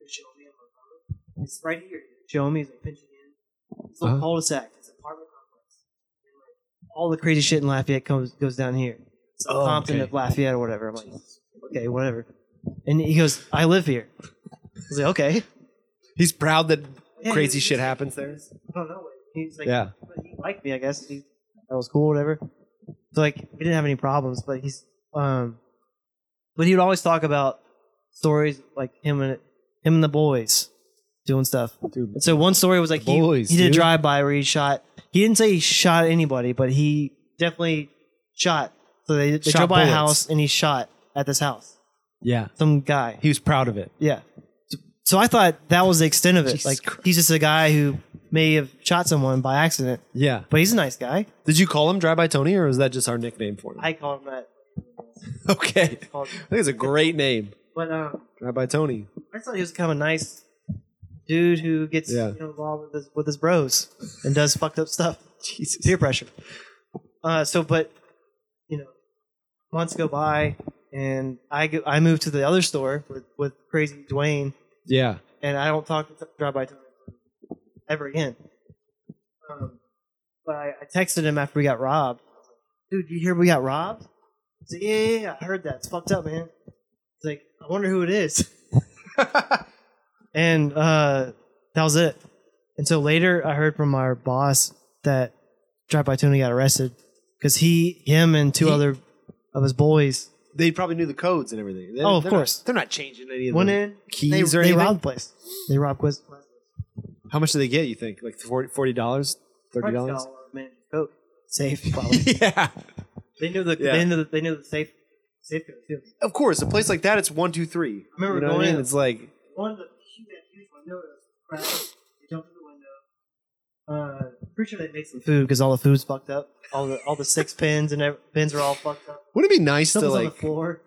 Speaker 4: They show me on my phone. It's right here. Show me. He's like pinching in. It's a little
Speaker 3: Uh-huh.
Speaker 4: cul-de-sac. It's an apartment complex. And like, all the crazy shit in Lafayette comes goes down here. It's
Speaker 3: Oh,
Speaker 4: Compton
Speaker 3: okay.
Speaker 4: of Lafayette or whatever. I'm like, okay, whatever. And he goes, I live here. I was like, okay.
Speaker 3: He's proud that
Speaker 4: Yeah,
Speaker 3: crazy
Speaker 4: he's-
Speaker 3: shit happens there.
Speaker 4: I don't know. He's like,
Speaker 3: Yeah.
Speaker 4: but he liked me, I guess. He, that was cool, whatever. So like, we didn't have any problems, but he's, um, but he would always talk about stories like him and him and the boys doing stuff.
Speaker 3: Dude.
Speaker 4: And so one story was like he,
Speaker 3: Boys,
Speaker 4: he did a
Speaker 3: dude.
Speaker 4: drive by where he shot. He didn't say he shot anybody, but he definitely shot. So they, they
Speaker 3: Shot
Speaker 4: drove by a
Speaker 3: bullets.
Speaker 4: house and he shot at this house.
Speaker 3: Yeah.
Speaker 4: Some guy.
Speaker 3: He was proud of it.
Speaker 4: Yeah. So I thought that was the extent of it.
Speaker 3: Jesus
Speaker 4: like
Speaker 3: Christ.
Speaker 4: he's just a guy who may have shot someone by accident,
Speaker 3: Yeah.
Speaker 4: but he's a nice guy.
Speaker 3: Did you call him Drive By Tony or was that just our nickname for him?
Speaker 4: I call him that.
Speaker 3: okay. I think
Speaker 4: Called,
Speaker 3: it's a great name.
Speaker 4: but um,
Speaker 3: Drive By Tony.
Speaker 4: I thought he was kind of a nice dude who gets
Speaker 3: Yeah.
Speaker 4: you know, involved with his with his bros and does fucked up stuff.
Speaker 3: Jesus.
Speaker 4: Peer pressure. Uh, so but you know, months go by and I go, I move to the other store with with crazy Dwayne
Speaker 3: Yeah.
Speaker 4: and I don't talk to Drive By Tony ever again. Um, but I, I texted him after we got robbed. Dude, you hear we got robbed? He's like, yeah, yeah, yeah, I heard that. It's fucked up, man. He's like, I wonder who it is. and uh, that was it. And so later, I heard from our boss that Drive By Tony got arrested because he, him, and two other of his boys
Speaker 3: They probably knew the codes and everything. They-
Speaker 4: Oh, of
Speaker 3: they're
Speaker 4: course.
Speaker 3: Not, they're not changing any of
Speaker 4: went
Speaker 3: the
Speaker 4: in.
Speaker 3: keys
Speaker 4: They,
Speaker 3: or
Speaker 4: they
Speaker 3: anything.
Speaker 4: robbed the place. They robbed Quest.
Speaker 3: How much do they get? You think like forty dollars, thirty dollars?
Speaker 4: Man, Coke. Safe, probably.
Speaker 3: Yeah.
Speaker 4: They knew the
Speaker 3: Yeah.
Speaker 4: they knew the, they knew the safe safe code too.
Speaker 3: Of course, a place like that, it's one, two, three.
Speaker 4: I remember
Speaker 3: You know what
Speaker 4: going
Speaker 3: I mean?
Speaker 4: in.
Speaker 3: It's like
Speaker 4: One of the huge, that huge window that was cracked. They jumped through the window. Uh, pretty sure they made some food because all the food's fucked up. All the all the six pins and ev pins are all fucked up.
Speaker 3: wouldn't it be nice to
Speaker 4: Something's on
Speaker 3: like?
Speaker 4: the floor.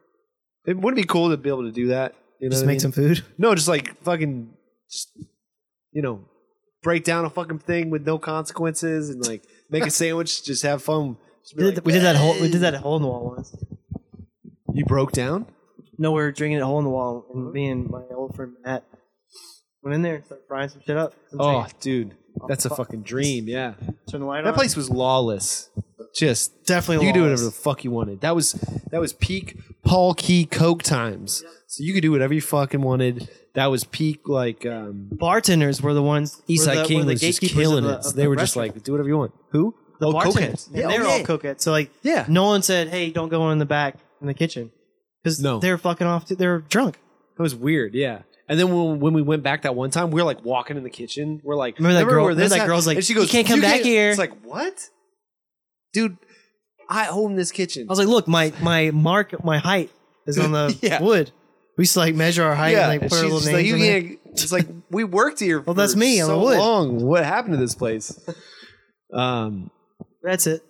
Speaker 3: It wouldn't it be cool to be able to do that. You know
Speaker 4: Just
Speaker 3: what I
Speaker 4: make
Speaker 3: mean?
Speaker 4: some food.
Speaker 3: No, just like fucking, just you know, break down a fucking thing with no consequences and like make a sandwich. Just have fun. Just be
Speaker 4: We did,
Speaker 3: like,
Speaker 4: we did that whole we
Speaker 3: "Hey."
Speaker 4: did that hole in the wall once.
Speaker 3: You broke down.
Speaker 4: No, we were drinking at hole in the wall, and
Speaker 3: Mm-hmm.
Speaker 4: me and my old friend Matt went in there and started frying some shit up.
Speaker 3: Oh, dude, that's a fucking dream. Yeah,
Speaker 4: turn the light on.
Speaker 3: that place was lawless. Just
Speaker 4: definitely
Speaker 3: You could do whatever the
Speaker 4: lawless.
Speaker 3: fuck you wanted. That was that was peak Paul Key Coke times. So you could do whatever you fucking wanted. That was peak like um,
Speaker 4: Bartenders were the ones. were the,
Speaker 3: Eastside
Speaker 4: were
Speaker 3: King
Speaker 4: the
Speaker 3: was just
Speaker 4: gatekeepers of
Speaker 3: killing
Speaker 4: the-
Speaker 3: it.
Speaker 4: of
Speaker 3: So
Speaker 4: the
Speaker 3: they were just
Speaker 4: restaurant.
Speaker 3: like, do whatever you want. Who?
Speaker 4: the bartenders.
Speaker 3: cokeheads.
Speaker 4: Yeah,
Speaker 3: Yeah,
Speaker 4: they were
Speaker 3: oh,
Speaker 4: all
Speaker 3: yeah.
Speaker 4: cokeheads. So like,
Speaker 3: Yeah.
Speaker 4: no one said, "Hey, don't go in the back in the kitchen," because
Speaker 3: No.
Speaker 4: they were fucking off. To, they were drunk.
Speaker 3: That was weird. Yeah. And then when, when we went back that one time, we were like walking in the kitchen. We're like,
Speaker 4: Remember that girl-
Speaker 3: where this
Speaker 4: remember that
Speaker 3: hap-"
Speaker 4: girl's like,
Speaker 3: and she
Speaker 4: "You
Speaker 3: goes,
Speaker 4: can't come back here."
Speaker 3: It's like, what, dude? I own this kitchen.
Speaker 4: I was like, "Look, my my mark, my height is on the
Speaker 3: Yeah.
Speaker 4: wood." We used to like measure our height and like
Speaker 3: and
Speaker 4: put our
Speaker 3: she's
Speaker 4: little
Speaker 3: just
Speaker 4: names.
Speaker 3: like, you
Speaker 4: on there.
Speaker 3: can't. It's like we worked here.
Speaker 4: Well, that's
Speaker 3: for
Speaker 4: me, I'm
Speaker 3: So
Speaker 4: a wood.
Speaker 3: long. What happened to this place? Um,
Speaker 4: That's it.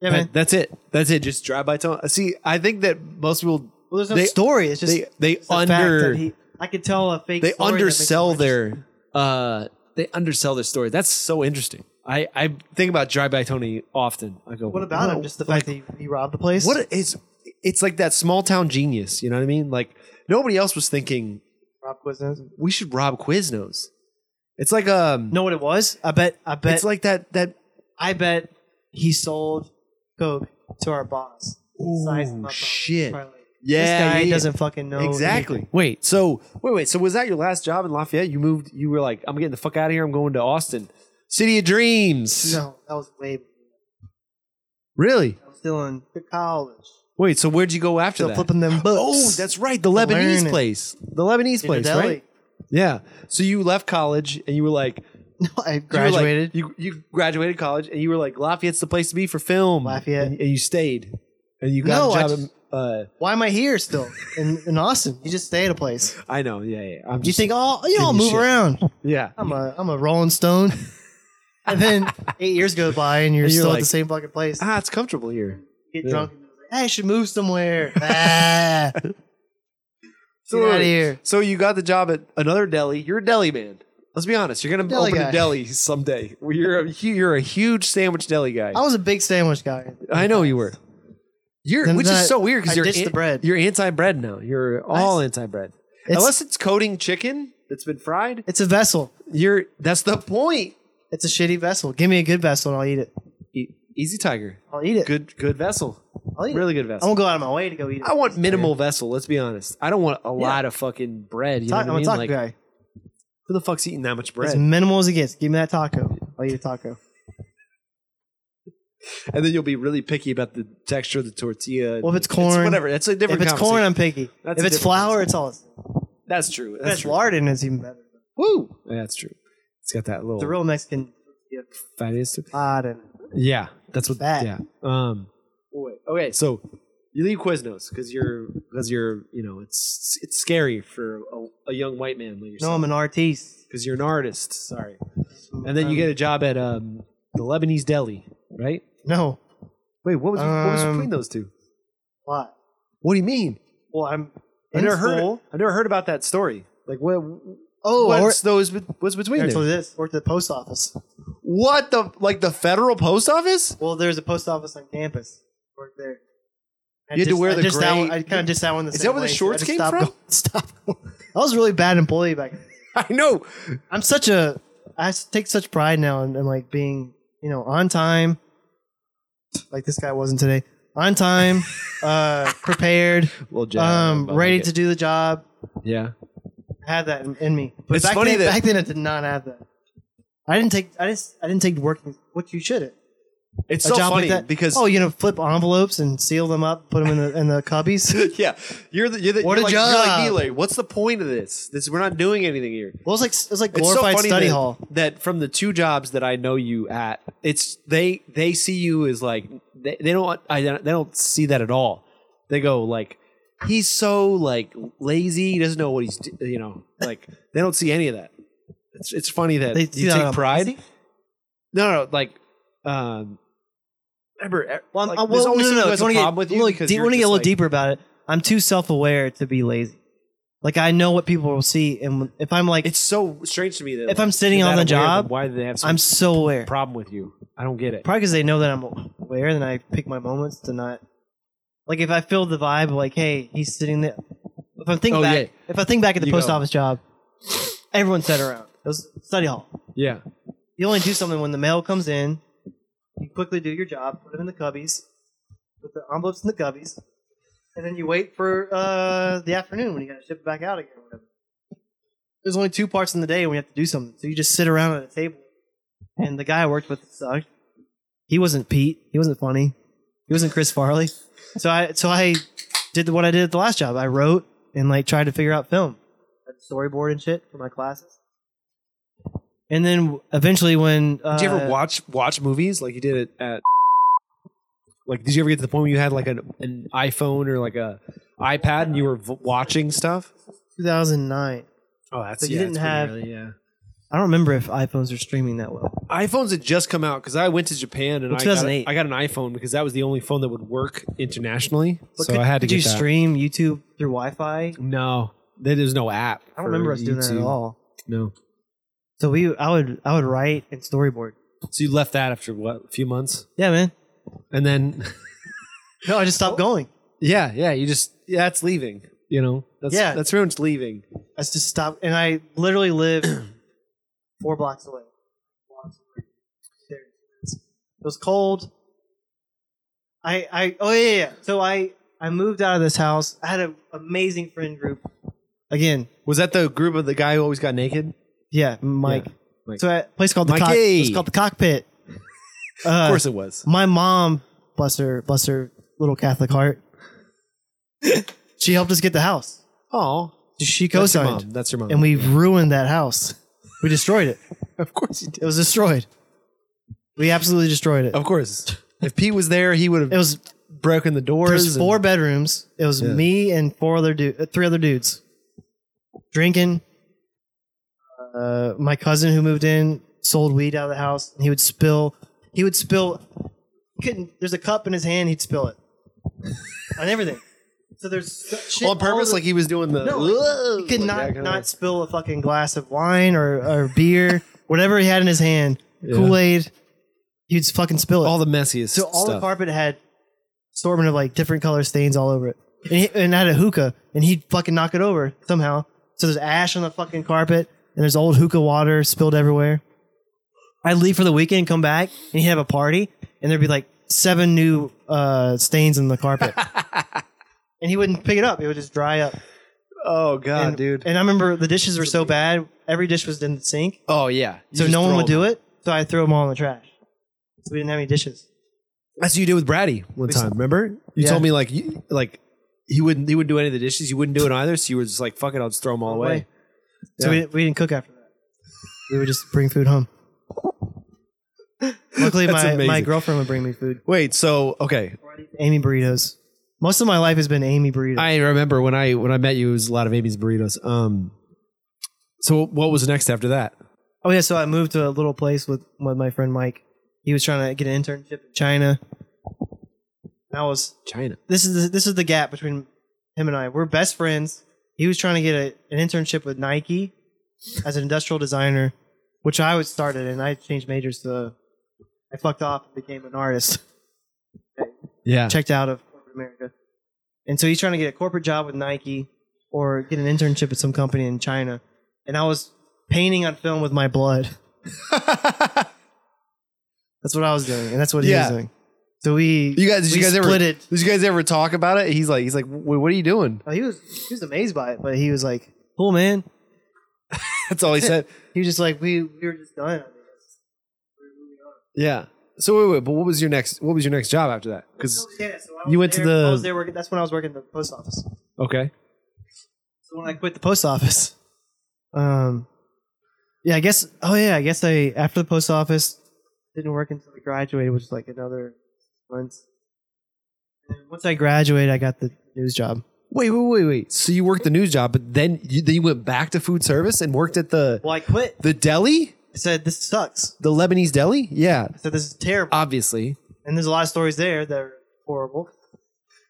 Speaker 4: Yeah,
Speaker 3: that-
Speaker 4: man.
Speaker 3: that's it. That's it. Just drive by tone. See, I think that most people
Speaker 4: Well, there's no
Speaker 3: they-
Speaker 4: story. It's just
Speaker 3: they they
Speaker 4: the fact
Speaker 3: under
Speaker 4: that he- I could tell a fake.
Speaker 3: they
Speaker 4: story that makes it
Speaker 3: undersell
Speaker 4: more
Speaker 3: their uh they undersell their story. That's so interesting. I I think about drive by Tony often. I go,
Speaker 4: What about him? Just the fact that he, he robbed the place.
Speaker 3: What a- it's it's like that small town genius. You know what I mean? Like nobody else was thinking
Speaker 4: robbed Quiznos?
Speaker 3: we should rob Quiznos. It's like um
Speaker 4: Know what it was? I bet. I bet.
Speaker 3: it's like that that
Speaker 4: I bet he sold coke to our boss. Sized him
Speaker 3: Ooh,
Speaker 4: up on-
Speaker 3: shit.
Speaker 4: probably like,
Speaker 3: Yeah,
Speaker 4: this guy
Speaker 3: yeah, yeah.
Speaker 4: doesn't fucking know
Speaker 3: exactly. Wait, so wait, wait. So was that your last job in Lafayette? You moved. You were like, I'm getting the fuck out of here. I'm going to Austin, city of dreams.
Speaker 4: anything. No, that was way.
Speaker 3: really.
Speaker 4: I was still in college,
Speaker 3: Wait, so where'd you go after
Speaker 4: still
Speaker 3: that?
Speaker 4: flipping them books.
Speaker 3: Oh, that's right, the Lebanese
Speaker 4: learning.
Speaker 3: place, the Lebanese
Speaker 4: In a
Speaker 3: place,
Speaker 4: deli.
Speaker 3: right? Yeah. So you left college and you were like
Speaker 4: No,
Speaker 3: you were
Speaker 4: I
Speaker 3: like-
Speaker 4: graduated.
Speaker 3: You you, graduated college and you were like Lafayette's the place to be for film.
Speaker 4: Lafayette.
Speaker 3: and, and you stayed, and you got
Speaker 4: No, I
Speaker 3: a job.
Speaker 4: just-
Speaker 3: in, uh,
Speaker 4: Why am I here still in, in Austin? You just stay at a place.
Speaker 3: I know. Yeah, yeah. I'm
Speaker 4: You
Speaker 3: just,
Speaker 4: think, oh, you know, I'll
Speaker 3: Give me
Speaker 4: move
Speaker 3: shit.
Speaker 4: around.
Speaker 3: Yeah.
Speaker 4: I'm a I'm a Rolling Stone. and then eight years go by, and you're,
Speaker 3: And you're
Speaker 4: still at
Speaker 3: like,
Speaker 4: the same fucking place.
Speaker 3: Ah, it's comfortable here.
Speaker 4: Get
Speaker 3: yeah.
Speaker 4: drunk. And like, I should move somewhere. ah, get
Speaker 3: So
Speaker 4: out of
Speaker 3: wait,
Speaker 4: here.
Speaker 3: So you got the job at another deli. You're a deli man. Let's be honest. You're gonna
Speaker 4: Deli
Speaker 3: open
Speaker 4: guy.
Speaker 3: a deli someday. You're a hu- you're a huge sandwich deli guy.
Speaker 4: I was a big sandwich guy.
Speaker 3: I know you were. You're,
Speaker 4: Then
Speaker 3: which
Speaker 4: that-
Speaker 3: is so weird
Speaker 4: I
Speaker 3: because you're
Speaker 4: ditched
Speaker 3: an-
Speaker 4: the bread.
Speaker 3: You're anti bread now. You're all anti bread.
Speaker 4: It's-
Speaker 3: Unless it's coating chicken that's been fried.
Speaker 4: It's a vessel.
Speaker 3: You're that's the point.
Speaker 4: It's a shitty vessel. Give me a good vessel and I'll eat it.
Speaker 3: E- Easy Tiger.
Speaker 4: I'll eat it.
Speaker 3: Good good vessel.
Speaker 4: I'll eat it.
Speaker 3: Really good
Speaker 4: I
Speaker 3: vessel.
Speaker 4: won't go out of my way to go eat it.
Speaker 3: I want minimal vessel. Let's be honest. I don't want a lot of fucking bread. You know
Speaker 4: I'm
Speaker 3: what I
Speaker 4: a
Speaker 3: mean?
Speaker 4: taco
Speaker 3: Like,
Speaker 4: guy.
Speaker 3: who the fuck's eating that much bread?
Speaker 4: As minimal as it gets. Give me that taco. I'll eat a taco.
Speaker 3: and then you'll be really picky about the texture of the tortilla. and
Speaker 4: Well, if it's corn-
Speaker 3: whatever. It's a different.
Speaker 4: if it's corn,
Speaker 3: conversation.
Speaker 4: I'm picky.
Speaker 3: That's
Speaker 4: if
Speaker 3: a
Speaker 4: it's
Speaker 3: different
Speaker 4: flour, it's all.
Speaker 3: that's true.
Speaker 4: if
Speaker 3: That's
Speaker 4: it's
Speaker 3: true.
Speaker 4: lard in, it, it's even better.
Speaker 3: Woo, Yeah, that's true. It's got that little
Speaker 4: The real Mexican
Speaker 3: fattiest. to-
Speaker 4: pot and
Speaker 3: Yeah, that's what.
Speaker 4: Fat.
Speaker 3: Yeah. Um. wait, Okay, so you leave Quiznos because you're because you're you know it's it's scary for a, a young white man like
Speaker 4: no,
Speaker 3: yourself
Speaker 4: I'm an artiste.
Speaker 3: because you're an artist. Sorry. And then you get a job at um the Lebanese deli, right?
Speaker 4: No,
Speaker 3: Wait, what was what was
Speaker 4: Um,
Speaker 3: between those two?
Speaker 4: what?
Speaker 3: What do you mean?
Speaker 4: Well, I'm
Speaker 3: I
Speaker 4: in
Speaker 3: never
Speaker 4: school.
Speaker 3: heard. I never heard about that story. Like what?
Speaker 4: Oh, I
Speaker 3: What's
Speaker 4: worked,
Speaker 3: those? What's
Speaker 4: I
Speaker 3: between
Speaker 4: told
Speaker 3: them?
Speaker 4: you this. Worked at the post office.
Speaker 3: What the? Like the federal post office?
Speaker 4: Well, there's a post office on campus. Worked there. I
Speaker 3: You had to wear the
Speaker 4: just
Speaker 3: gray-
Speaker 4: out- I kind of just that one. The
Speaker 3: Is
Speaker 4: same
Speaker 3: that where the
Speaker 4: way, so I
Speaker 3: shorts
Speaker 4: just
Speaker 3: came
Speaker 4: stopped
Speaker 3: from?
Speaker 4: going- Stop. I was a really bad employee back. Then.
Speaker 3: I know.
Speaker 4: I'm such a. I s- take such pride now in, in like being you know on time. Like this guy wasn't today. On time, uh, prepared,
Speaker 3: Well, Jack,
Speaker 4: um, ready to do the job.
Speaker 3: Yeah.
Speaker 4: I had that in, in me. But
Speaker 3: It's
Speaker 4: back
Speaker 3: funny
Speaker 4: then,
Speaker 3: that-
Speaker 4: back then I did not have that. I didn't take. I just. I didn't take working. What you should. have.
Speaker 3: It's
Speaker 4: a
Speaker 3: so
Speaker 4: job
Speaker 3: funny
Speaker 4: like that
Speaker 3: because
Speaker 4: oh, you know, flip envelopes and seal them up, put them in the in the cubbies.
Speaker 3: yeah, you're the you're the
Speaker 4: What
Speaker 3: you're
Speaker 4: a
Speaker 3: like, you're like
Speaker 4: job.
Speaker 3: me, like, What's the point of this? This we're not doing anything here.
Speaker 4: Well, it's like it's like
Speaker 3: It's so
Speaker 4: glorified
Speaker 3: funny
Speaker 4: study
Speaker 3: that,
Speaker 4: hall.
Speaker 3: that from the two jobs that I know you at, it's they they see you as like they, they don't I don't- they don't see that at all. They go like he's so like lazy, he doesn't know what he's do- you know like they don't see any of that. It's it's funny that
Speaker 4: They see
Speaker 3: you
Speaker 4: that
Speaker 3: take
Speaker 4: I'm
Speaker 3: pride.
Speaker 4: lazy?
Speaker 3: No, no, like um, remember.
Speaker 4: Well,
Speaker 3: like,
Speaker 4: I-
Speaker 3: there's
Speaker 4: Um, uh, well,
Speaker 3: always
Speaker 4: no, no,
Speaker 3: someone who
Speaker 4: no. If
Speaker 3: has a
Speaker 4: you want to get,
Speaker 3: problem with you
Speaker 4: look,
Speaker 3: because
Speaker 4: deep-
Speaker 3: you're
Speaker 4: wanna get a
Speaker 3: just
Speaker 4: little
Speaker 3: like-
Speaker 4: deeper about it, I'm too self aware to be lazy. Like I know what people will see, and if I'm like,
Speaker 3: It's so strange to me that
Speaker 4: If I'm
Speaker 3: like,
Speaker 4: sitting
Speaker 3: you're
Speaker 4: on
Speaker 3: that
Speaker 4: the
Speaker 3: aware of
Speaker 4: job,
Speaker 3: them. why do they have some
Speaker 4: I'm so aware.
Speaker 3: problem with you? I don't get it.
Speaker 4: Probably because they know that I'm aware, then I pick my moments to not. Like if I feel the vibe, of like, hey, he's sitting there. If I'm thinking
Speaker 3: Oh,
Speaker 4: back,
Speaker 3: yeah.
Speaker 4: if I think back at the
Speaker 3: You
Speaker 4: post
Speaker 3: go.
Speaker 4: office job, everyone sat around. It was study hall.
Speaker 3: Yeah,
Speaker 4: You only do something when the mail comes in. You quickly do your job, put them in the cubbies, put the envelopes in the cubbies, and then you wait for uh, the afternoon when you got to ship it back out again. or whatever. There's only two parts in the day when you have to do something. So you just sit around at a table. And the guy I worked with sucked. He wasn't Pete. He wasn't funny. He wasn't Chris Farley. So I so I did what I did at the last job. I wrote and like tried to figure out film, I storyboard and shit for my classes. And then eventually, when uh,
Speaker 3: did you ever watch watch movies like you did it at? Like, did you ever get to the point where you had like an an iPhone or like a iPad and you were v- watching stuff?
Speaker 4: 2009.
Speaker 3: Oh, that's
Speaker 4: But you
Speaker 3: yeah,
Speaker 4: didn't
Speaker 3: that's pretty early,
Speaker 4: have-
Speaker 3: yeah.
Speaker 4: I don't remember if iPhones are streaming that well.
Speaker 3: iPhones had just come out because I went to Japan and
Speaker 4: Well,
Speaker 3: I got,
Speaker 4: 2008.
Speaker 3: I got an iPhone because that was the only phone that would work internationally.
Speaker 4: But
Speaker 3: so
Speaker 4: could,
Speaker 3: I had to
Speaker 4: could
Speaker 3: get
Speaker 4: you
Speaker 3: that.
Speaker 4: stream YouTube through Wi-Fi?
Speaker 3: No, there- there's no app.
Speaker 4: I don't remember us doing that at all.
Speaker 3: No.
Speaker 4: So we, I would, I would write and storyboard.
Speaker 3: So you left that after what a few months,
Speaker 4: Yeah, man.
Speaker 3: and then
Speaker 4: No, I just
Speaker 3: Oh.
Speaker 4: stopped going.
Speaker 3: Yeah, yeah. You just yeah, that's leaving. You know, that's
Speaker 4: Yeah.
Speaker 3: that's ruins leaving.
Speaker 4: I just stopped, and I literally lived four blocks away. Blocks away. There. It was cold. I, I, oh yeah, yeah, yeah. So I, I moved out of this house. I had an amazing friend group. Again,
Speaker 3: Was that the group of the guy who always got naked?
Speaker 4: yeah, Mike.
Speaker 3: Yeah, Mike.
Speaker 4: So at a place called the cock,
Speaker 3: Mikey.
Speaker 4: it's called the cockpit. Uh,
Speaker 3: Of course it was.
Speaker 4: my mom, bless her, bless her little Catholic heart, she helped us get the house.
Speaker 3: Oh,
Speaker 4: She
Speaker 3: that's your mom.
Speaker 4: co-signed,
Speaker 3: That's your mom.
Speaker 4: and we ruined that house. We destroyed it.
Speaker 3: of course you did.
Speaker 4: It was destroyed. We absolutely destroyed it.
Speaker 3: Of course. If Pete was there, he would have
Speaker 4: It was
Speaker 3: broken the doors.
Speaker 4: there was
Speaker 3: and-
Speaker 4: four bedrooms. It was
Speaker 3: Yeah.
Speaker 4: me and four other du- uh, three other dudes drinking. Uh, my cousin who moved in sold weed out of the house. And he would spill. He would spill. Couldn't. There's a cup in his hand. He'd spill it on everything. So there's shit
Speaker 3: on
Speaker 4: all
Speaker 3: purpose,
Speaker 4: the-
Speaker 3: like he was doing the.
Speaker 4: No,
Speaker 3: "Whoa,"
Speaker 4: He could
Speaker 3: like
Speaker 4: not
Speaker 3: that kinda-
Speaker 4: not spill a fucking glass of wine or, or beer, whatever he had in his hand, Kool Aid. He'd fucking spill it.
Speaker 3: all the messiest
Speaker 4: so all the
Speaker 3: stuff.
Speaker 4: carpet had storming of like different color stains all over it, and, he, and had a hookah, and he'd fucking knock it over somehow. So there's ash on the fucking carpet, and there's old hookah water spilled everywhere. I'd leave for the weekend, come back, and he'd have a party, and there'd be like seven new uh, stains in the carpet. And he wouldn't pick it up. It would just dry up.
Speaker 3: oh god,
Speaker 4: and,
Speaker 3: dude.
Speaker 4: And I remember the dishes were so bad, every dish was in the sink,
Speaker 3: oh yeah. You
Speaker 4: so
Speaker 3: just
Speaker 4: no one
Speaker 3: throw
Speaker 4: would
Speaker 3: them.
Speaker 4: do it. So I threw them all in the trash. So we didn't have any dishes.
Speaker 3: That's what you did with Braddy one time. Remember? You
Speaker 4: Yeah.
Speaker 3: told me like you, like he wouldn't he wouldn't do any of the dishes. You wouldn't do it either. So you were just like, fuck it, I'll just throw them all away.
Speaker 4: Away. So we, didn't, we didn't cook after that. We would just bring food home. Luckily,
Speaker 3: That's
Speaker 4: my, my
Speaker 3: amazing.
Speaker 4: girlfriend would bring me food.
Speaker 3: Wait, so okay,
Speaker 4: Amy burritos. Most of my life has been Amy burritos.
Speaker 3: I remember when I when I met you, it was a lot of Amy's burritos. Um, so what was next after that?
Speaker 4: oh yeah, so I moved to a little place with with my friend Mike. He was trying to get an internship in China. I was
Speaker 3: China.
Speaker 4: this is the, this is the gap between him and I. We're best friends. He was trying to get a, an internship with Nike as an industrial designer, which I was started, and I changed majors to. I fucked off and became an artist.
Speaker 3: Yeah.
Speaker 4: Checked out of corporate America, and so he's trying to get a corporate job with Nike or get an internship at some company in China. And I was painting on film with my blood. That's what I was doing, and that's what he
Speaker 3: Yeah.
Speaker 4: was doing. So we
Speaker 3: You guys, did
Speaker 4: we
Speaker 3: you guys ever
Speaker 4: split it.
Speaker 3: did you guys ever talk about it? He's like, he's like, "Wait, what are you doing?
Speaker 4: Oh, he was he was amazed by it, but he was like, "Cool, man."
Speaker 3: That's all he said.
Speaker 4: He was just like, we we were just done.
Speaker 3: yeah. So wait, wait, but what was your next? What was your next job after that? Because
Speaker 4: Oh, Yeah, so I was
Speaker 3: You went to
Speaker 4: there-
Speaker 3: the-
Speaker 4: I was there working, that's when I was working at the post office.
Speaker 3: okay,
Speaker 4: So when I quit the post office, um, yeah, I guess. Oh yeah, I guess I after the post office didn't work until I graduated, which was like another months. And then once I graduated, I got the news job.
Speaker 3: wait, wait, wait, wait. So you worked the news job, but then you, then you went back to food service and worked at the
Speaker 4: Well, I quit.
Speaker 3: the deli,
Speaker 4: I said this sucks.
Speaker 3: the Lebanese deli. Yeah,
Speaker 4: I said this is terrible,
Speaker 3: obviously,
Speaker 4: and there's a lot of stories there that are horrible.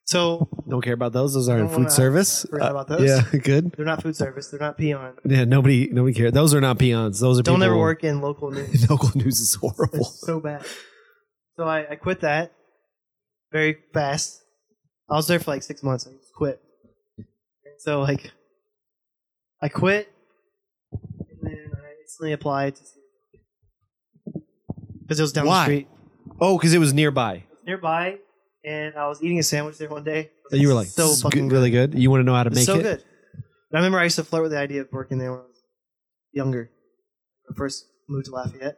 Speaker 4: So
Speaker 3: don't care about those. Those aren't
Speaker 4: don't
Speaker 3: food
Speaker 4: wanna
Speaker 3: service.
Speaker 4: forget
Speaker 3: Uh,
Speaker 4: about those.
Speaker 3: Yeah, good.
Speaker 4: they're not food service. They're not peon.
Speaker 3: Yeah, nobody nobody cares. Those are not peons. Those are
Speaker 4: Don't
Speaker 3: people-
Speaker 4: ever work in local news.
Speaker 3: Local news is horrible.
Speaker 4: It's so bad. So I, I quit that very fast. I was there for like six months. I just quit. And so like, I quit, and then I instantly applied to because it was down
Speaker 3: Why?
Speaker 4: the street
Speaker 3: Oh, because it was nearby.
Speaker 4: nearby, and I was eating a sandwich there one day.
Speaker 3: And you were like,
Speaker 4: so
Speaker 3: "This is
Speaker 4: fucking
Speaker 3: good- really good. You want to know how to
Speaker 4: It's
Speaker 3: make
Speaker 4: so
Speaker 3: it?
Speaker 4: good. And I remember I used to flirt with the idea of working there when I was younger. When I first moved to Lafayette.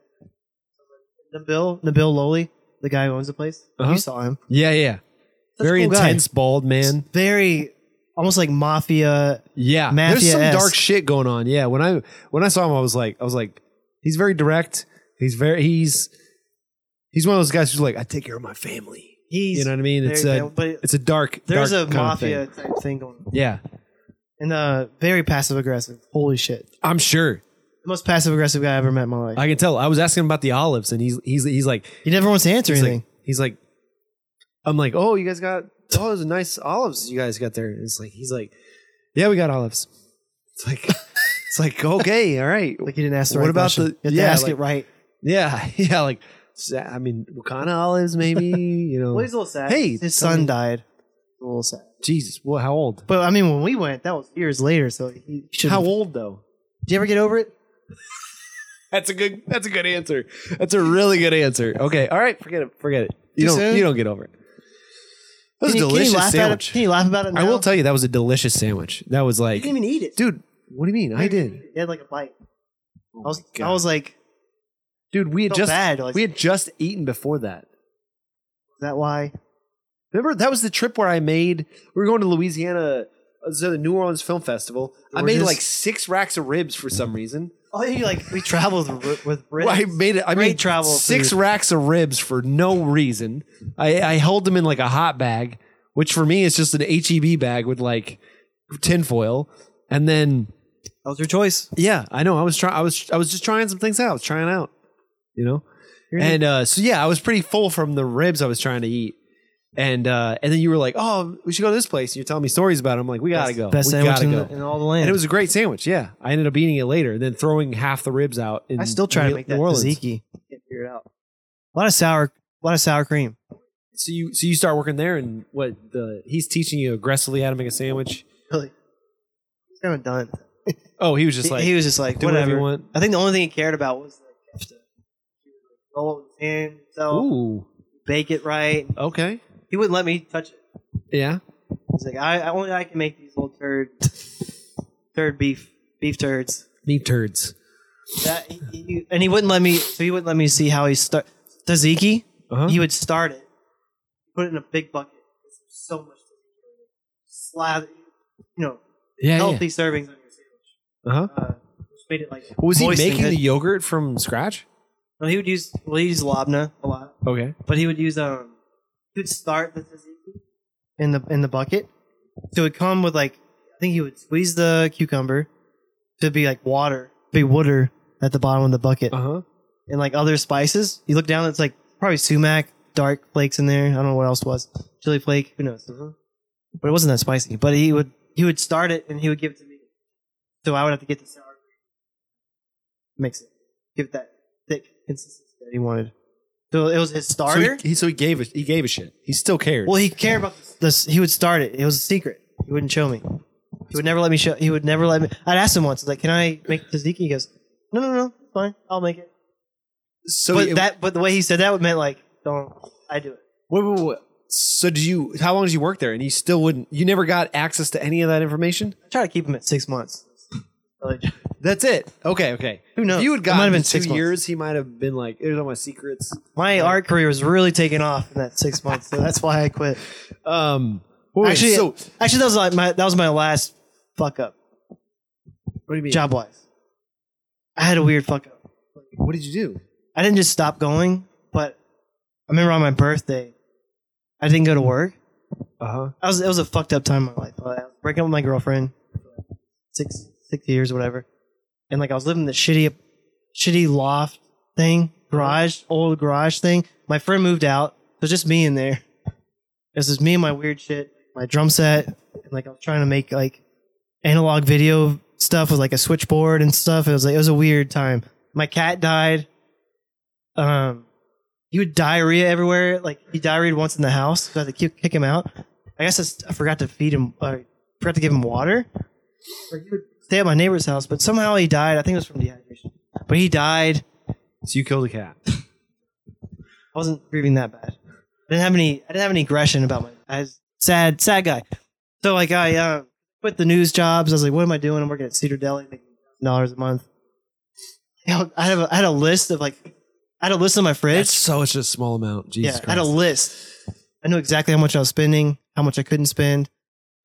Speaker 4: Nabil, Nabil Lowly, the guy who owns the place,
Speaker 3: Uh-huh.
Speaker 4: you saw him.
Speaker 3: Yeah, yeah.
Speaker 4: Such a
Speaker 3: Very
Speaker 4: cool guy.
Speaker 3: intense, bald man.
Speaker 4: Very, almost like mafia.
Speaker 3: Yeah, there's some
Speaker 4: Mafia-esque.
Speaker 3: dark shit going on. Yeah, when I when I saw him, I was like, I was like, he's very direct. He's very he's he's one of those guys who's like, I take care of my family.
Speaker 4: He's
Speaker 3: you know what I mean?
Speaker 4: very
Speaker 3: It's
Speaker 4: male,
Speaker 3: a
Speaker 4: but
Speaker 3: it's a dark.
Speaker 4: there's
Speaker 3: dark
Speaker 4: a
Speaker 3: kind of
Speaker 4: mafia
Speaker 3: thing.
Speaker 4: type thing going, on.
Speaker 3: Yeah,
Speaker 4: and uh, very passive aggressive. Holy shit!
Speaker 3: I'm sure.
Speaker 4: The most passive aggressive guy I ever met in my life.
Speaker 3: I can tell. I was asking him about the olives, and he's he's he's like,
Speaker 4: he never wants to answer
Speaker 3: He's
Speaker 4: anything.
Speaker 3: like, he's like, I'm like, oh, you guys got, oh, those are nice olives you guys got there. And it's like, he's like, yeah, we got olives. It's like, it's like, okay, all right.
Speaker 4: Like, he didn't ask the
Speaker 3: What
Speaker 4: right
Speaker 3: about
Speaker 4: question.
Speaker 3: the-
Speaker 4: you have
Speaker 3: yeah,
Speaker 4: to ask
Speaker 3: like-
Speaker 4: it right.
Speaker 3: Yeah. Yeah. Like, sa- I mean, what kind of olives, maybe, you know?
Speaker 4: Well, he's a little sad.
Speaker 3: Hey,
Speaker 4: his
Speaker 3: tell
Speaker 4: son
Speaker 3: me-
Speaker 4: died. A little sad.
Speaker 3: Jesus. Well, how old?
Speaker 4: But I mean, when we went, that was years later. So he should.
Speaker 3: How
Speaker 4: Did
Speaker 3: old though?
Speaker 4: you ever get over it?
Speaker 3: That's a good, that's a good answer. That's a really good answer. Okay. All right. Forget it. Forget it. You
Speaker 4: Too
Speaker 3: don't,
Speaker 4: soon?
Speaker 3: you don't get over it. That was
Speaker 4: Can
Speaker 3: a
Speaker 4: you- can you
Speaker 3: delicious
Speaker 4: laugh at it-
Speaker 3: sandwich.
Speaker 4: Can you laugh about it? Now?
Speaker 3: I will tell you, that was a delicious sandwich. That was
Speaker 4: You
Speaker 3: like,
Speaker 4: didn't even eat it.
Speaker 3: dude, what do you mean? I did.
Speaker 4: He had like a bite. I was,
Speaker 3: my
Speaker 4: I was like,
Speaker 3: Dude, we had
Speaker 4: Felt
Speaker 3: just
Speaker 4: bad, like-
Speaker 3: we had just eaten before that.
Speaker 4: is that why?
Speaker 3: Remember that was the trip where I made we were going to Louisiana uh, to the New Orleans Film Festival. I made
Speaker 4: Gorgeous.
Speaker 3: like six racks of ribs for some reason.
Speaker 4: Oh, you like we traveled with with
Speaker 3: Well, I
Speaker 4: Brits.
Speaker 3: made it. I
Speaker 4: Great
Speaker 3: made
Speaker 4: travel
Speaker 3: six
Speaker 4: food.
Speaker 3: racks of ribs for no reason. I, I held them in like a hot bag, which for me is just an HEB bag with like tinfoil. And then
Speaker 4: That was your choice.
Speaker 3: yeah, I know I was trying. I was I was just trying some things out. I was trying out, you know.
Speaker 4: You're
Speaker 3: And uh, so yeah, I was pretty full from the ribs I was trying to eat. And uh, and then you were like, oh, we should go to this place. You're telling me stories about it. I'm like, we gotta
Speaker 4: Best-
Speaker 3: go.
Speaker 4: Best
Speaker 3: we
Speaker 4: sandwich
Speaker 3: gotta
Speaker 4: in,
Speaker 3: go.
Speaker 4: the- in all the land.
Speaker 3: and it was a great sandwich. Yeah, I ended up eating it later, and then throwing half the ribs out. In
Speaker 4: I still try
Speaker 3: New-
Speaker 4: to make that
Speaker 3: New Orleans.
Speaker 4: tzatziki. Can't figure it out. A lot of sour, a lot of sour cream.
Speaker 3: So you so you start working there, and what the he's teaching you aggressively how to make a sandwich.
Speaker 4: Really, he's kind of done.
Speaker 3: Oh, he was just
Speaker 4: He-
Speaker 3: like
Speaker 4: he was just like
Speaker 3: do whatever,
Speaker 4: whatever.
Speaker 3: you want.
Speaker 4: I think the only thing he cared about was the kefta. He would, like, Roll it with his hand, so
Speaker 3: Ooh,
Speaker 4: bake it right.
Speaker 3: okay,
Speaker 4: He wouldn't let me touch it.
Speaker 3: yeah.
Speaker 4: He's like, I, I only I can make these little turd, turd beef, beef turds.
Speaker 3: Meat turds.
Speaker 4: That, he, he- and he wouldn't let me. So he wouldn't let me see how he start tzatziki.
Speaker 3: Uh-huh.
Speaker 4: He would start it, put it in a big bucket. There's so much tzatziki in it. Slather, you know,
Speaker 3: yeah, yeah.
Speaker 4: healthy servings on your sandwich.
Speaker 3: Uh-huh.
Speaker 4: Uh, which made it like
Speaker 3: Was he
Speaker 4: moist and
Speaker 3: making
Speaker 4: good.
Speaker 3: the yogurt from scratch?
Speaker 4: No, he would use well, he used labna a lot,
Speaker 3: Okay.
Speaker 4: but he would use um he would start the tzatziki in the in the bucket. So it would come with like I think he would squeeze the cucumber to be like water, be water at the bottom of the bucket,
Speaker 3: Uh huh.
Speaker 4: and like other spices. You look down, it's like probably sumac, dark flakes in there. I don't know what else was chili flake, who knows? But it wasn't that spicy. But he would he would start it and he would give it to me, so I would have to get the sour cream, mix it, give it that thick consistency that he wanted. So it was his
Speaker 3: So
Speaker 4: starter.
Speaker 3: he, he- so he gave a he gave a shit. He still cared.
Speaker 4: Well, he cared about this. He would start it. It was a secret. He wouldn't show me. He would never let me show. He would never let me. I'd asked him once, like, "Can I make tzatziki?" He goes, "No, no, no, it's fine. I'll make it."
Speaker 3: so
Speaker 4: but
Speaker 3: it-
Speaker 4: that, but the way he said that would meant like, "Don't I do it?"
Speaker 3: Wait, wait, wait. So did you? How long did you work there? And you still wouldn't? You never got access to any of that information?
Speaker 4: I try to keep him at six months. Like,
Speaker 3: That's it. Okay, okay.
Speaker 4: Who knows?
Speaker 3: If you
Speaker 4: It
Speaker 3: had
Speaker 4: might
Speaker 3: gotten
Speaker 4: have been
Speaker 3: been two
Speaker 4: six months.
Speaker 3: years, he might have been like, "Here's all my secrets."
Speaker 4: my art career was really taking off in that six months, so that's why I quit.
Speaker 3: Um, wait,
Speaker 4: Actually,
Speaker 3: so what
Speaker 4: actually, that was like my that was my last fuck up
Speaker 3: do you mean?
Speaker 4: job wise. I had a weird fuck up.
Speaker 3: What did you do?
Speaker 4: I didn't just stop going, but I remember on my birthday, I didn't go to work.
Speaker 3: Uh huh.
Speaker 4: I was it was a fucked up time in my life. I was breaking up with my girlfriend, six six years or whatever, and like I was living in this shitty, shitty loft thing, garage, old garage thing. My friend moved out, so it's just me in there. This is me and my weird shit, my drum set, and like I was trying to make like analog video stuff with like a switchboard and stuff. It was like it was a weird time. My cat died. Um, he would diarrhea everywhere. Like he diarrheaed once in the house, so I had to keep, kick him out. I guess I s- I forgot to feed him. I forgot to give him water. Like, he would stay at my neighbor's house, but somehow he died. I think it was from dehydration. But he died.
Speaker 3: So you killed a cat.
Speaker 4: I wasn't grieving that bad. I didn't have any. I didn't have any aggression about my. I was sad, sad guy. So like I uh, quit the news jobs. I was like, what am I doing? I'm working at Cedar Deli, making dollars a month. You know, I have. A, I had a list of like. I had a list on my fridge.
Speaker 3: That's such a small amount. Jesus
Speaker 4: yeah, I
Speaker 3: Christ.
Speaker 4: had a list. I knew exactly how much I was spending, how much I couldn't spend.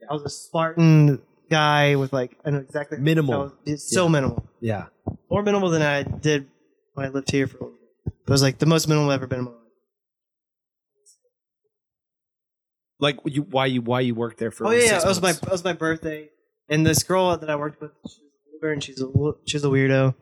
Speaker 4: I was a Spartan guy with like I know exactly
Speaker 3: Minimal.
Speaker 4: I was- it's so
Speaker 3: Yeah.
Speaker 4: minimal,
Speaker 3: yeah.
Speaker 4: more minimal than I did when I lived here for a little bit. But it was like the most minimal I've ever been in my life.
Speaker 3: Like you, why you why you worked there for?
Speaker 4: Oh
Speaker 3: only
Speaker 4: yeah, yeah,
Speaker 3: six
Speaker 4: it was my
Speaker 3: months.
Speaker 4: it was my birthday, and this girl that I worked with, she's older and she's a wo- she's a weirdo,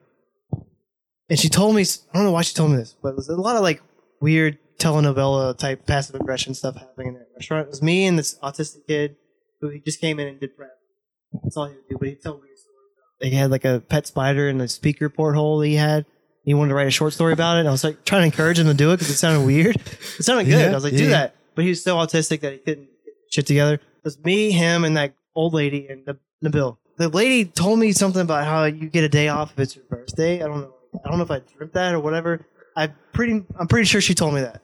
Speaker 4: and she told me I don't know why she told me this, but there's a lot of like weird telenovela type passive aggression stuff happening in that restaurant. It was me and this autistic kid who he just came in and did prep. That's all he would do, but he'd tell weird stories. about it. They had like a pet spider in the speaker porthole that he had. He wanted to write a short story about it. And I was like trying to encourage him to do it because it sounded weird. It sounded good. I was like, do that. But he was so autistic that he couldn't get shit together. It was me, him, and that old lady and the, the bill. The lady told me something about how you get a day off if it's your birthday. I don't know. I don't know if I dreamt that or whatever. I pretty. I'm pretty sure she told me that.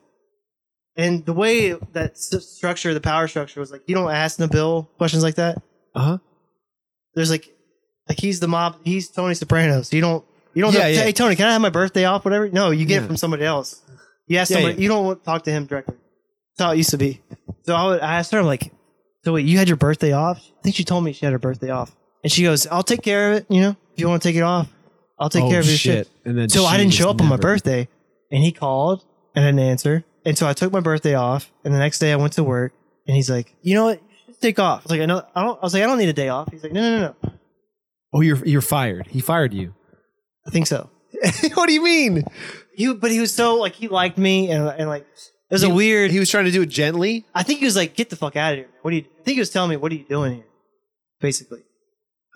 Speaker 4: And the way that s- structure, the power structure, was like you don't ask Nabil questions like that.
Speaker 3: Uh-huh.
Speaker 4: There's like, like he's the mob. He's Tony Soprano. So you don't, you don't.
Speaker 3: Yeah,
Speaker 4: go,
Speaker 3: yeah.
Speaker 4: Hey Tony, can I have my birthday off? Whatever. No, you get
Speaker 3: Yeah.
Speaker 4: it from somebody else. You ask
Speaker 3: Yeah,
Speaker 4: somebody.
Speaker 3: yeah.
Speaker 4: You don't want to talk to him directly. That's how it used to be. So I, would, I asked her, I'm like, so wait, you had your birthday off? I think she told me she had her birthday off, and she goes, I'll take care of it. You know, if you want to take it off, I'll take
Speaker 3: Oh,
Speaker 4: care of your shit.
Speaker 3: shit. And then
Speaker 4: So I
Speaker 3: she
Speaker 4: didn't
Speaker 3: just
Speaker 4: show up on my
Speaker 3: never-
Speaker 4: birthday, and he called and I didn't answer. And so I took my birthday off, and the next day I went to work, and he's like, "You know what? Take off." I was like, "I know." I, don't, I was like, "I don't need a day off." He's like, "No, no, no, no.
Speaker 3: Oh, you're you're fired. He fired you.
Speaker 4: I think so."
Speaker 3: what do you mean?
Speaker 4: He, but he was so like he liked me, and, and like was a weird.
Speaker 3: He was trying to do it gently.
Speaker 4: I think he was like, "Get the fuck out of here! What are you?" I think he was telling me, "What are you doing here?" Basically,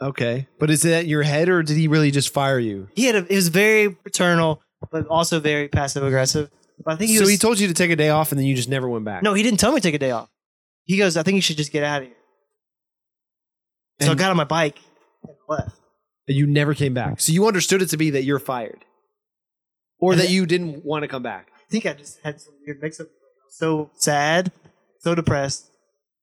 Speaker 3: Okay. But is that in your head or did he really just fire you?
Speaker 4: he had. A, it was very paternal, but also very passive aggressive. I think he
Speaker 3: so
Speaker 4: was.
Speaker 3: he told you to take a day off and then you just never went back.
Speaker 4: no, he didn't tell me to take a day off. He goes, "I think you should just get out of here." So I
Speaker 3: And-
Speaker 4: got on my bike and left.
Speaker 3: And you never came back. So you understood it to be that you're fired. Or
Speaker 4: And
Speaker 3: that
Speaker 4: it-
Speaker 3: you didn't want to come back.
Speaker 4: I think I just had some weird mix up. So sad, so depressed,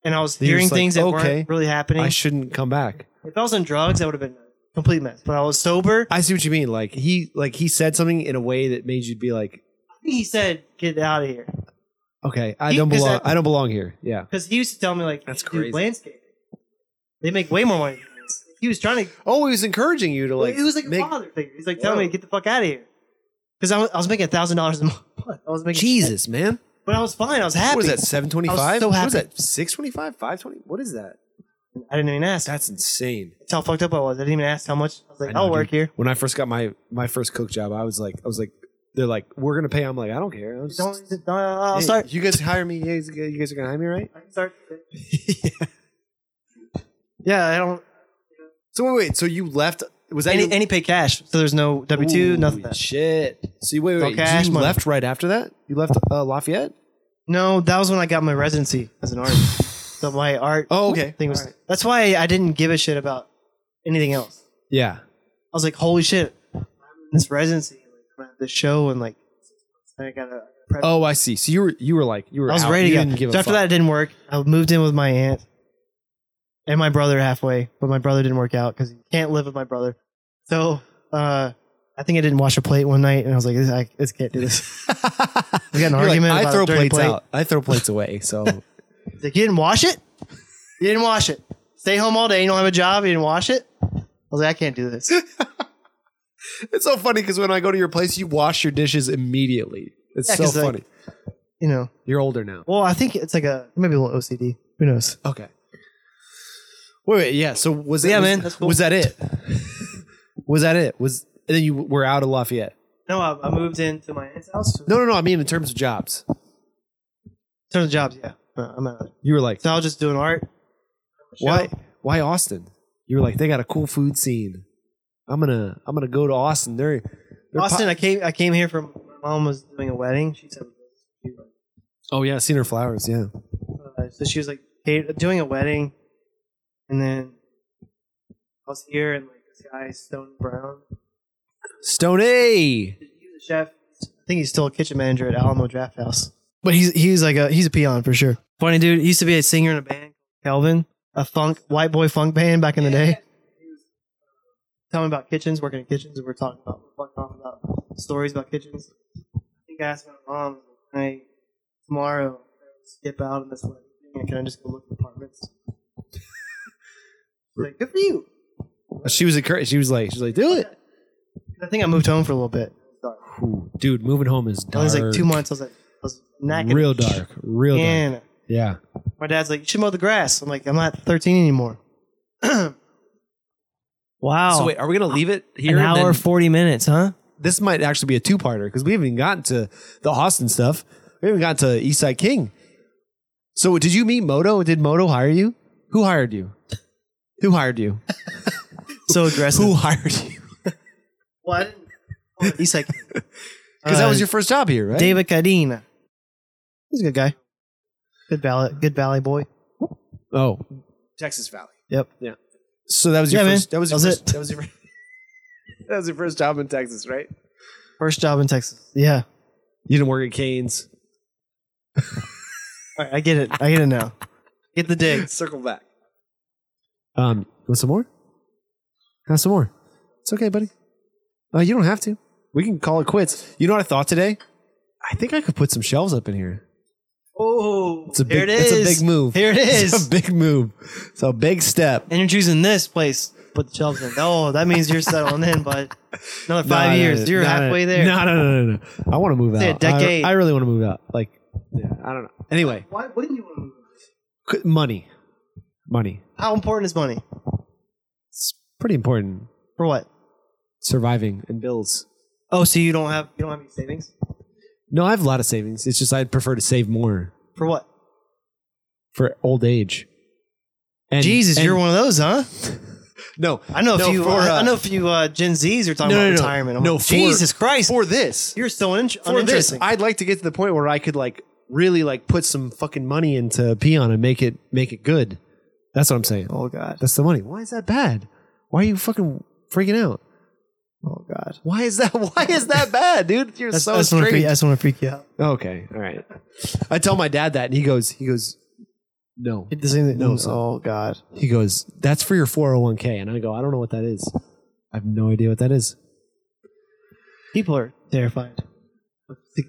Speaker 4: and I was
Speaker 3: You're
Speaker 4: hearing
Speaker 3: just like,
Speaker 4: things that
Speaker 3: "Okay,
Speaker 4: weren't really happening.
Speaker 3: I shouldn't come back.
Speaker 4: if I was on drugs, that would have been a complete mess. But I was sober. I
Speaker 3: I see what you mean. Like he like he said something in a way that made you be like,
Speaker 4: think he said, "Get out of here,"
Speaker 3: Okay, I
Speaker 4: He-
Speaker 3: don't
Speaker 4: 'cause
Speaker 3: belong
Speaker 4: that-
Speaker 3: I don't belong here. Yeah.
Speaker 4: because he used to tell me like,
Speaker 3: That's
Speaker 4: "You should do
Speaker 3: crazy.
Speaker 4: landscaping. They make way more money." than this." He was trying to.
Speaker 3: Oh, he was encouraging you to like
Speaker 4: it was like
Speaker 3: make-
Speaker 4: a father figure. He's like, "Telling me, get the fuck out of here," because I was, I was making a thousand dollars a month. I was making,
Speaker 3: Jesus, man.
Speaker 4: but I was fine. I was happy.
Speaker 3: What is that? Seven
Speaker 4: I
Speaker 3: twenty-five.
Speaker 4: was so
Speaker 3: What is
Speaker 4: happy.
Speaker 3: that? Six twenty-five? Five twenty? What is that?
Speaker 4: I didn't even ask.
Speaker 3: That's insane.
Speaker 4: That's how fucked up I was. I didn't even ask how much. I was like,
Speaker 3: I know,
Speaker 4: "I'll work
Speaker 3: dude.
Speaker 4: here."
Speaker 3: When I first got my my first cook job, I was like, I was like, they're like, we're gonna pay. I'm like, I don't care. I'm just,
Speaker 4: Don't, don't- I'll
Speaker 3: Hey,
Speaker 4: start.
Speaker 3: You guys hire me. You guys, you guys are gonna hire me, right?
Speaker 4: I can start. yeah, I don't.
Speaker 3: So wait, wait. So you left? Was that
Speaker 4: Any,
Speaker 3: your-
Speaker 4: any pay cash, so there's no W two,
Speaker 3: Ooh,
Speaker 4: nothing.
Speaker 3: Shit. So you, wait, wait.
Speaker 4: No
Speaker 3: wait,
Speaker 4: cash
Speaker 3: you
Speaker 4: money.
Speaker 3: left right after that? You left uh, Lafayette?
Speaker 4: No, that was when I got my residency as an artist. so my art.
Speaker 3: Oh, okay.
Speaker 4: Thing was that's why I didn't give a shit about anything else.
Speaker 3: Yeah.
Speaker 4: I was like, holy shit, I'm in this residency, like, I'm at this show, and like, I gotta. Prep.
Speaker 3: Oh, I see. So you were you were like you were.
Speaker 4: I was
Speaker 3: out.
Speaker 4: ready
Speaker 3: You
Speaker 4: to
Speaker 3: didn't
Speaker 4: go.
Speaker 3: give
Speaker 4: So
Speaker 3: a
Speaker 4: after
Speaker 3: fuck.
Speaker 4: that, it didn't work. I moved in with my aunt and my brother halfway, but my brother didn't work out because you can't live with my brother. So uh, I think I didn't wash a plate one night, and I was like, "This- I, this can't do this. We got in an
Speaker 3: You're like,
Speaker 4: argument.
Speaker 3: I
Speaker 4: about
Speaker 3: throw
Speaker 4: a dirty
Speaker 3: plates
Speaker 4: plate.
Speaker 3: out. I throw plates away. So
Speaker 4: He's Like, you didn't wash it? You didn't wash it. Stay home all day. You don't have a job. You didn't wash it. I was like, I can't do this.
Speaker 3: it's so funny because when I go to your place, you wash your dishes immediately. It's
Speaker 4: Yeah,
Speaker 3: so
Speaker 4: 'cause, like-
Speaker 3: funny.
Speaker 4: You know.
Speaker 3: You're older now.
Speaker 4: Well, I think it's like a maybe a little OCD. Who knows?
Speaker 3: Okay. Wait, wait, yeah. So was
Speaker 4: Yeah,
Speaker 3: was-
Speaker 4: man, that's cool.
Speaker 3: Was that it? was that it? Was and then you were out of Lafayette?
Speaker 4: No, I, I moved into my aunt's house.
Speaker 3: No, no, no. I mean, in terms of jobs,
Speaker 4: in terms of jobs, yeah. No, I'm out.
Speaker 3: you were like,
Speaker 4: So I was just doing art.
Speaker 3: why, why Austin? You were like, they got a cool food scene. I'm gonna, I'm gonna go to Austin. They're, they're
Speaker 4: Austin,
Speaker 3: po-
Speaker 4: I came. I came here from. My mom was doing a wedding. She said,
Speaker 3: oh yeah, Cedar Flowers. Yeah.
Speaker 4: uh, so she was like hey, doing a wedding, and then I was here, and like this guy Stone Brown,
Speaker 3: Stone A.
Speaker 4: he's a chef. I think he's still a kitchen manager at Alamo Draft House. But he's he's like a he's a peon for sure. Funny dude. He used to be a singer in a band, Kelvin, a funk white boy funk band back in the day. Tell me about kitchens, working in kitchens. We were talking about we were fucking off about stories about kitchens. I think I asked my mom, "Hey, tomorrow skip out on this wedding thing, and can I just go look at apartments?" She's like, good for you.
Speaker 3: She was encouraged. She was like, she's like, do it,
Speaker 4: I think I moved home for a little bit.
Speaker 3: Ooh, dude. Moving home is
Speaker 4: I
Speaker 3: dark.
Speaker 4: was like two months. I was like, I was knackered.
Speaker 3: Real dark. Real dark.
Speaker 4: And
Speaker 3: Yeah.
Speaker 4: My dad's like, you should mow the grass. I'm like, I'm not 13 anymore. wow.
Speaker 3: So wait, are we gonna leave it here?
Speaker 4: An
Speaker 3: and
Speaker 4: hour,
Speaker 3: then-
Speaker 4: 40 minutes, huh?
Speaker 3: this might actually be a two-parter because we haven't even gotten to the Austin stuff. We haven't gotten to Eastside King. So did you meet Moto? Did Moto hire you? Who hired you? Who hired you?
Speaker 4: So aggressive.
Speaker 3: Who hired you?
Speaker 4: What? He's like, because
Speaker 3: Because that was your first job here, right?
Speaker 4: David Cadena. He's a good guy. Good valley, good valley boy.
Speaker 3: Oh, Texas Valley.
Speaker 4: Yep.
Speaker 3: Yeah. So that was your
Speaker 4: Yeah, man.
Speaker 3: first. That was your
Speaker 4: That was
Speaker 3: first. That was your. that was your first job in Texas, right?
Speaker 4: First job in Texas. Yeah.
Speaker 3: You didn't work at Canes.
Speaker 4: All right, I get it. I get it now. Get the dig.
Speaker 3: Circle back. Um, want some more? Have some more. It's okay, buddy. Uh, you don't have to. We can call it quits. You know what I thought today? I think I could put some shelves up in here.
Speaker 4: Oh,
Speaker 3: It's a big,
Speaker 4: here it is.
Speaker 3: It's a big move.
Speaker 4: Here it
Speaker 3: It's
Speaker 4: is.
Speaker 3: a big move. It's a big step.
Speaker 4: and you're choosing this place. Put the shelves in. Oh, that means you're settling in, but another
Speaker 3: No,
Speaker 4: five
Speaker 3: no,
Speaker 4: years.
Speaker 3: no,
Speaker 4: you're
Speaker 3: no, no,
Speaker 4: halfway there.
Speaker 3: No, no, no, no, no. I want to move
Speaker 4: Say a
Speaker 3: out. I-
Speaker 4: decade.
Speaker 3: I, really want to move out. Like, yeah, I don't know. Anyway,
Speaker 4: Why wouldn't you want to move?
Speaker 3: qu- money, money.
Speaker 4: How important is money?
Speaker 3: It's pretty important.
Speaker 4: For what?
Speaker 3: Surviving and bills.
Speaker 4: Oh, so you don't have you don't have any savings?
Speaker 7: No, I have a lot of savings. It's just I'd prefer to save more
Speaker 4: For what?
Speaker 7: for old age. And,
Speaker 4: Jesus,
Speaker 7: and-
Speaker 4: you're one of those, huh?
Speaker 7: No,
Speaker 4: I know a
Speaker 7: no,
Speaker 4: few.
Speaker 7: for,
Speaker 4: I-
Speaker 7: uh,
Speaker 4: I know a few uh, Gen Zs are talking
Speaker 7: No,
Speaker 4: about
Speaker 7: no, no.
Speaker 4: retirement. I'm
Speaker 7: No,
Speaker 4: like,
Speaker 7: for-
Speaker 4: Jesus Christ,
Speaker 3: For this,
Speaker 4: you're so un-
Speaker 3: for this,
Speaker 4: uninteresting.
Speaker 3: I'd like to get to the point where I could like really like put some fucking money into Peon and make it make it good. That's what I'm saying.
Speaker 4: oh God.
Speaker 3: That's the money. Why is that bad? Why are you fucking freaking out?
Speaker 4: Oh God.
Speaker 3: Why is that? Why is that bad, dude? You're
Speaker 4: That's,
Speaker 3: so
Speaker 4: I just want to freak,
Speaker 3: strange.
Speaker 4: I just wanna freak you out.
Speaker 3: Okay, all right. I tell my dad that, and he goes, he goes, no.
Speaker 4: It doesn't even,
Speaker 3: No,
Speaker 4: no, oh God.
Speaker 3: He goes, that's for your 401k, and I go, I don't know what that is. I have no idea what that is,
Speaker 4: People are terrified.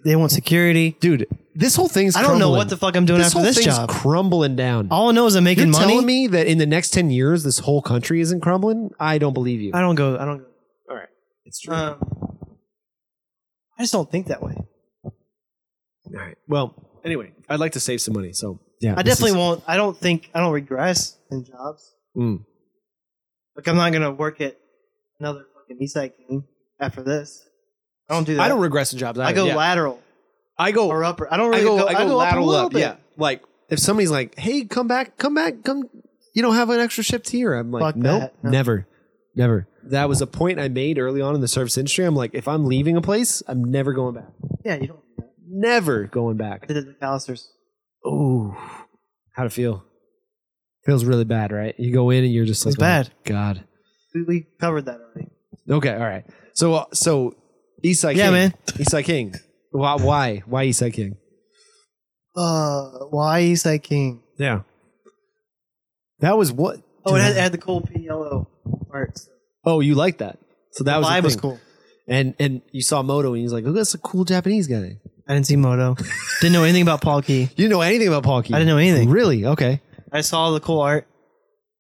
Speaker 4: They want security.
Speaker 3: dude. This whole thing's.
Speaker 4: I don't know what the fuck I'm doing
Speaker 3: this
Speaker 4: after
Speaker 3: whole
Speaker 4: this
Speaker 3: thing's
Speaker 4: job.
Speaker 3: crumbling down.
Speaker 4: All I know is I'm
Speaker 3: You're
Speaker 4: making money.
Speaker 3: telling me that in the next ten years, this whole country isn't crumbling? I don't believe you.
Speaker 4: I don't go. I don't go.
Speaker 3: It's true.
Speaker 4: Um, I just don't think that way.
Speaker 3: All right. Well, anyway, I'd like to save some money, so yeah,
Speaker 4: I
Speaker 3: this
Speaker 4: definitely
Speaker 3: is-
Speaker 4: won't. I don't think I don't regress in jobs.
Speaker 3: Mm.
Speaker 4: Like I'm not gonna work at another fucking Eastside King after this. I don't do that.
Speaker 7: I don't regress in jobs.
Speaker 4: I go
Speaker 7: yeah.
Speaker 4: lateral
Speaker 7: I go.
Speaker 4: or upper. I don't
Speaker 7: I
Speaker 4: really
Speaker 7: go. I go,
Speaker 4: up a
Speaker 7: lateral
Speaker 4: little
Speaker 7: up.
Speaker 4: bit.
Speaker 7: Yeah, like
Speaker 3: If somebody's like, "Hey, come back, come back, come," you don't have an extra shift here. I'm like,
Speaker 4: Fuck
Speaker 3: nope,
Speaker 4: that. No.
Speaker 3: never, never. That was a point I made early on in the service industry. I'm like, if I'm leaving a place, I'm never going back.
Speaker 4: Yeah, you don't.
Speaker 3: Never going
Speaker 4: I
Speaker 3: back.
Speaker 4: did it at McAllister's.
Speaker 3: Ooh, how'd it feel? Feels really bad, right? You go in and you're just like,
Speaker 4: It's bad.
Speaker 3: Oh, God.
Speaker 4: We, we covered that already.
Speaker 3: Okay, all right. So, uh, so Eastside
Speaker 4: Yeah,
Speaker 3: King.
Speaker 4: man.
Speaker 3: Eastside King. Why? Why, why Eastside King?
Speaker 4: Uh, why Eastside King?
Speaker 3: Yeah. That was what.
Speaker 4: Oh, it had, it had the cool pink yellow parts.
Speaker 3: oh, you liked that. So that
Speaker 4: The
Speaker 3: was the
Speaker 4: vibe was
Speaker 3: thing.
Speaker 4: cool.
Speaker 3: And and you saw Moto and he's like, look, that's a cool Japanese guy.
Speaker 4: I didn't see Moto. didn't know anything about Paul Key.
Speaker 3: You didn't know anything about Paul
Speaker 4: I didn't know anything.
Speaker 3: Really? Okay.
Speaker 4: I saw the cool art,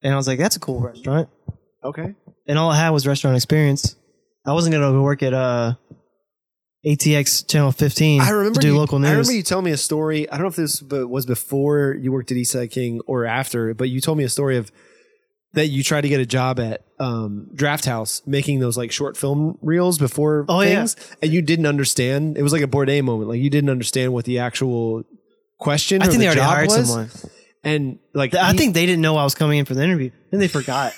Speaker 4: and I was like, "That's a cool restaurant."
Speaker 3: Okay.
Speaker 4: and all I had was restaurant experience. I wasn't gonna go work at uh, ATX Channel 15.
Speaker 3: I remember
Speaker 4: to do
Speaker 3: you,
Speaker 4: local news.
Speaker 3: I remember you telling me a story. I don't know if this be- was before you worked at Eastside King or after, but you told me a story of that you tried to get a job at um, Draft House making those like short film reels before
Speaker 4: Oh, yeah.
Speaker 3: things, and you didn't understand. It was like a Bourdain moment. Like you didn't understand what the actual question.
Speaker 4: I
Speaker 3: or
Speaker 4: think
Speaker 3: the
Speaker 4: they already
Speaker 3: job
Speaker 4: hired
Speaker 3: was.
Speaker 4: someone.
Speaker 3: and like
Speaker 4: I
Speaker 3: he-
Speaker 4: think they didn't know I was coming in for the interview. Then they forgot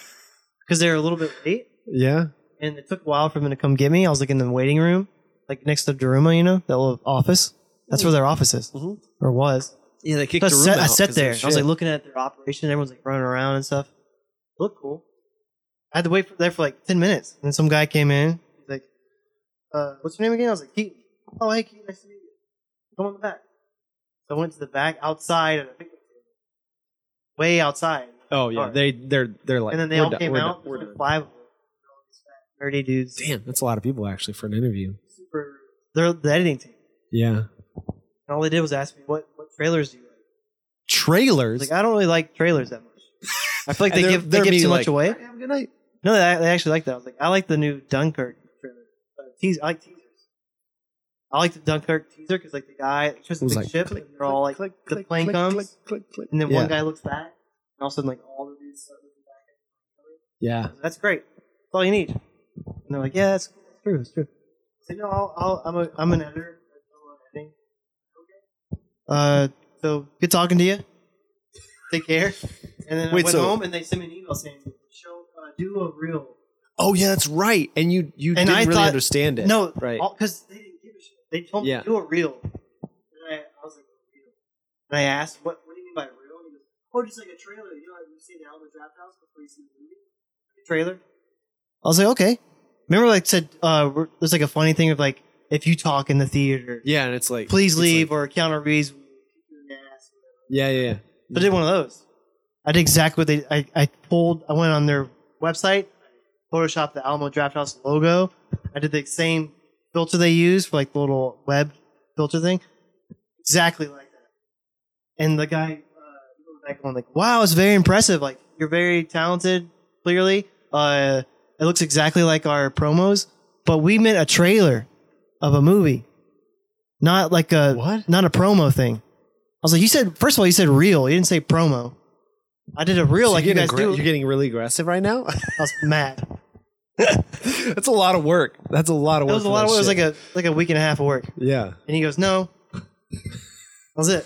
Speaker 4: because they were a little bit late,
Speaker 3: yeah,
Speaker 4: and it took a while for them to come get me. I was like in the waiting room, like next to Daruma, you know, that little office. That's where their office is,
Speaker 3: Mhm.
Speaker 4: or was.
Speaker 3: yeah, they
Speaker 4: So
Speaker 3: kicked
Speaker 4: I, sat, I sat there. I was like looking at their operation. Everyone's like running around and stuff. Looked cool. I had to wait for there for like ten minutes, and then some guy came in. He's like, uh, "What's your name again?" I was like, "Keaton." Oh, hey, Keaton, nice to meet you. Come on the back. So I went to the back outside, and I think way outside.
Speaker 3: oh yeah,
Speaker 4: Alright.
Speaker 3: they they're they're like,
Speaker 4: and then they
Speaker 3: we're
Speaker 4: all
Speaker 3: done,
Speaker 4: came
Speaker 3: we're
Speaker 4: out.
Speaker 3: done, we're
Speaker 4: There was
Speaker 3: done.
Speaker 4: like five of them. All these fat, nerdy dudes.
Speaker 3: Damn, that's a lot of people actually for an interview.
Speaker 4: Super. They're the editing team,
Speaker 3: Yeah,
Speaker 4: and all they did was ask me, "What what trailers do you like?" I
Speaker 3: trailers.
Speaker 4: was like, "I don't really like trailers that much. I feel like
Speaker 3: And
Speaker 4: they
Speaker 3: they're-
Speaker 4: give they
Speaker 3: they're
Speaker 4: give
Speaker 3: me
Speaker 4: too
Speaker 3: like,
Speaker 4: much away."
Speaker 3: Have a good night.
Speaker 4: No, they, they actually like that. I was like, I like the new Dunkirk trailer. Uh, teas- I like teasers. I like the Dunkirk teaser because like the guy like, shows the
Speaker 3: was
Speaker 4: big
Speaker 3: like,
Speaker 4: ship and they're all like the plane comes
Speaker 3: click, click.
Speaker 4: and then
Speaker 3: Yeah.
Speaker 4: one guy looks back and all of a sudden like all the dudes start looking back.
Speaker 3: Yeah.
Speaker 4: At him. That's great. That's all you need. And they're like, yeah, that's it's true. It's true. So no, I'll, I'll, I'm a I'm an editor. I don't know editing. Uh, so good talking to you. Take care. And then
Speaker 3: Wait,
Speaker 4: I went
Speaker 3: so-
Speaker 4: home and they sent me an email saying, show uh, do a reel
Speaker 3: Oh yeah, that's right. And you you
Speaker 4: And
Speaker 3: didn't
Speaker 4: I
Speaker 3: really
Speaker 4: thought-
Speaker 3: understand it.
Speaker 4: No,
Speaker 3: right.
Speaker 4: Because they didn't give a shit. They told
Speaker 3: Yeah.
Speaker 4: me do a reel. And I, I was like, reel. And I asked, what, what do you mean by reel? And he goes, oh, just like a trailer. You know, how you see the Alamo Draft House before you see the movie. Like a trailer. I was like, okay. Remember, like said, uh, we're- there's like a funny thing of like if you talk in the theater,
Speaker 3: Yeah, and it's like
Speaker 4: please
Speaker 3: it's
Speaker 4: leave,
Speaker 3: like-
Speaker 4: or Keanu Reeves will kick you in the ass.
Speaker 3: yeah, yeah, yeah.
Speaker 4: So I did one of those. I did exactly what they. I, I pulled. I went on their website, photoshopped the Alamo Drafthouse logo. I did the same filter they use for like the little web filter thing, exactly like that. And the guy, uh, wrote back on like, "Wow, it's very impressive. Like you're very talented. Clearly, uh, it looks exactly like our promos, but we meant a trailer of a movie, not like a
Speaker 3: What?
Speaker 4: not a promo thing." I was like, you said first of all, you said real. You didn't say promo. I did a real
Speaker 3: So
Speaker 4: like
Speaker 3: you're
Speaker 4: you
Speaker 3: getting
Speaker 4: guys
Speaker 3: aggra-
Speaker 4: do.
Speaker 3: You're getting really aggressive right now.
Speaker 4: I was mad.
Speaker 7: That's a lot of work. That's a lot of
Speaker 4: It
Speaker 7: work.
Speaker 4: was a
Speaker 7: for
Speaker 4: lot
Speaker 7: that
Speaker 4: of it was
Speaker 7: shit.
Speaker 4: like a like a week and a half of work.
Speaker 7: yeah.
Speaker 4: And he goes, No. that was it.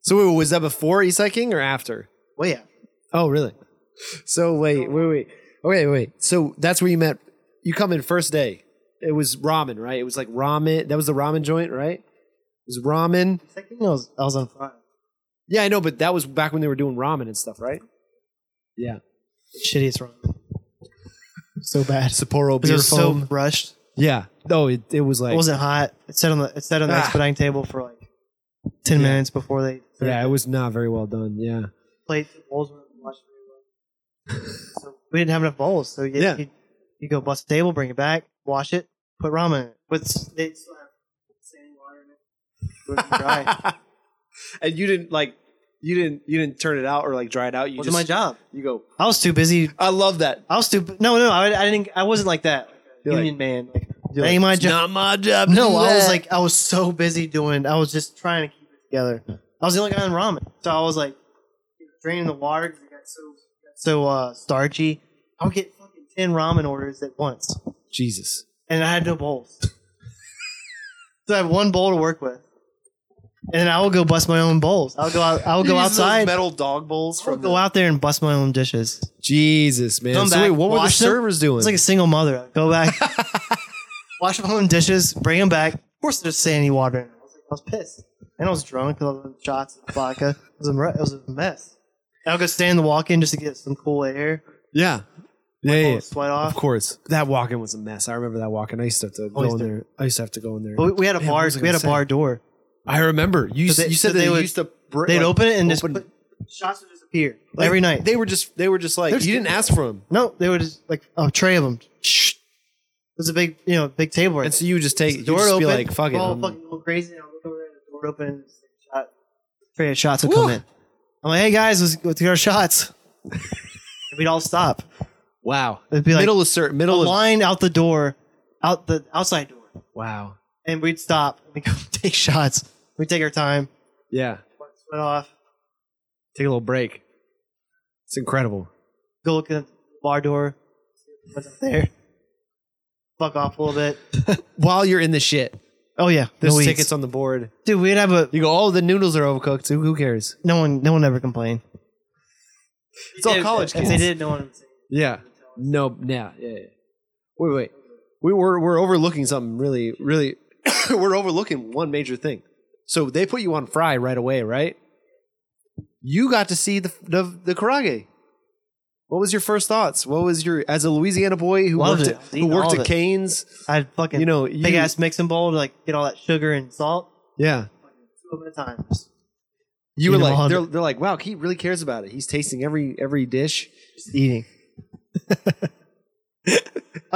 Speaker 3: So wait, was that before Isai King or after?
Speaker 4: Well yeah.
Speaker 3: Oh, really? So wait, wait, wait. Okay, wait. So that's where you met. You come in first day. It was ramen, right? It was like ramen. That was the ramen joint, right? It was ramen.
Speaker 4: Second I was I was on fire.
Speaker 3: Yeah, I know, but that was back when they were doing ramen and stuff, right?
Speaker 4: Shittiest run. So bad.
Speaker 7: Sapporo
Speaker 4: Because it
Speaker 7: beer
Speaker 4: was so
Speaker 7: foam.
Speaker 4: rushed.
Speaker 7: yeah. No, it, it was like
Speaker 4: it wasn't hot. It sat on the it sat on the
Speaker 7: Ah.
Speaker 4: expediting table for like ten minutes before they
Speaker 7: yeah, it was not very well done. Yeah.
Speaker 4: plate the bowls weren't washed very well. so we didn't have enough bowls, so you,
Speaker 7: Yeah.
Speaker 4: you you go bust the table, bring it back, wash it, put ramen in it. But s- they still have standing water in it. It wouldn't dry.
Speaker 3: and you didn't like, you didn't, you didn't turn it out or like dry it out. You
Speaker 4: Wasn't
Speaker 3: just
Speaker 4: my job.
Speaker 3: you go.
Speaker 4: I was too busy.
Speaker 3: I love that.
Speaker 4: I was too. No, no, I, I didn't. I wasn't like that. Like a
Speaker 3: You're like-
Speaker 4: union man. Like, that ain't my job.
Speaker 3: Not my job.
Speaker 4: No, I was like, I was so busy doing. I was just trying to keep it together. I was the only guy in ramen, so I was like you know, draining the water because it got so got so uh, starchy. I would get fucking ten ramen orders at once,
Speaker 7: Jesus.
Speaker 4: and I had no bowls, so I had one bowl to work with. And then I would go bust my own bowls. I'll go out. I'll go outside.
Speaker 3: metal dog bowls
Speaker 4: I'll
Speaker 3: from
Speaker 4: go out there and bust my own dishes.
Speaker 7: Jesus, man.
Speaker 4: Come
Speaker 7: so
Speaker 4: back,
Speaker 7: wait, what were the
Speaker 4: wash them.
Speaker 7: servers doing?
Speaker 4: It's like a single mother. I'd go back, wash my own dishes, bring them back. Of course, there's sandy water in it. I was, like, I was pissed. And I was drunk because I was on shots of vodka. It was, a, mre- it was a mess. And I'll go stand in the walk in just to get some cool air,
Speaker 7: yeah. Yeah, yeah,
Speaker 4: blow the sweat
Speaker 7: Of
Speaker 4: off.
Speaker 7: course. That walk-in was a mess. I remember that walk-in. I used to have to
Speaker 4: Always
Speaker 7: go in
Speaker 4: do.
Speaker 7: there. I used to have to go in there.
Speaker 4: But we, we had a
Speaker 7: Man, what
Speaker 4: bar.
Speaker 7: was I
Speaker 4: We had a
Speaker 7: gonna say?
Speaker 4: bar door.
Speaker 7: I remember. You,
Speaker 4: So they-
Speaker 7: you said
Speaker 4: so
Speaker 7: that
Speaker 4: they
Speaker 7: you
Speaker 4: would-
Speaker 7: used to br-
Speaker 4: They'd
Speaker 7: like,
Speaker 4: open it and just
Speaker 7: open-
Speaker 4: put, shots would just appear
Speaker 7: Like,
Speaker 4: every night.
Speaker 7: They were just they were just like
Speaker 4: They're just-
Speaker 7: you didn't ask for them.
Speaker 4: no, they would just like a tray of them. It was a big, you know, big table. Right
Speaker 7: And so you would just take
Speaker 4: The
Speaker 7: you just be like fuck it.
Speaker 4: all
Speaker 7: I'm-
Speaker 4: fucking go crazy. And I'll look over there, the door open, and just take a shot. Tray of shots will come in. I'm like, hey guys, let's, let's get our shots. And we'd all stop.
Speaker 7: wow.
Speaker 4: It'd be like
Speaker 7: middle of certain
Speaker 4: a
Speaker 7: middle of
Speaker 4: line out the door, out the outside door,
Speaker 7: wow.
Speaker 4: and we'd stop. We go take shots. We take our time.
Speaker 7: Yeah.
Speaker 4: Sweat off.
Speaker 7: Take a little break. It's incredible.
Speaker 4: Go look at the bar door. see What's up there? Fuck off a little bit.
Speaker 7: While you're in the shit,
Speaker 4: Oh yeah,
Speaker 7: there's
Speaker 4: no weeds.
Speaker 7: tickets on the board.
Speaker 4: Dude, we'd have a
Speaker 7: You go, oh, the noodles are overcooked. Who, who cares?
Speaker 4: no one. No one ever complained.
Speaker 7: It's all college
Speaker 4: If
Speaker 7: kids.
Speaker 4: they did, no one would say.
Speaker 7: Yeah. No. Yeah. Yeah. yeah. Wait. Wait. We were we're overlooking something really really.
Speaker 3: we're overlooking one major thing. So they put you on fry right away, right? You got to see the the, the karage. What was your first thoughts? What was your as a Louisiana boy who
Speaker 4: Loved
Speaker 3: worked
Speaker 4: it.
Speaker 3: at,
Speaker 4: Eating
Speaker 3: who worked
Speaker 4: all of
Speaker 3: at
Speaker 4: it.
Speaker 3: Canes?
Speaker 4: I'd fucking
Speaker 3: You know,
Speaker 4: big
Speaker 3: you-
Speaker 4: ass mixing bowl to like get all that sugar and salt.
Speaker 3: Yeah,
Speaker 4: Two of them at a time.
Speaker 3: you were
Speaker 4: Eating all
Speaker 3: like
Speaker 4: of
Speaker 3: they're,
Speaker 4: it.
Speaker 3: they're like wow, he really cares about it. He's tasting every every dish.
Speaker 4: Just eating. I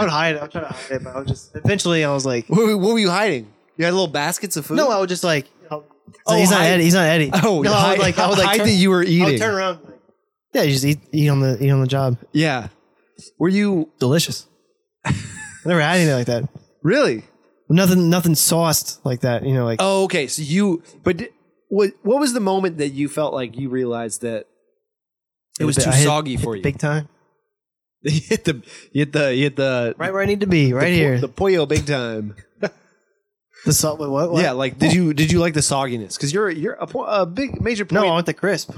Speaker 4: would hide it. I would try to hide it, but I would just. Eventually, I was like,
Speaker 3: What, were- what were you hiding? You had little baskets of food.
Speaker 4: no, I would just like. you know,
Speaker 3: Oh,
Speaker 4: he's not
Speaker 3: hide-
Speaker 4: Eddie. He's not Eddie.
Speaker 7: Oh,
Speaker 4: no, I
Speaker 7: hide-
Speaker 4: would like. I would like.
Speaker 7: hide
Speaker 4: Turn,
Speaker 7: that you were
Speaker 4: I would
Speaker 7: eating.
Speaker 4: turn around. Like, yeah, you just eat, eat on the eat on the job.
Speaker 7: Yeah. Were you
Speaker 4: Delicious. I never had anything like that.
Speaker 3: really.
Speaker 4: Nothing, nothing sauced like that. You know, like
Speaker 3: Oh, okay. So you, but di- what what was the moment that you felt like you realized that it was
Speaker 4: I
Speaker 3: too
Speaker 4: hit-
Speaker 3: soggy
Speaker 4: hit
Speaker 3: for
Speaker 4: the
Speaker 3: you?
Speaker 4: Big time.
Speaker 7: you hit the you hit the you hit the
Speaker 4: Right where I need to be. Right
Speaker 7: the, po-
Speaker 4: here.
Speaker 7: the pollo big time.
Speaker 4: The salt. Wait, what? what?
Speaker 3: Yeah, like did you did you like the sogginess? Because you're you're a, po- a big major point.
Speaker 4: No, I want the crisp.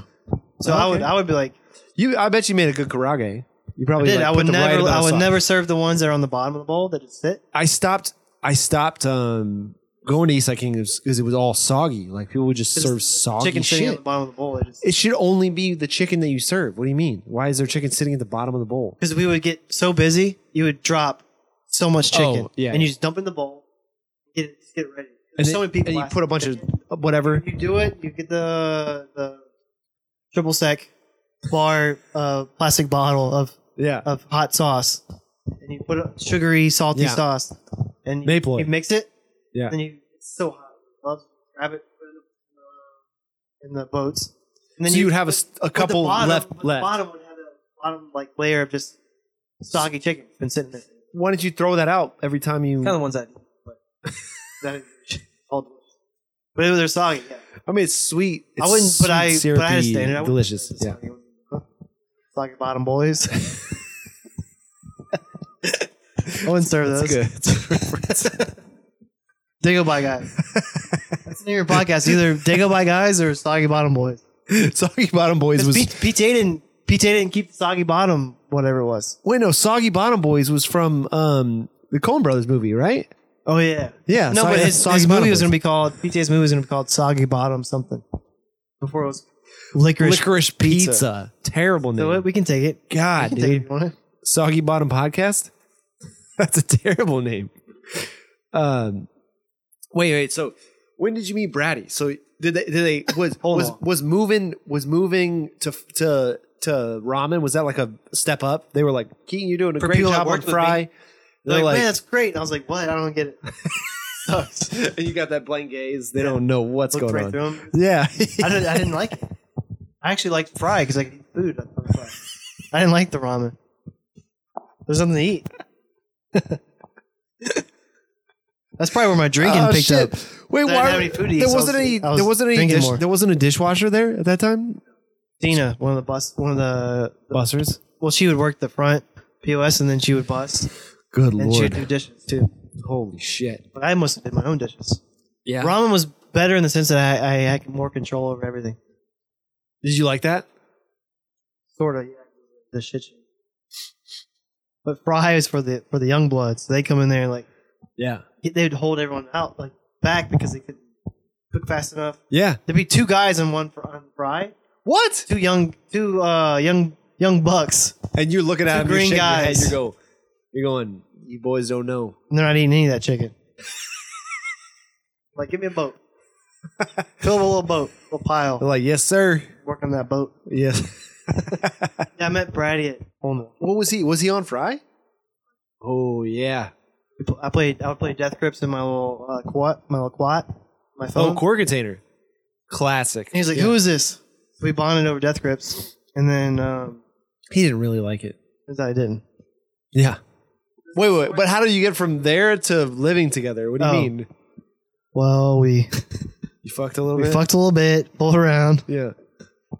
Speaker 4: So I would.
Speaker 3: Okay.
Speaker 4: I would be like.
Speaker 3: you I bet you made a good karage. You
Speaker 4: I
Speaker 7: Oh,
Speaker 3: probably
Speaker 4: did.
Speaker 3: like,
Speaker 4: I
Speaker 3: put
Speaker 4: would
Speaker 3: the right
Speaker 4: never.
Speaker 3: amount
Speaker 4: I
Speaker 3: of
Speaker 4: would
Speaker 3: sauce.
Speaker 4: never serve the ones that are on the bottom of the bowl that just sit.
Speaker 7: I stopped. I stopped um, going to Eastside Kingdoms because it was all soggy. Like people would just
Speaker 4: It's
Speaker 7: serve soggy
Speaker 4: Chicken sitting at
Speaker 7: shit.
Speaker 4: the bottom of the bowl.
Speaker 7: It should only be the chicken that you serve. What do you mean? Why is there chicken sitting at the bottom of the bowl?
Speaker 4: Because we would get so busy, you would drop so much chicken,
Speaker 7: Oh, yeah,
Speaker 4: and you
Speaker 7: yeah.
Speaker 4: just dump it in the bowl, get it, just get it ready.
Speaker 7: And
Speaker 4: There's so
Speaker 7: it-
Speaker 4: many people.
Speaker 7: and you
Speaker 4: last
Speaker 7: put a bunch of uh,
Speaker 4: minute.
Speaker 7: whatever.
Speaker 4: You do it. You get the the triple sec bar uh, plastic bottle of
Speaker 7: Yeah.
Speaker 4: of hot sauce, and you put a sugary salty
Speaker 7: Yeah.
Speaker 4: sauce, and you,
Speaker 7: Maple
Speaker 4: you
Speaker 7: it.
Speaker 4: mix it.
Speaker 7: Yeah.
Speaker 4: and you it's so hot. Love grab it, put it uh, in the, in the boats, and
Speaker 7: so you would have a, s- a
Speaker 4: but the
Speaker 7: couple
Speaker 4: bottom- but
Speaker 7: left
Speaker 4: The
Speaker 7: left.
Speaker 4: bottom would have a bottom like layer of just soggy chicken been sitting there.
Speaker 7: Why don't you throw that out every time you?
Speaker 4: Kind of the ones I do, but that is all delicious. But it, they're soggy. Yeah.
Speaker 7: I mean, it's sweet.
Speaker 4: I wouldn't,
Speaker 7: It's
Speaker 4: but I
Speaker 7: sweet,
Speaker 4: but I had a
Speaker 7: syrupy,
Speaker 4: standard. I wouldn't
Speaker 7: delicious.
Speaker 4: do
Speaker 7: Yeah.
Speaker 4: soggy. Soggy bottom boys. I wouldn't serve those.
Speaker 7: That's good. It's a reference.
Speaker 4: Dingo by guy. That's the name of your podcast. Either Dingo by guys or Soggy Bottom Boys.
Speaker 7: Soggy Bottom Boys
Speaker 4: Because
Speaker 7: was
Speaker 4: P- PTA didn't PTA didn't keep Soggy Bottom, whatever it was.
Speaker 7: wait no Soggy Bottom Boys was from um the Coen Brothers movie, right?
Speaker 4: Oh yeah.
Speaker 7: Yeah,
Speaker 4: No,
Speaker 7: Soggy-
Speaker 4: but his,
Speaker 7: Soggy
Speaker 4: his
Speaker 7: Bottom
Speaker 4: movie was
Speaker 7: Boys.
Speaker 4: gonna be called PTA's movie was gonna be called Soggy Bottom something. Before it was licorice.
Speaker 7: Licorice Pizza. Terrible name.
Speaker 4: So we can take it.
Speaker 7: God,
Speaker 4: We can take it
Speaker 7: dude.
Speaker 4: if you want.
Speaker 7: Soggy Bottom Podcast? That's a terrible name. Um, wait, wait. So
Speaker 3: When did you meet Braddy? So did they? Did they was
Speaker 4: Hold
Speaker 3: was
Speaker 4: on.
Speaker 3: was moving was moving to to to ramen? Was that like a step up? They were like, Keaton, you're doing a
Speaker 4: For
Speaker 3: great
Speaker 4: people that
Speaker 3: job on
Speaker 4: worked with
Speaker 3: Fry.
Speaker 4: They're
Speaker 3: They're
Speaker 4: like,
Speaker 3: like,
Speaker 4: man, that's great. And I was like, what? I don't get it. Sucks.
Speaker 3: and you got that blank gaze.
Speaker 7: they don't know what's
Speaker 4: Looked
Speaker 7: going
Speaker 4: right
Speaker 7: on.
Speaker 4: through him.
Speaker 7: Yeah.
Speaker 4: I didn't, I didn't like it. I actually liked fry because I could eat food. on fry. I didn't like the ramen. There's something to eat. That's probably where my drinking
Speaker 7: Oh,
Speaker 4: picked
Speaker 7: shit.
Speaker 4: up.
Speaker 7: Wait,
Speaker 4: I didn't have any
Speaker 7: why?
Speaker 4: food to eat,
Speaker 7: There
Speaker 4: so I
Speaker 7: wasn't
Speaker 4: was-
Speaker 7: any.
Speaker 4: I was
Speaker 7: There wasn't any.
Speaker 4: drinking
Speaker 7: Dish,
Speaker 4: more.
Speaker 7: there wasn't a dishwasher there at that time.
Speaker 4: Dina, one of the bus, one of the,
Speaker 7: Busters.
Speaker 4: well, she would work the front POS and then she would bust
Speaker 7: Good
Speaker 4: and she would do dishes too.
Speaker 7: Holy shit.
Speaker 4: But I mostly did my own dishes.
Speaker 7: Yeah.
Speaker 4: Ramen was better in the sense that I, I had more control over everything.
Speaker 7: Did you like that?
Speaker 4: sort of yeah, the shit show. But Fry is for the for the young bloods. They come in there and like
Speaker 7: Yeah.
Speaker 4: they'd hold everyone out like back because they couldn't cook fast enough.
Speaker 7: Yeah.
Speaker 4: There'd be two guys and one for on Fry.
Speaker 7: What?
Speaker 4: Two young two uh young young bucks.
Speaker 7: And you're looking
Speaker 4: Two
Speaker 7: at him. You're
Speaker 4: green
Speaker 7: shaking your head.
Speaker 4: guys.
Speaker 7: You go. You're going. You boys don't know.
Speaker 4: And they're not eating any of that chicken. like give me a boat. Fill up a little boat, little
Speaker 7: They're
Speaker 4: pile.
Speaker 7: like, yes, sir.
Speaker 4: Work on that boat.
Speaker 7: Yes.
Speaker 4: Yeah, I met Brady at Holman.
Speaker 3: What was he? Was he on Fry?
Speaker 7: Oh yeah.
Speaker 4: We pl- I played I would play Death Grips in my little uh, quad my little quad. My phone.
Speaker 7: Oh, core container. Classic.
Speaker 4: And he's like, "Who is this?" So we bonded over Death Grips, and then um,
Speaker 7: He didn't really like it.
Speaker 4: turns out I didn't.
Speaker 7: Yeah.
Speaker 3: Wait, wait. But how do you get from there to living together? What do you
Speaker 4: Oh.
Speaker 3: mean?
Speaker 4: Well, we
Speaker 7: You fucked a little
Speaker 4: we
Speaker 7: bit.
Speaker 4: fucked a little bit, pulled around.
Speaker 7: Yeah.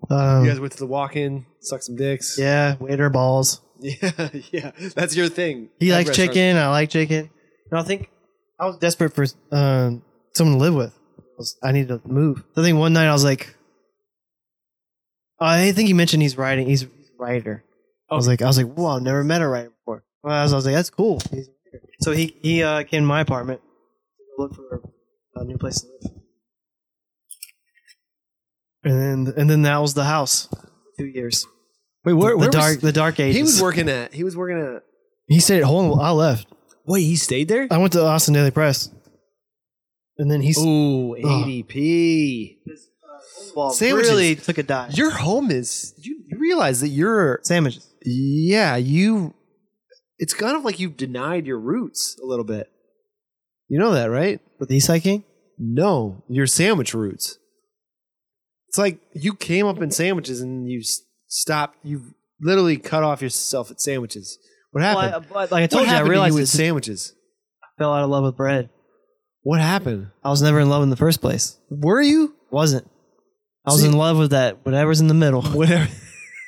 Speaker 4: Um,
Speaker 3: You guys went to the walk-in, sucked some dicks.
Speaker 4: yeah, we ate our balls.
Speaker 3: yeah, yeah. That's your thing.
Speaker 4: He
Speaker 3: At
Speaker 4: likes
Speaker 3: restaurants.
Speaker 4: chicken. I like chicken. And I think I was desperate for um, someone to live with. I, was, I needed to move. I think one night I was like, I think he mentioned he's writing. He's a writer. I
Speaker 7: Oh.
Speaker 4: was like, I was like, whoa, I've never met a writer before. Well, I was, I was like, that's cool. He's a writer. So he he uh, came to my apartment to look for a new place to live. And then and then that was the house. Two years.
Speaker 7: Wait, where,
Speaker 4: the
Speaker 7: where was-
Speaker 4: dark the dark ages.
Speaker 3: He was working at. He was working at.
Speaker 4: He said, "Hold on, I left.
Speaker 7: Wait, he stayed there?
Speaker 3: Uh,
Speaker 4: I went to Austin Daily Press." And then he
Speaker 3: Ooh,
Speaker 4: Ugh.
Speaker 3: ADP.
Speaker 4: well,
Speaker 3: Sandwiches.
Speaker 4: really took a dive.
Speaker 3: Your home is. You you realize that you're.
Speaker 4: Sandwiches.
Speaker 3: Yeah, you. It's kind of like you've denied your roots a little bit. You know that, right?
Speaker 4: With East Side King?
Speaker 3: No, your sandwich roots. It's like you came up in sandwiches and you s- stopped. You've literally cut off yourself at sandwiches. What happened?
Speaker 4: like I
Speaker 3: what
Speaker 4: told you, I
Speaker 3: happened
Speaker 4: realized
Speaker 3: to you
Speaker 4: I
Speaker 3: with sandwiches?
Speaker 4: fell out of love with bread.
Speaker 3: What happened?
Speaker 4: I was never in love in the first place.
Speaker 3: Were you?
Speaker 4: Wasn't. I was
Speaker 3: See-
Speaker 4: in love with that whatever's in the middle.
Speaker 3: Whatever.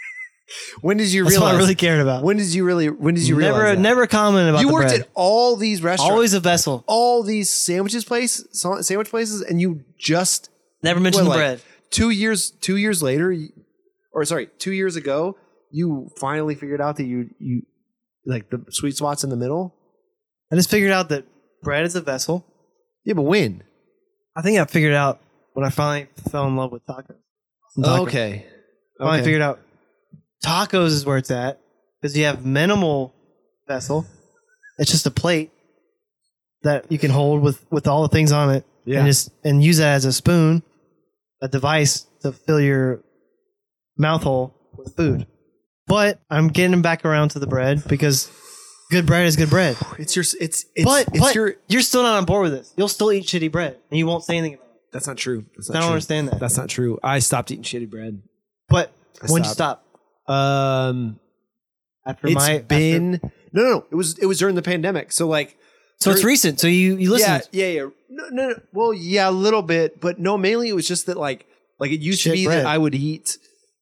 Speaker 3: when did you
Speaker 4: That's all
Speaker 3: realize?
Speaker 4: I really cared about.
Speaker 3: when did you really? When did you
Speaker 4: never,
Speaker 3: realize? that?
Speaker 4: never comment about
Speaker 3: You
Speaker 4: the
Speaker 3: worked
Speaker 4: bread.
Speaker 3: at all these restaurants,
Speaker 4: Always a vessel.
Speaker 3: all these sandwiches place, sa- sandwich places, and you just
Speaker 4: Never mentioned
Speaker 3: Well,
Speaker 4: the
Speaker 3: like-
Speaker 4: bread.
Speaker 3: two years two years later you- or sorry two years ago you finally figured out that you you like the sweet spots in the middle
Speaker 4: I just figured out that bread is a vessel.
Speaker 3: yeah but when
Speaker 4: I think I figured out when I finally fell in love with tacos. Tacos.
Speaker 3: okay
Speaker 4: Finally
Speaker 3: Okay.
Speaker 4: figured out tacos is where it's at because you have minimal vessel. It's just a plate that you can hold with with all the things on it,
Speaker 3: Yeah.
Speaker 4: and just and use that as a spoon, a device to fill your mouth hole with food. But I'm getting back around to the bread because good bread is good bread.
Speaker 3: it's your it's it's,
Speaker 4: but
Speaker 3: it's
Speaker 4: but
Speaker 3: your
Speaker 4: you're still not on board with this. You'll still eat shitty bread, and you won't say anything about it.
Speaker 7: That's not true. That's
Speaker 4: I
Speaker 7: not
Speaker 4: don't
Speaker 7: true.
Speaker 4: understand that.
Speaker 7: That's not true. I stopped eating shitty bread.
Speaker 4: but
Speaker 7: I
Speaker 4: when you stop
Speaker 7: stopped. Um,
Speaker 4: after
Speaker 3: it's
Speaker 4: my after-
Speaker 3: been no no no it was it was during the pandemic so like
Speaker 4: so it's recent. So you you listen.
Speaker 3: yeah yeah yeah no, no no well yeah a little bit but no mainly it was just that like like it used
Speaker 4: Shit
Speaker 3: to be
Speaker 4: bread.
Speaker 3: that I would eat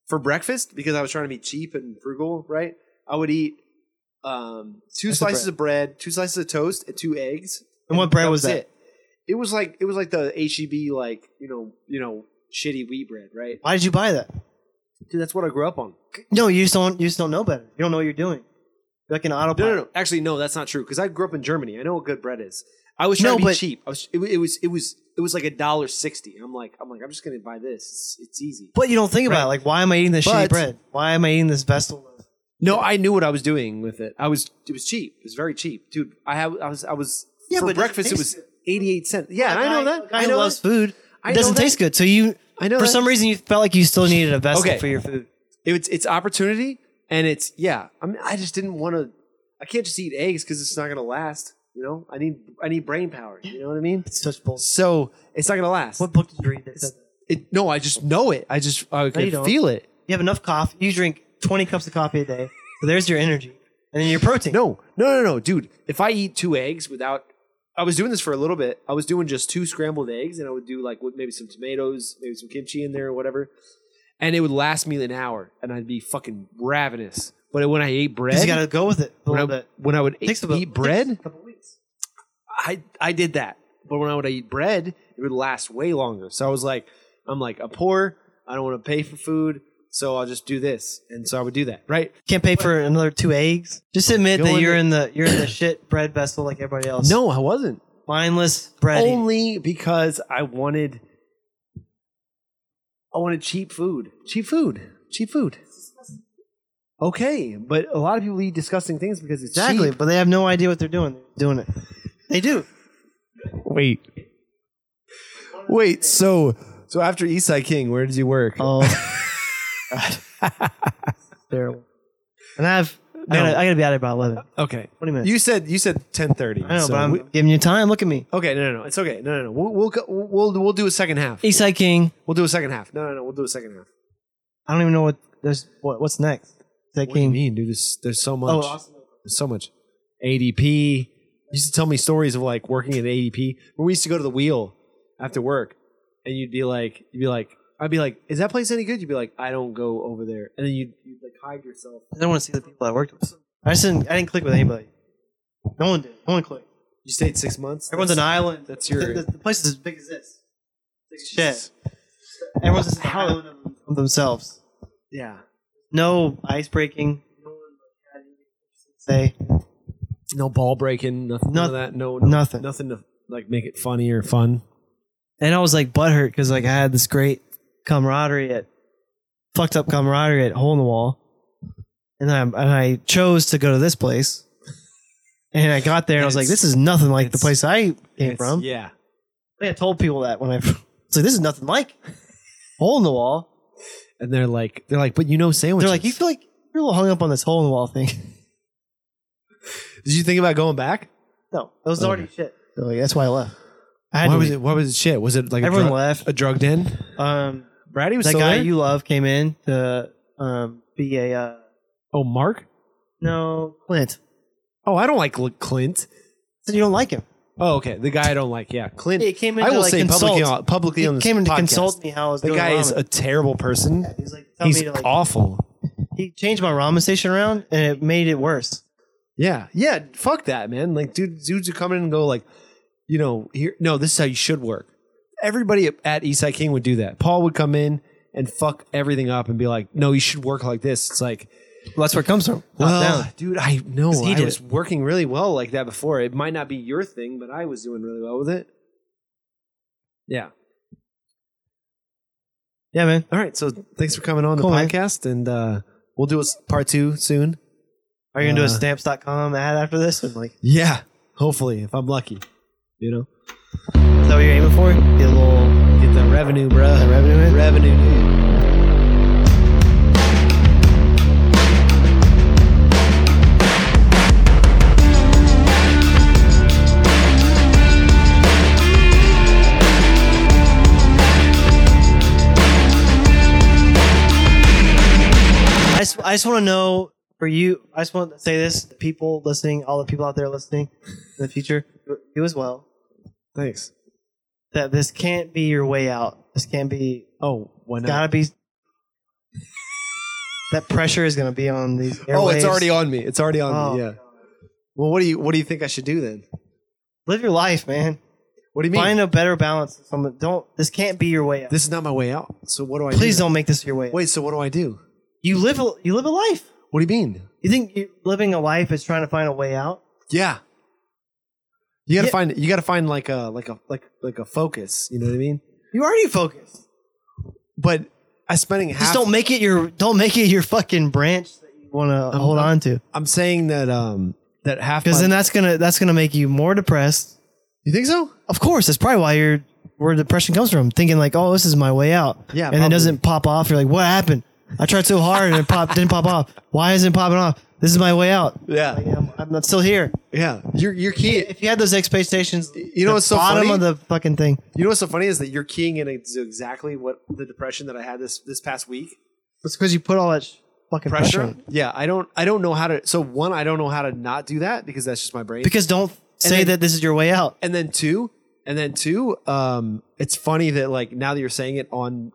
Speaker 3: for breakfast because I was trying to be cheap and frugal right I would eat um, two
Speaker 4: That's the
Speaker 3: slices of bread, two slices of toast, and two eggs.
Speaker 4: And what bread
Speaker 3: that
Speaker 4: was that?
Speaker 3: It. It was like it was like the HEB like you know you know shitty wheat bread, right?
Speaker 4: Why did you buy that?
Speaker 3: Dude, that's what I grew up on.
Speaker 4: No, you just don't. You just don't know better. You don't know what you're doing. You're like an autopilot.
Speaker 3: No, no, no. Actually, no, that's not true because I grew up in Germany. I know what good bread is. I was trying
Speaker 4: No,
Speaker 3: to be
Speaker 4: but-
Speaker 3: cheap. I was. It, wa- it was. It was. It was like a dollar sixty. I'm like. I'm like. I'm just gonna buy this. It's, it's easy.
Speaker 4: But you don't think about it. Like, why am I eating this shitty
Speaker 3: But-
Speaker 4: bread? Why am I eating this vessel? of-
Speaker 3: No, I knew what I was doing with it. I was. It was cheap. It was very cheap, dude. I have. I was. I was.
Speaker 4: Yeah,
Speaker 3: for
Speaker 4: but it
Speaker 3: breakfast, it was
Speaker 4: tastes-
Speaker 3: eighty eight cents. Yeah, and I know that.
Speaker 4: I
Speaker 3: I know
Speaker 4: loves
Speaker 3: that.
Speaker 4: food.
Speaker 3: I
Speaker 4: It
Speaker 3: know
Speaker 4: doesn't
Speaker 3: that.
Speaker 4: taste good. So you,
Speaker 3: I know
Speaker 4: for
Speaker 3: that.
Speaker 4: some reason, you felt like you still needed a vessel
Speaker 3: Okay.
Speaker 4: for your food.
Speaker 3: It- It's it's opportunity, and it's yeah. I mean, I just didn't want to. I can't just eat eggs because it's not gonna last. You know, I need I need brain power. You know what I mean?
Speaker 4: It's such bullshit.
Speaker 3: So it's not gonna last.
Speaker 4: What book did you read that said that?
Speaker 3: It, no, I just know it. I just I
Speaker 4: you
Speaker 3: could
Speaker 4: don't.
Speaker 3: feel it.
Speaker 4: You have enough coffee. You drink 20 cups of coffee a day. So there's your energy. And then your protein.
Speaker 3: No, no, no, no, dude. If I eat two eggs without, I was doing this for a little bit. I was doing just two scrambled eggs, and I would do like with maybe some tomatoes, maybe some kimchi in there or whatever, and it would last me an hour, and I'd be fucking ravenous. But when I ate bread,
Speaker 4: 'Cause you got to go with it a
Speaker 3: when,
Speaker 4: little
Speaker 3: I,
Speaker 4: bit.
Speaker 3: when I would eat,
Speaker 4: Takes about-
Speaker 3: eat bread,
Speaker 4: takes a couple weeks.
Speaker 3: I I did that. But when I would eat bread, it would last way longer. So I was like, I'm like, I'm poor. I don't want to pay for food, so I'll just do this. And so I would do that, right?
Speaker 4: Can't pay for another two eggs. Just admit
Speaker 3: Go
Speaker 4: that
Speaker 3: in
Speaker 4: you're
Speaker 3: the-
Speaker 4: in the you're in the shit bread vessel like everybody else.
Speaker 3: No, I wasn't.
Speaker 4: mindless bread. eating.
Speaker 3: only because I wanted I wanted cheap food. Cheap food. Cheap food. Okay, but a lot of people eat disgusting things because it's
Speaker 4: Exactly,
Speaker 3: cheap.
Speaker 4: but they have no idea what they're doing. They're doing it. They do.
Speaker 7: Wait. Wait, so so after Eastside King, where did you work?
Speaker 4: Oh, terrible. And I've I, gotta, I gotta be out of about 11,
Speaker 7: okay.
Speaker 4: 20 minutes.
Speaker 7: You said you said 10:30.
Speaker 4: I know,
Speaker 7: so
Speaker 4: but I'm
Speaker 7: we-
Speaker 4: giving you time. Look at me.
Speaker 3: Okay, no, no, no. It's okay. No, no, no. We'll we'll go- we'll, we'll do a second half.
Speaker 4: Eastside King.
Speaker 3: We'll do a second half. No, no, no. We'll do a second half.
Speaker 4: I don't even know what there's. What, what's next? Eastside
Speaker 7: what do you
Speaker 4: King.
Speaker 7: mean, dude? There's there's so much.
Speaker 4: Oh, awesome.
Speaker 7: There's so much. ADP. You used to tell me stories of like working at ADP.
Speaker 3: Where we used to go to the wheel after work, and you'd be like, you'd be like, I'd be like, is that place any good? You'd be like, I don't go over there, and then you'd, you'd like hide yourself.
Speaker 4: I don't want to see the people I worked with. I just didn't. I didn't click with anybody. No one did. No one clicked.
Speaker 3: You stayed six months.
Speaker 4: Everyone's an island.
Speaker 3: that's your-
Speaker 4: The, the place is as big as this. It's like shit. Everyone's just an island of- of themselves.
Speaker 3: yeah.
Speaker 4: No ice breaking. Say
Speaker 3: No ball breaking, nothing, none of
Speaker 4: Noth-
Speaker 3: that, no, no-
Speaker 4: nothing.
Speaker 3: nothing to like make it funny or fun.
Speaker 4: and I was like butthurt because like I had this great camaraderie at fucked up camaraderie at hole in the wall, and then I, and I chose to go to this place, and I got there and I was like, this is nothing like the place I came from.
Speaker 3: Yeah,
Speaker 4: I had told people that when I it's like this is nothing like hole in the wall.
Speaker 3: and they're like, they're like, but you know sandwiches.
Speaker 4: They're like, you feel like you're a little hung up on this hole in the wall thing.
Speaker 3: did you think about going back?
Speaker 4: no, it was already shit. So like, that's why I left. I had
Speaker 7: Why
Speaker 4: to
Speaker 7: was
Speaker 4: leave.
Speaker 7: it? Why was it shit? Was it like
Speaker 4: Everyone
Speaker 7: a, drug,
Speaker 4: left.
Speaker 7: a drug den?
Speaker 4: Um,
Speaker 7: Brady was
Speaker 4: that
Speaker 7: still
Speaker 4: guy
Speaker 7: there?
Speaker 4: you love came in to um, be a uh,
Speaker 7: oh, Mark.
Speaker 4: no Clint.
Speaker 7: Oh, I don't like Cl- Clint.
Speaker 4: Said you don't like him.
Speaker 7: Oh, okay. The guy I don't like. Yeah, Clint.
Speaker 4: He came in
Speaker 7: I
Speaker 4: to,
Speaker 7: will
Speaker 4: like,
Speaker 7: say publicly,
Speaker 4: consult.
Speaker 7: on, publicly
Speaker 4: He
Speaker 7: on this
Speaker 4: came in to
Speaker 7: podcast,
Speaker 4: consult me how I was
Speaker 7: The
Speaker 4: doing
Speaker 7: guy
Speaker 4: ramen.
Speaker 7: is a terrible person.
Speaker 4: He's like, tell
Speaker 7: He's
Speaker 4: me to like.
Speaker 7: awful.
Speaker 4: He changed my ramen station around, and it made it worse.
Speaker 7: Yeah, yeah. Fuck that, man. Like, dude, dudes who come in and go like, you know, here. No, this is how you should work. Everybody at- at Eastside King would do that. Paul would come in and fuck everything up and be like, "No, you should work like this." It's like,
Speaker 4: Well, that's where it comes from.
Speaker 7: well, dude, I know
Speaker 4: 'Cause he
Speaker 7: I
Speaker 4: did
Speaker 7: was
Speaker 4: it.
Speaker 7: working really well like that before. It might not be your thing, but I was doing really well with it. Yeah.
Speaker 4: Yeah, man.
Speaker 7: All right. So thanks for coming on
Speaker 4: Cool,
Speaker 7: the
Speaker 4: man.
Speaker 7: podcast, and uh, we'll do a s- part two soon.
Speaker 4: Are you gonna do
Speaker 7: Uh,
Speaker 4: a stamps.com ad after this? And like,
Speaker 7: Yeah, hopefully, if I'm lucky, you know,
Speaker 4: is that what you're aiming for? Get a little
Speaker 7: get that revenue, bruh.
Speaker 4: that revenue in.
Speaker 7: revenue, dude.
Speaker 4: I just, I just want to know for you. I just want to say this: the people listening, all the people out there listening in the future, you as well.
Speaker 7: Thanks.
Speaker 4: That this can't be your way out. This can't be.
Speaker 7: Oh, why not?
Speaker 4: Gotta be. That pressure is going to be on these.
Speaker 3: Oh, it's
Speaker 4: airwaves.
Speaker 3: already on me. It's already on
Speaker 4: Oh.
Speaker 3: me. Yeah. Well, what do you what do you think I should do then?
Speaker 4: Live your life, man.
Speaker 3: What do you mean?
Speaker 4: Find a better balance. Some- Don't. This can't be your way out.
Speaker 3: This is not my way out. So what do I?
Speaker 4: Please
Speaker 3: do?
Speaker 4: don't make this your way. out.
Speaker 3: Wait. So what do I do?
Speaker 4: You live. A, you live a life.
Speaker 3: What do you mean?
Speaker 4: You think you, living a life is trying to find a way out?
Speaker 3: Yeah. You gotta
Speaker 4: Yeah.
Speaker 3: find you gotta find like a like a like like a focus. You know what I mean?
Speaker 4: You already focused.
Speaker 3: But I spending half.
Speaker 4: Just don't make it your. Don't make it your fucking branch that you want to hold on to.
Speaker 3: I'm saying that um that half.
Speaker 4: Because
Speaker 3: my-
Speaker 4: then that's gonna that's gonna make you more depressed.
Speaker 3: you think so?
Speaker 4: Of course, that's probably why you're where depression comes from. Thinking like, oh, this is my way out.
Speaker 3: Yeah,
Speaker 4: and it
Speaker 3: probably.
Speaker 4: doesn't pop off. You're like, what happened? I tried so hard and it pop didn't pop off. Why isn't it popping off? This is my way out.
Speaker 3: Yeah.
Speaker 4: I'm, I'm not still here.
Speaker 3: Yeah. You're you're key.
Speaker 4: If you had those expectations,
Speaker 3: You know what's so
Speaker 4: bottom
Speaker 3: funny?
Speaker 4: of the fucking thing.
Speaker 3: You know what's so funny is that you're keying in ex- exactly what the depression that I had this this past week.
Speaker 4: It's because you put all that sh- fucking pressure.
Speaker 3: Pressure.
Speaker 4: on.
Speaker 3: Yeah, I don't I don't know how to. So one, I don't know how to not do that because that's just my brain.
Speaker 4: Because don't say
Speaker 3: then-
Speaker 4: that this is your way out.
Speaker 3: and then two, and then two. Um, it's funny that like now that you're saying it on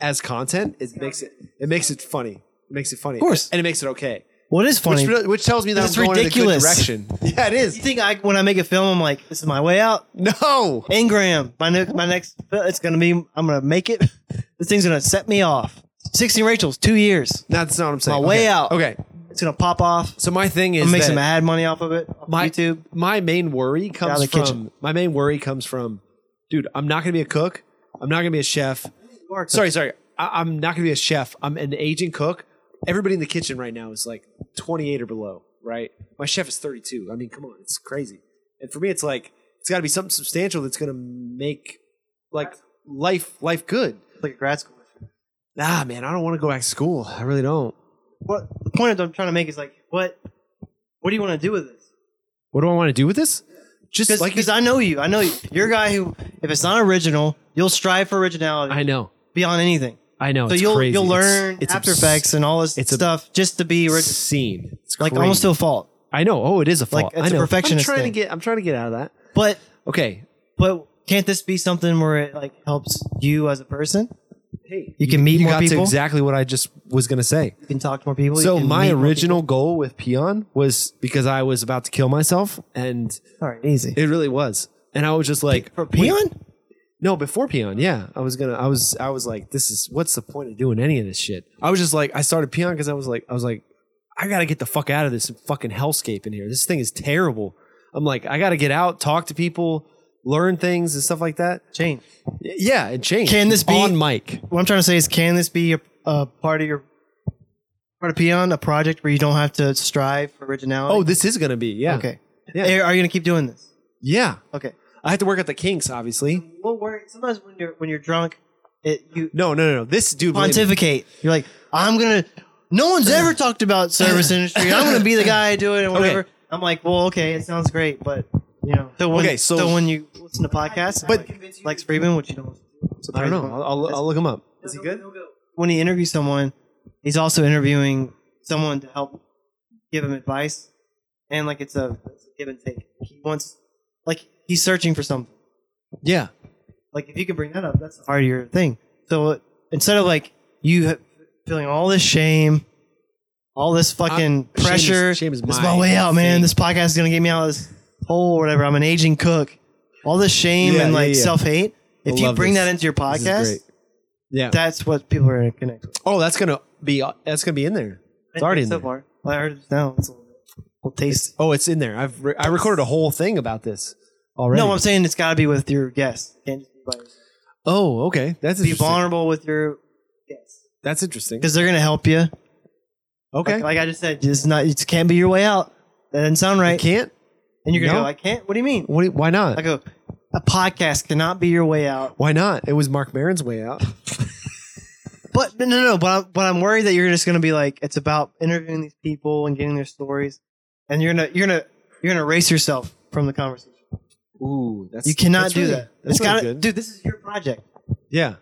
Speaker 3: as content, it makes it it makes it funny. It makes it funny. Of
Speaker 4: course.
Speaker 3: and it makes it okay.
Speaker 4: What is funny?
Speaker 3: Which, re- which tells me that
Speaker 4: It's
Speaker 3: I'm going
Speaker 4: ridiculous.
Speaker 3: in a good direction. Yeah, it
Speaker 4: you
Speaker 3: is.
Speaker 4: think I when I make a film, I'm like, this is my way out.
Speaker 3: No,
Speaker 4: Ingram, my next, my next, it's gonna be. I'm gonna make it. This thing's gonna set me off. Sixteen Rachel's, two years.
Speaker 3: that's not what I'm saying.
Speaker 4: My way
Speaker 3: Okay.
Speaker 4: out.
Speaker 3: Okay,
Speaker 4: It's gonna pop off.
Speaker 3: so my thing is
Speaker 4: I'll make
Speaker 3: that
Speaker 4: some ad money off of it. off
Speaker 3: my,
Speaker 4: YouTube.
Speaker 3: My main worry comes
Speaker 4: the
Speaker 3: from
Speaker 4: kitchen.
Speaker 3: my main worry comes from, dude. I'm not gonna be a cook. I'm not gonna be a chef. Sorry, sorry. I, I'm not gonna be a chef. I'm an aging cook. Everybody in the kitchen right now is like 28 or below, right? My chef is 32. I mean, come on, it's crazy. And for me, it's like it's got to be something substantial that's gonna make like life life good.
Speaker 4: like a grad school.
Speaker 3: Nah, man, I don't want to go back to school. I really don't.
Speaker 4: What the point I'm trying to make is like, what, what do you want to do with this?
Speaker 3: What do I want to do with this? Just
Speaker 4: Because
Speaker 3: like you-
Speaker 4: I know you. I know you. You're a guy who, if it's not original, you'll strive for originality
Speaker 3: I know,
Speaker 4: beyond anything.
Speaker 3: I know.
Speaker 4: So
Speaker 3: it's
Speaker 4: you'll
Speaker 3: crazy.
Speaker 4: you'll
Speaker 3: It's-
Speaker 4: learn
Speaker 3: it's
Speaker 4: After
Speaker 3: abs-
Speaker 4: Effects and all this
Speaker 3: it's a-
Speaker 4: stuff just to be original.
Speaker 3: scene. It's
Speaker 4: Like
Speaker 3: crazy.
Speaker 4: almost to a fault.
Speaker 3: I know. Oh, it is a
Speaker 4: Like,
Speaker 3: fault.
Speaker 4: it's
Speaker 3: I
Speaker 4: a
Speaker 3: know.
Speaker 4: perfectionist
Speaker 3: I'm trying
Speaker 4: thing.
Speaker 3: to get. I'm trying to get out of that.
Speaker 4: But
Speaker 3: Okay.
Speaker 4: but can't this be something where it like helps you as a person?
Speaker 3: Hey,
Speaker 4: You can meet
Speaker 3: you
Speaker 4: more
Speaker 3: got
Speaker 4: people.
Speaker 3: to exactly what I just was gonna say.
Speaker 4: You can talk to more people. you
Speaker 3: So
Speaker 4: can
Speaker 3: my
Speaker 4: meet more
Speaker 3: original goal with Peon was because I was about to kill myself, and
Speaker 4: people. All right, easy.
Speaker 3: it really was. And I was just like,
Speaker 4: For peon?
Speaker 3: no, before Peon, yeah, I was gonna, I was, I was like, this is what's the point of doing any of this shit? I was just like, I started Peon because I was like, I was like, I gotta get the fuck out of this fucking hellscape in here. This thing is terrible. I'm like, I gotta get out, talk to people, learn things and stuff like that.
Speaker 4: Change.
Speaker 3: Yeah, and change.
Speaker 4: Can this be-
Speaker 3: on mic?
Speaker 4: What I'm trying to say is, can this be a, a part of your part of peon, a project where you don't have to strive for
Speaker 3: Oh,
Speaker 4: originality?
Speaker 3: this is gonna be yeah,
Speaker 4: okay.
Speaker 3: Yeah.
Speaker 4: Are- Are you gonna keep doing this?
Speaker 3: yeah.
Speaker 4: Okay.
Speaker 3: I have to work at the kinks, obviously.
Speaker 4: Well, worry. Sometimes when you're when you're drunk, it you
Speaker 3: No, no, no, no. This dude, believe me.
Speaker 4: pontificate. You're like, I'm gonna. No one's ever talked about service industry. I'm gonna be the guy to do it and whatever. I'm like, well, okay, it sounds great, but you know, the one,
Speaker 3: Okay, so-
Speaker 4: the one you listen to podcasts,
Speaker 3: But-
Speaker 4: but like, Lex Friedman, which you don't.
Speaker 3: I don't know. I'll, I'll, I'll look him up.
Speaker 4: Is he good? When he interviews someone, he's also interviewing someone to help give him advice, and like it's a, it's a give and take. He wants, like, he's searching for something.
Speaker 3: Yeah,
Speaker 4: Like if you can bring that up, that's part of your thing. So uh, instead of like you ha- feeling all this shame, all this fucking
Speaker 3: Ah, shame is-
Speaker 4: pressure,
Speaker 3: shame is
Speaker 4: this is
Speaker 3: my
Speaker 4: my way out, man.
Speaker 3: thing.
Speaker 4: This podcast is gonna get me out of this hole or whatever. I'm an aging cook. All this shame
Speaker 3: Yeah,
Speaker 4: and
Speaker 3: yeah,
Speaker 4: like
Speaker 3: yeah.
Speaker 4: self hate. If you
Speaker 3: love
Speaker 4: bring
Speaker 3: this.
Speaker 4: that into your
Speaker 3: This is
Speaker 4: podcast,
Speaker 3: great. Yeah.
Speaker 4: that's what people are gonna connect. With.
Speaker 3: oh, that's gonna be that's gonna be in there. It's already in
Speaker 4: so
Speaker 3: there.
Speaker 4: far. Well, I heard it now. It's a little bit. We'll taste.
Speaker 3: Oh, it's in there. I've re- I recorded a whole thing about this already.
Speaker 4: No, I'm saying it's got to be with your guests. Can't just be, by yourself.
Speaker 3: oh, okay. That's
Speaker 4: be
Speaker 3: interesting.
Speaker 4: vulnerable with your guests
Speaker 3: That's interesting.
Speaker 4: because they're gonna help you.
Speaker 3: Okay.
Speaker 4: Like, like I just said, it's not. It can't be your way out. That doesn't sound right.
Speaker 3: Can't.
Speaker 4: And you're gonna
Speaker 3: No.
Speaker 4: go, I can't. What do you mean?
Speaker 3: What, do you- why not?
Speaker 4: I go, a podcast cannot be your way out.
Speaker 3: why not? It was Mark Maron's way out.
Speaker 4: But but no, no. But I'm, but I'm worried that you're just gonna be like, it's about interviewing these people and getting their stories, and you're gonna you're gonna you're gonna erase yourself from the conversation.
Speaker 3: Ooh, that's
Speaker 4: You cannot
Speaker 3: that's
Speaker 4: do
Speaker 3: really-
Speaker 4: that.
Speaker 3: That's
Speaker 4: it's gotta,
Speaker 3: really good.
Speaker 4: dude. This is your project.
Speaker 3: Yeah.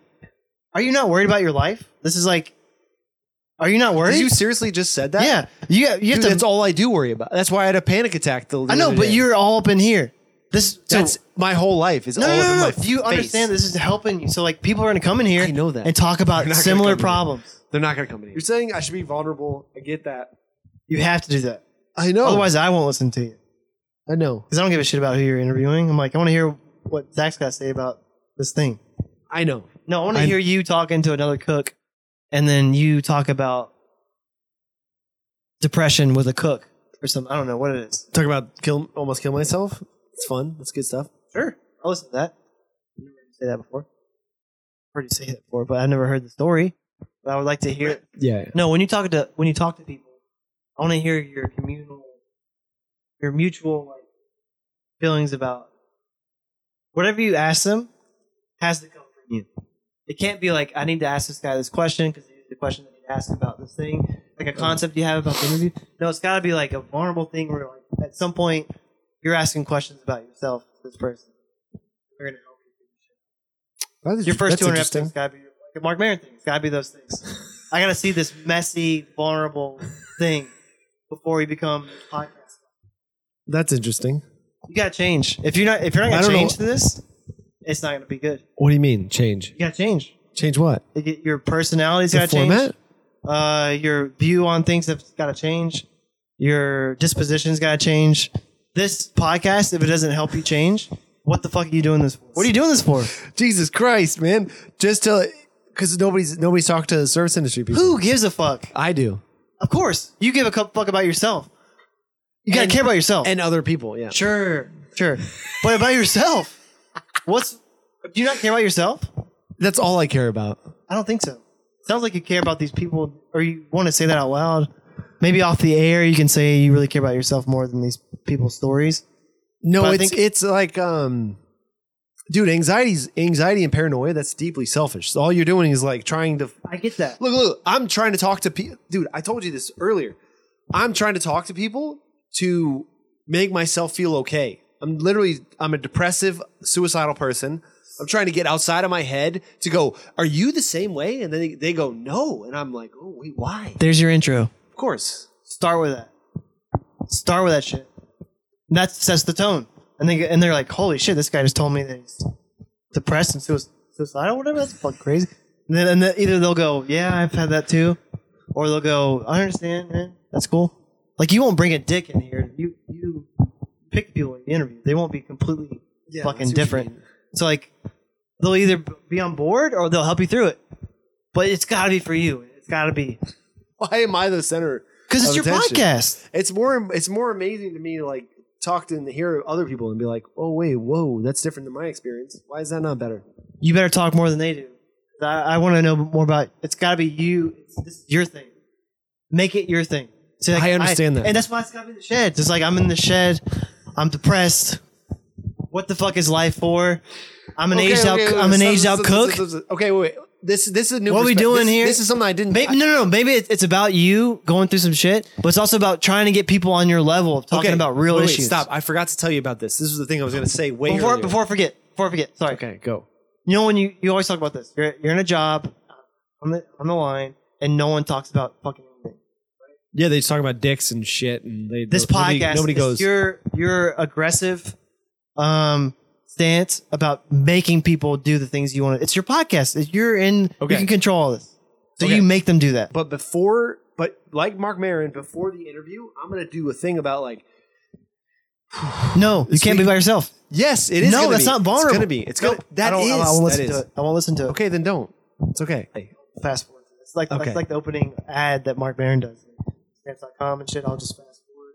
Speaker 4: Are you not worried about your life? This is like, are you not worried?
Speaker 3: Did you seriously just said that?
Speaker 4: yeah, you you have
Speaker 3: Dude,
Speaker 4: to.
Speaker 3: that's all I do worry about. That's why I had a panic attack. The, the
Speaker 4: I know,
Speaker 3: other
Speaker 4: but
Speaker 3: day.
Speaker 4: you're all up in here.
Speaker 3: This that's my whole life is
Speaker 4: No,
Speaker 3: all
Speaker 4: no,
Speaker 3: over
Speaker 4: no, no.
Speaker 3: my
Speaker 4: If you
Speaker 3: face.
Speaker 4: understand this is helping you, so like people are gonna come in here
Speaker 3: I know that.
Speaker 4: and talk about
Speaker 3: They're not gonna
Speaker 4: similar
Speaker 3: come in.
Speaker 4: problems.
Speaker 3: They're not gonna come in here.
Speaker 8: You're saying I should be vulnerable. I get that.
Speaker 4: You have to do that.
Speaker 3: I know.
Speaker 4: Otherwise, I won't listen to you
Speaker 3: I know.
Speaker 4: because I don't give a shit about who you're interviewing. I'm like, I want to hear what Zach's got to say about this thing.
Speaker 3: I know.
Speaker 4: No, I want to
Speaker 3: I-
Speaker 4: hear you talking to another cook, and then you talk about depression with a cook or something. I don't know what it is.
Speaker 3: Talk about kill almost kill myself. It's fun. That's good stuff.
Speaker 4: Sure, I'll listen to that. I've never heard you say that before. I've heard you say that before, but I never heard the story. But I would like to hear. it.
Speaker 3: Yeah.
Speaker 4: No, when you talk to when you talk to people, I want to hear your communal, your mutual like feelings about whatever you ask them has to come from you. It can't be like I need to ask this guy this question because here's the question that he asked about this thing, like a concept you have about the interview. No, it's got to be like a vulnerable thing where like at some point you're asking questions about yourself, to this person. They're gonna help you. Your first
Speaker 3: that's
Speaker 4: 200
Speaker 3: interesting.
Speaker 4: episodes got to be like the Mark Maron thing. It's got to be those things. I got to see this messy, vulnerable thing before you become podcast.
Speaker 3: That's interesting.
Speaker 4: You got to change. If you're not, if you're not
Speaker 3: I
Speaker 4: going
Speaker 3: don't
Speaker 4: to
Speaker 3: know.
Speaker 4: change to this, it's not going to be good.
Speaker 3: What do you mean change?
Speaker 4: You got to change.
Speaker 3: Change what?
Speaker 4: You get- Your personality's
Speaker 3: The
Speaker 4: got to
Speaker 3: format.
Speaker 4: change. Uh, your view on things has got to change. Your disposition's got to change. This podcast, if it doesn't help you change, what the fuck are you doing this for? What are you doing this for?
Speaker 3: Jesus Christ, man! Just to because nobody's nobody's talked to the service industry people.
Speaker 4: Who gives a fuck?
Speaker 3: I do.
Speaker 4: Of course, you give a cup fuck about yourself. You gotta
Speaker 3: And-
Speaker 4: care about yourself.
Speaker 3: And other people. Yeah.
Speaker 4: sure, sure, but about yourself. What's do you not care about yourself?
Speaker 3: That's all I care about.
Speaker 4: I don't think so. Sounds like you care about these people, or you want to say that out loud. Maybe off the air, you can say you really care about yourself more than these people's stories.
Speaker 3: No,
Speaker 4: But I
Speaker 3: it's
Speaker 4: think-
Speaker 3: it's like um dude, anxiety's anxiety and paranoia, that's deeply selfish. So all you're doing is like trying to
Speaker 4: I get that.
Speaker 3: Look, look, I'm trying to talk to people. Dude, I told you this earlier. I'm trying to talk to people to make myself feel okay. I'm literally I'm a depressive, suicidal person. I'm trying to get outside of my head to go, are you the same way? And then they, they go, no. And I'm like, oh, wait, why?
Speaker 4: There's your intro.
Speaker 3: Of course.
Speaker 4: Start with that. Start with that shit. And that sets the tone. And they and they're like, holy shit, this guy just told me that he's depressed and suic- suicidal, whatever. That's fucking crazy. And then, and then either they'll go, yeah, I've had that too, or they'll go, I understand, man. That's cool. Like you won't bring a dick in here. You you pick people in the interview. They won't be completely fucking different. So like they'll either be on board or they'll help you through it. But it's got to be for you. It's got to be
Speaker 3: Why am I the center?
Speaker 4: because it's
Speaker 3: Of
Speaker 4: your
Speaker 3: attention.
Speaker 4: podcast.
Speaker 3: It's more it's more amazing to me to like talk to and hear other people and be like, oh wait, whoa, that's different than my experience. Why is that not better?
Speaker 4: you better talk more than they do. I, I want to know more about. It's got to be you. It's, this is your thing. Make it your thing. So like,
Speaker 3: I understand that.
Speaker 4: and that's why it's got to be the shed. It's like I'm in the shed. I'm depressed. What the fuck is life for? I'm an aged out. I'm an aged out cook.
Speaker 3: Okay, wait, wait. This this is a new.
Speaker 4: What we
Speaker 3: perspective.
Speaker 4: doing
Speaker 3: This-
Speaker 4: here?
Speaker 3: This is something I didn't.
Speaker 4: Maybe, no, no, no. Maybe it's, it's about you going through some shit, but it's also about trying to get people on your level of talking
Speaker 3: okay,
Speaker 4: about real
Speaker 3: wait, wait,
Speaker 4: issues.
Speaker 3: Stop! I forgot to tell you about this. This is the thing I was going to say. Wait,
Speaker 4: Before, before I forget. Before I forget. Sorry.
Speaker 3: Okay, go.
Speaker 4: you know when you, you always talk about this you're, you're in a job on the, on the line and no one talks about fucking anything
Speaker 3: Yeah, they just talk about dicks and shit, and they
Speaker 4: this
Speaker 3: nobody-
Speaker 4: podcast
Speaker 3: Nobody
Speaker 4: is
Speaker 3: goes.
Speaker 4: your your aggressive um stance about making people do the things you want to it's your podcast It's- you're in
Speaker 3: Okay.
Speaker 4: you can control all this so
Speaker 3: Okay.
Speaker 4: you make them do that
Speaker 3: But before, but like Mark Maron, before the interview, I'm going to do a thing about like.
Speaker 4: no you can't be
Speaker 3: Speak-
Speaker 4: by yourself
Speaker 3: Yes, it is.
Speaker 4: no
Speaker 3: gonna
Speaker 4: that's
Speaker 3: be.
Speaker 4: not vulnerable
Speaker 3: It's going to be. It's going.
Speaker 4: Nope.
Speaker 3: That
Speaker 4: I
Speaker 3: is.
Speaker 4: don't- I won't
Speaker 3: That
Speaker 4: listen
Speaker 3: is.
Speaker 4: to it I won't listen to it
Speaker 3: Okay, then don't. It's okay.
Speaker 4: fast forward. It's like
Speaker 3: Okay.
Speaker 4: that's like the opening ad that Mark Maron does. Stamps.com and shit. I'll just fast forward.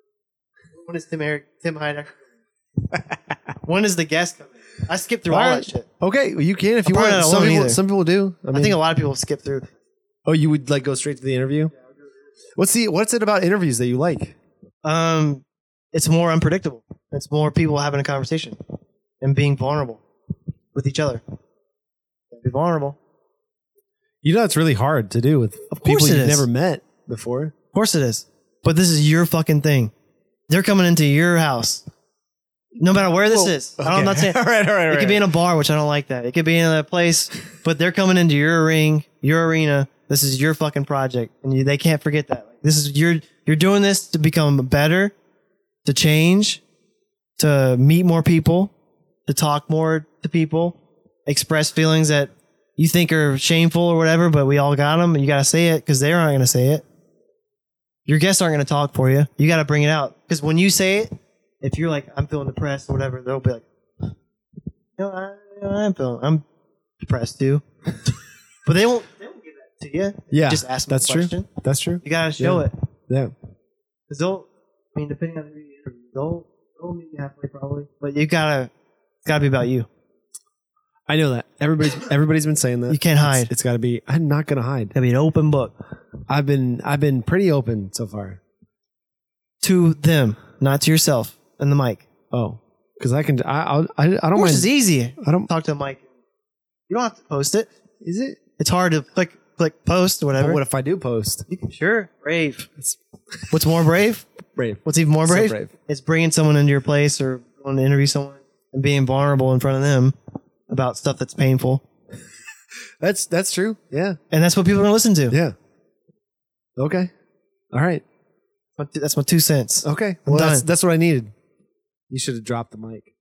Speaker 4: When is Tim Eric Tim Heidecker? when is the guest coming? I skip through all,
Speaker 3: All right.
Speaker 4: that shit.
Speaker 3: Okay, well, you can if you
Speaker 4: probably
Speaker 3: want.
Speaker 4: not
Speaker 3: Some
Speaker 4: alone
Speaker 3: people,
Speaker 4: either.
Speaker 3: some people do. I,
Speaker 4: I,
Speaker 3: mean,
Speaker 4: think a lot of people skip through.
Speaker 3: oh, you would like go straight to the interview. What's the What's it about interviews that you like?
Speaker 4: Um, it's more unpredictable. It's more people having a conversation and being vulnerable with each other. Be vulnerable.
Speaker 3: You know, it's really hard to do with
Speaker 4: course
Speaker 3: people
Speaker 4: it
Speaker 3: you've
Speaker 4: is.
Speaker 3: never met before.
Speaker 4: Of course it is. But this is your fucking thing. They're coming into your house. No matter where this is. I don't, I'm not saying
Speaker 3: all right, all right, all
Speaker 4: It
Speaker 3: right.
Speaker 4: could be in a bar, which I don't like that. It could be in a place, but they're coming into your ring, your arena. This is your fucking project, and you, they can't forget that. Like, this is you're you're doing this to become better, to change, to meet more people, to talk more to people, express feelings that you think are shameful or whatever, but we all got them and you got to say it because they aren't going to say it. Your guests aren't going to talk for you. You got to bring it out because when you say it, if you're like, I'm feeling depressed or whatever, they'll be like, no, I, I'm feeling, I'm depressed too. but they won't, they won't give that to you.
Speaker 3: Yeah,
Speaker 4: Just ask them
Speaker 3: that's
Speaker 4: a
Speaker 3: true.
Speaker 4: question.
Speaker 3: That's true.
Speaker 4: You got to show
Speaker 3: Yeah.
Speaker 4: it.
Speaker 3: Yeah.
Speaker 4: Because they'll, I mean, depending on who you interview, they'll, they'll meet you halfway probably. But you gotta, it's gotta be about you.
Speaker 3: I know that everybody's everybody's been saying that.
Speaker 4: You can't
Speaker 3: It's-
Speaker 4: hide.
Speaker 3: it's got to be. I'm not gonna hide.
Speaker 4: Gotta be an open book
Speaker 3: I've been I've been pretty open so far.
Speaker 4: to them, not to yourself and the mic.
Speaker 3: Oh, because I can. I I'll- I, I don't
Speaker 4: Which
Speaker 3: mind.
Speaker 4: is easy.
Speaker 3: I don't.
Speaker 4: Talk to the mic. You don't have to post it.
Speaker 3: Is it?
Speaker 4: It's hard to click, click post or
Speaker 3: But
Speaker 4: whatever.
Speaker 3: what if I do post?
Speaker 4: You can- sure, brave. What's more brave?
Speaker 3: Brave.
Speaker 4: What's even more
Speaker 3: So
Speaker 4: brave?
Speaker 3: brave.
Speaker 4: It's bringing someone into your place or going to interview someone and being vulnerable in front of them about stuff that's painful.
Speaker 3: That's that's true. Yeah.
Speaker 4: And that's what people are gonna listen to.
Speaker 3: Yeah. Okay. All right.
Speaker 4: That's my two cents.
Speaker 3: Okay.
Speaker 4: I'm
Speaker 3: Well, that's
Speaker 4: done.
Speaker 3: that's what I needed. You should have dropped the mic.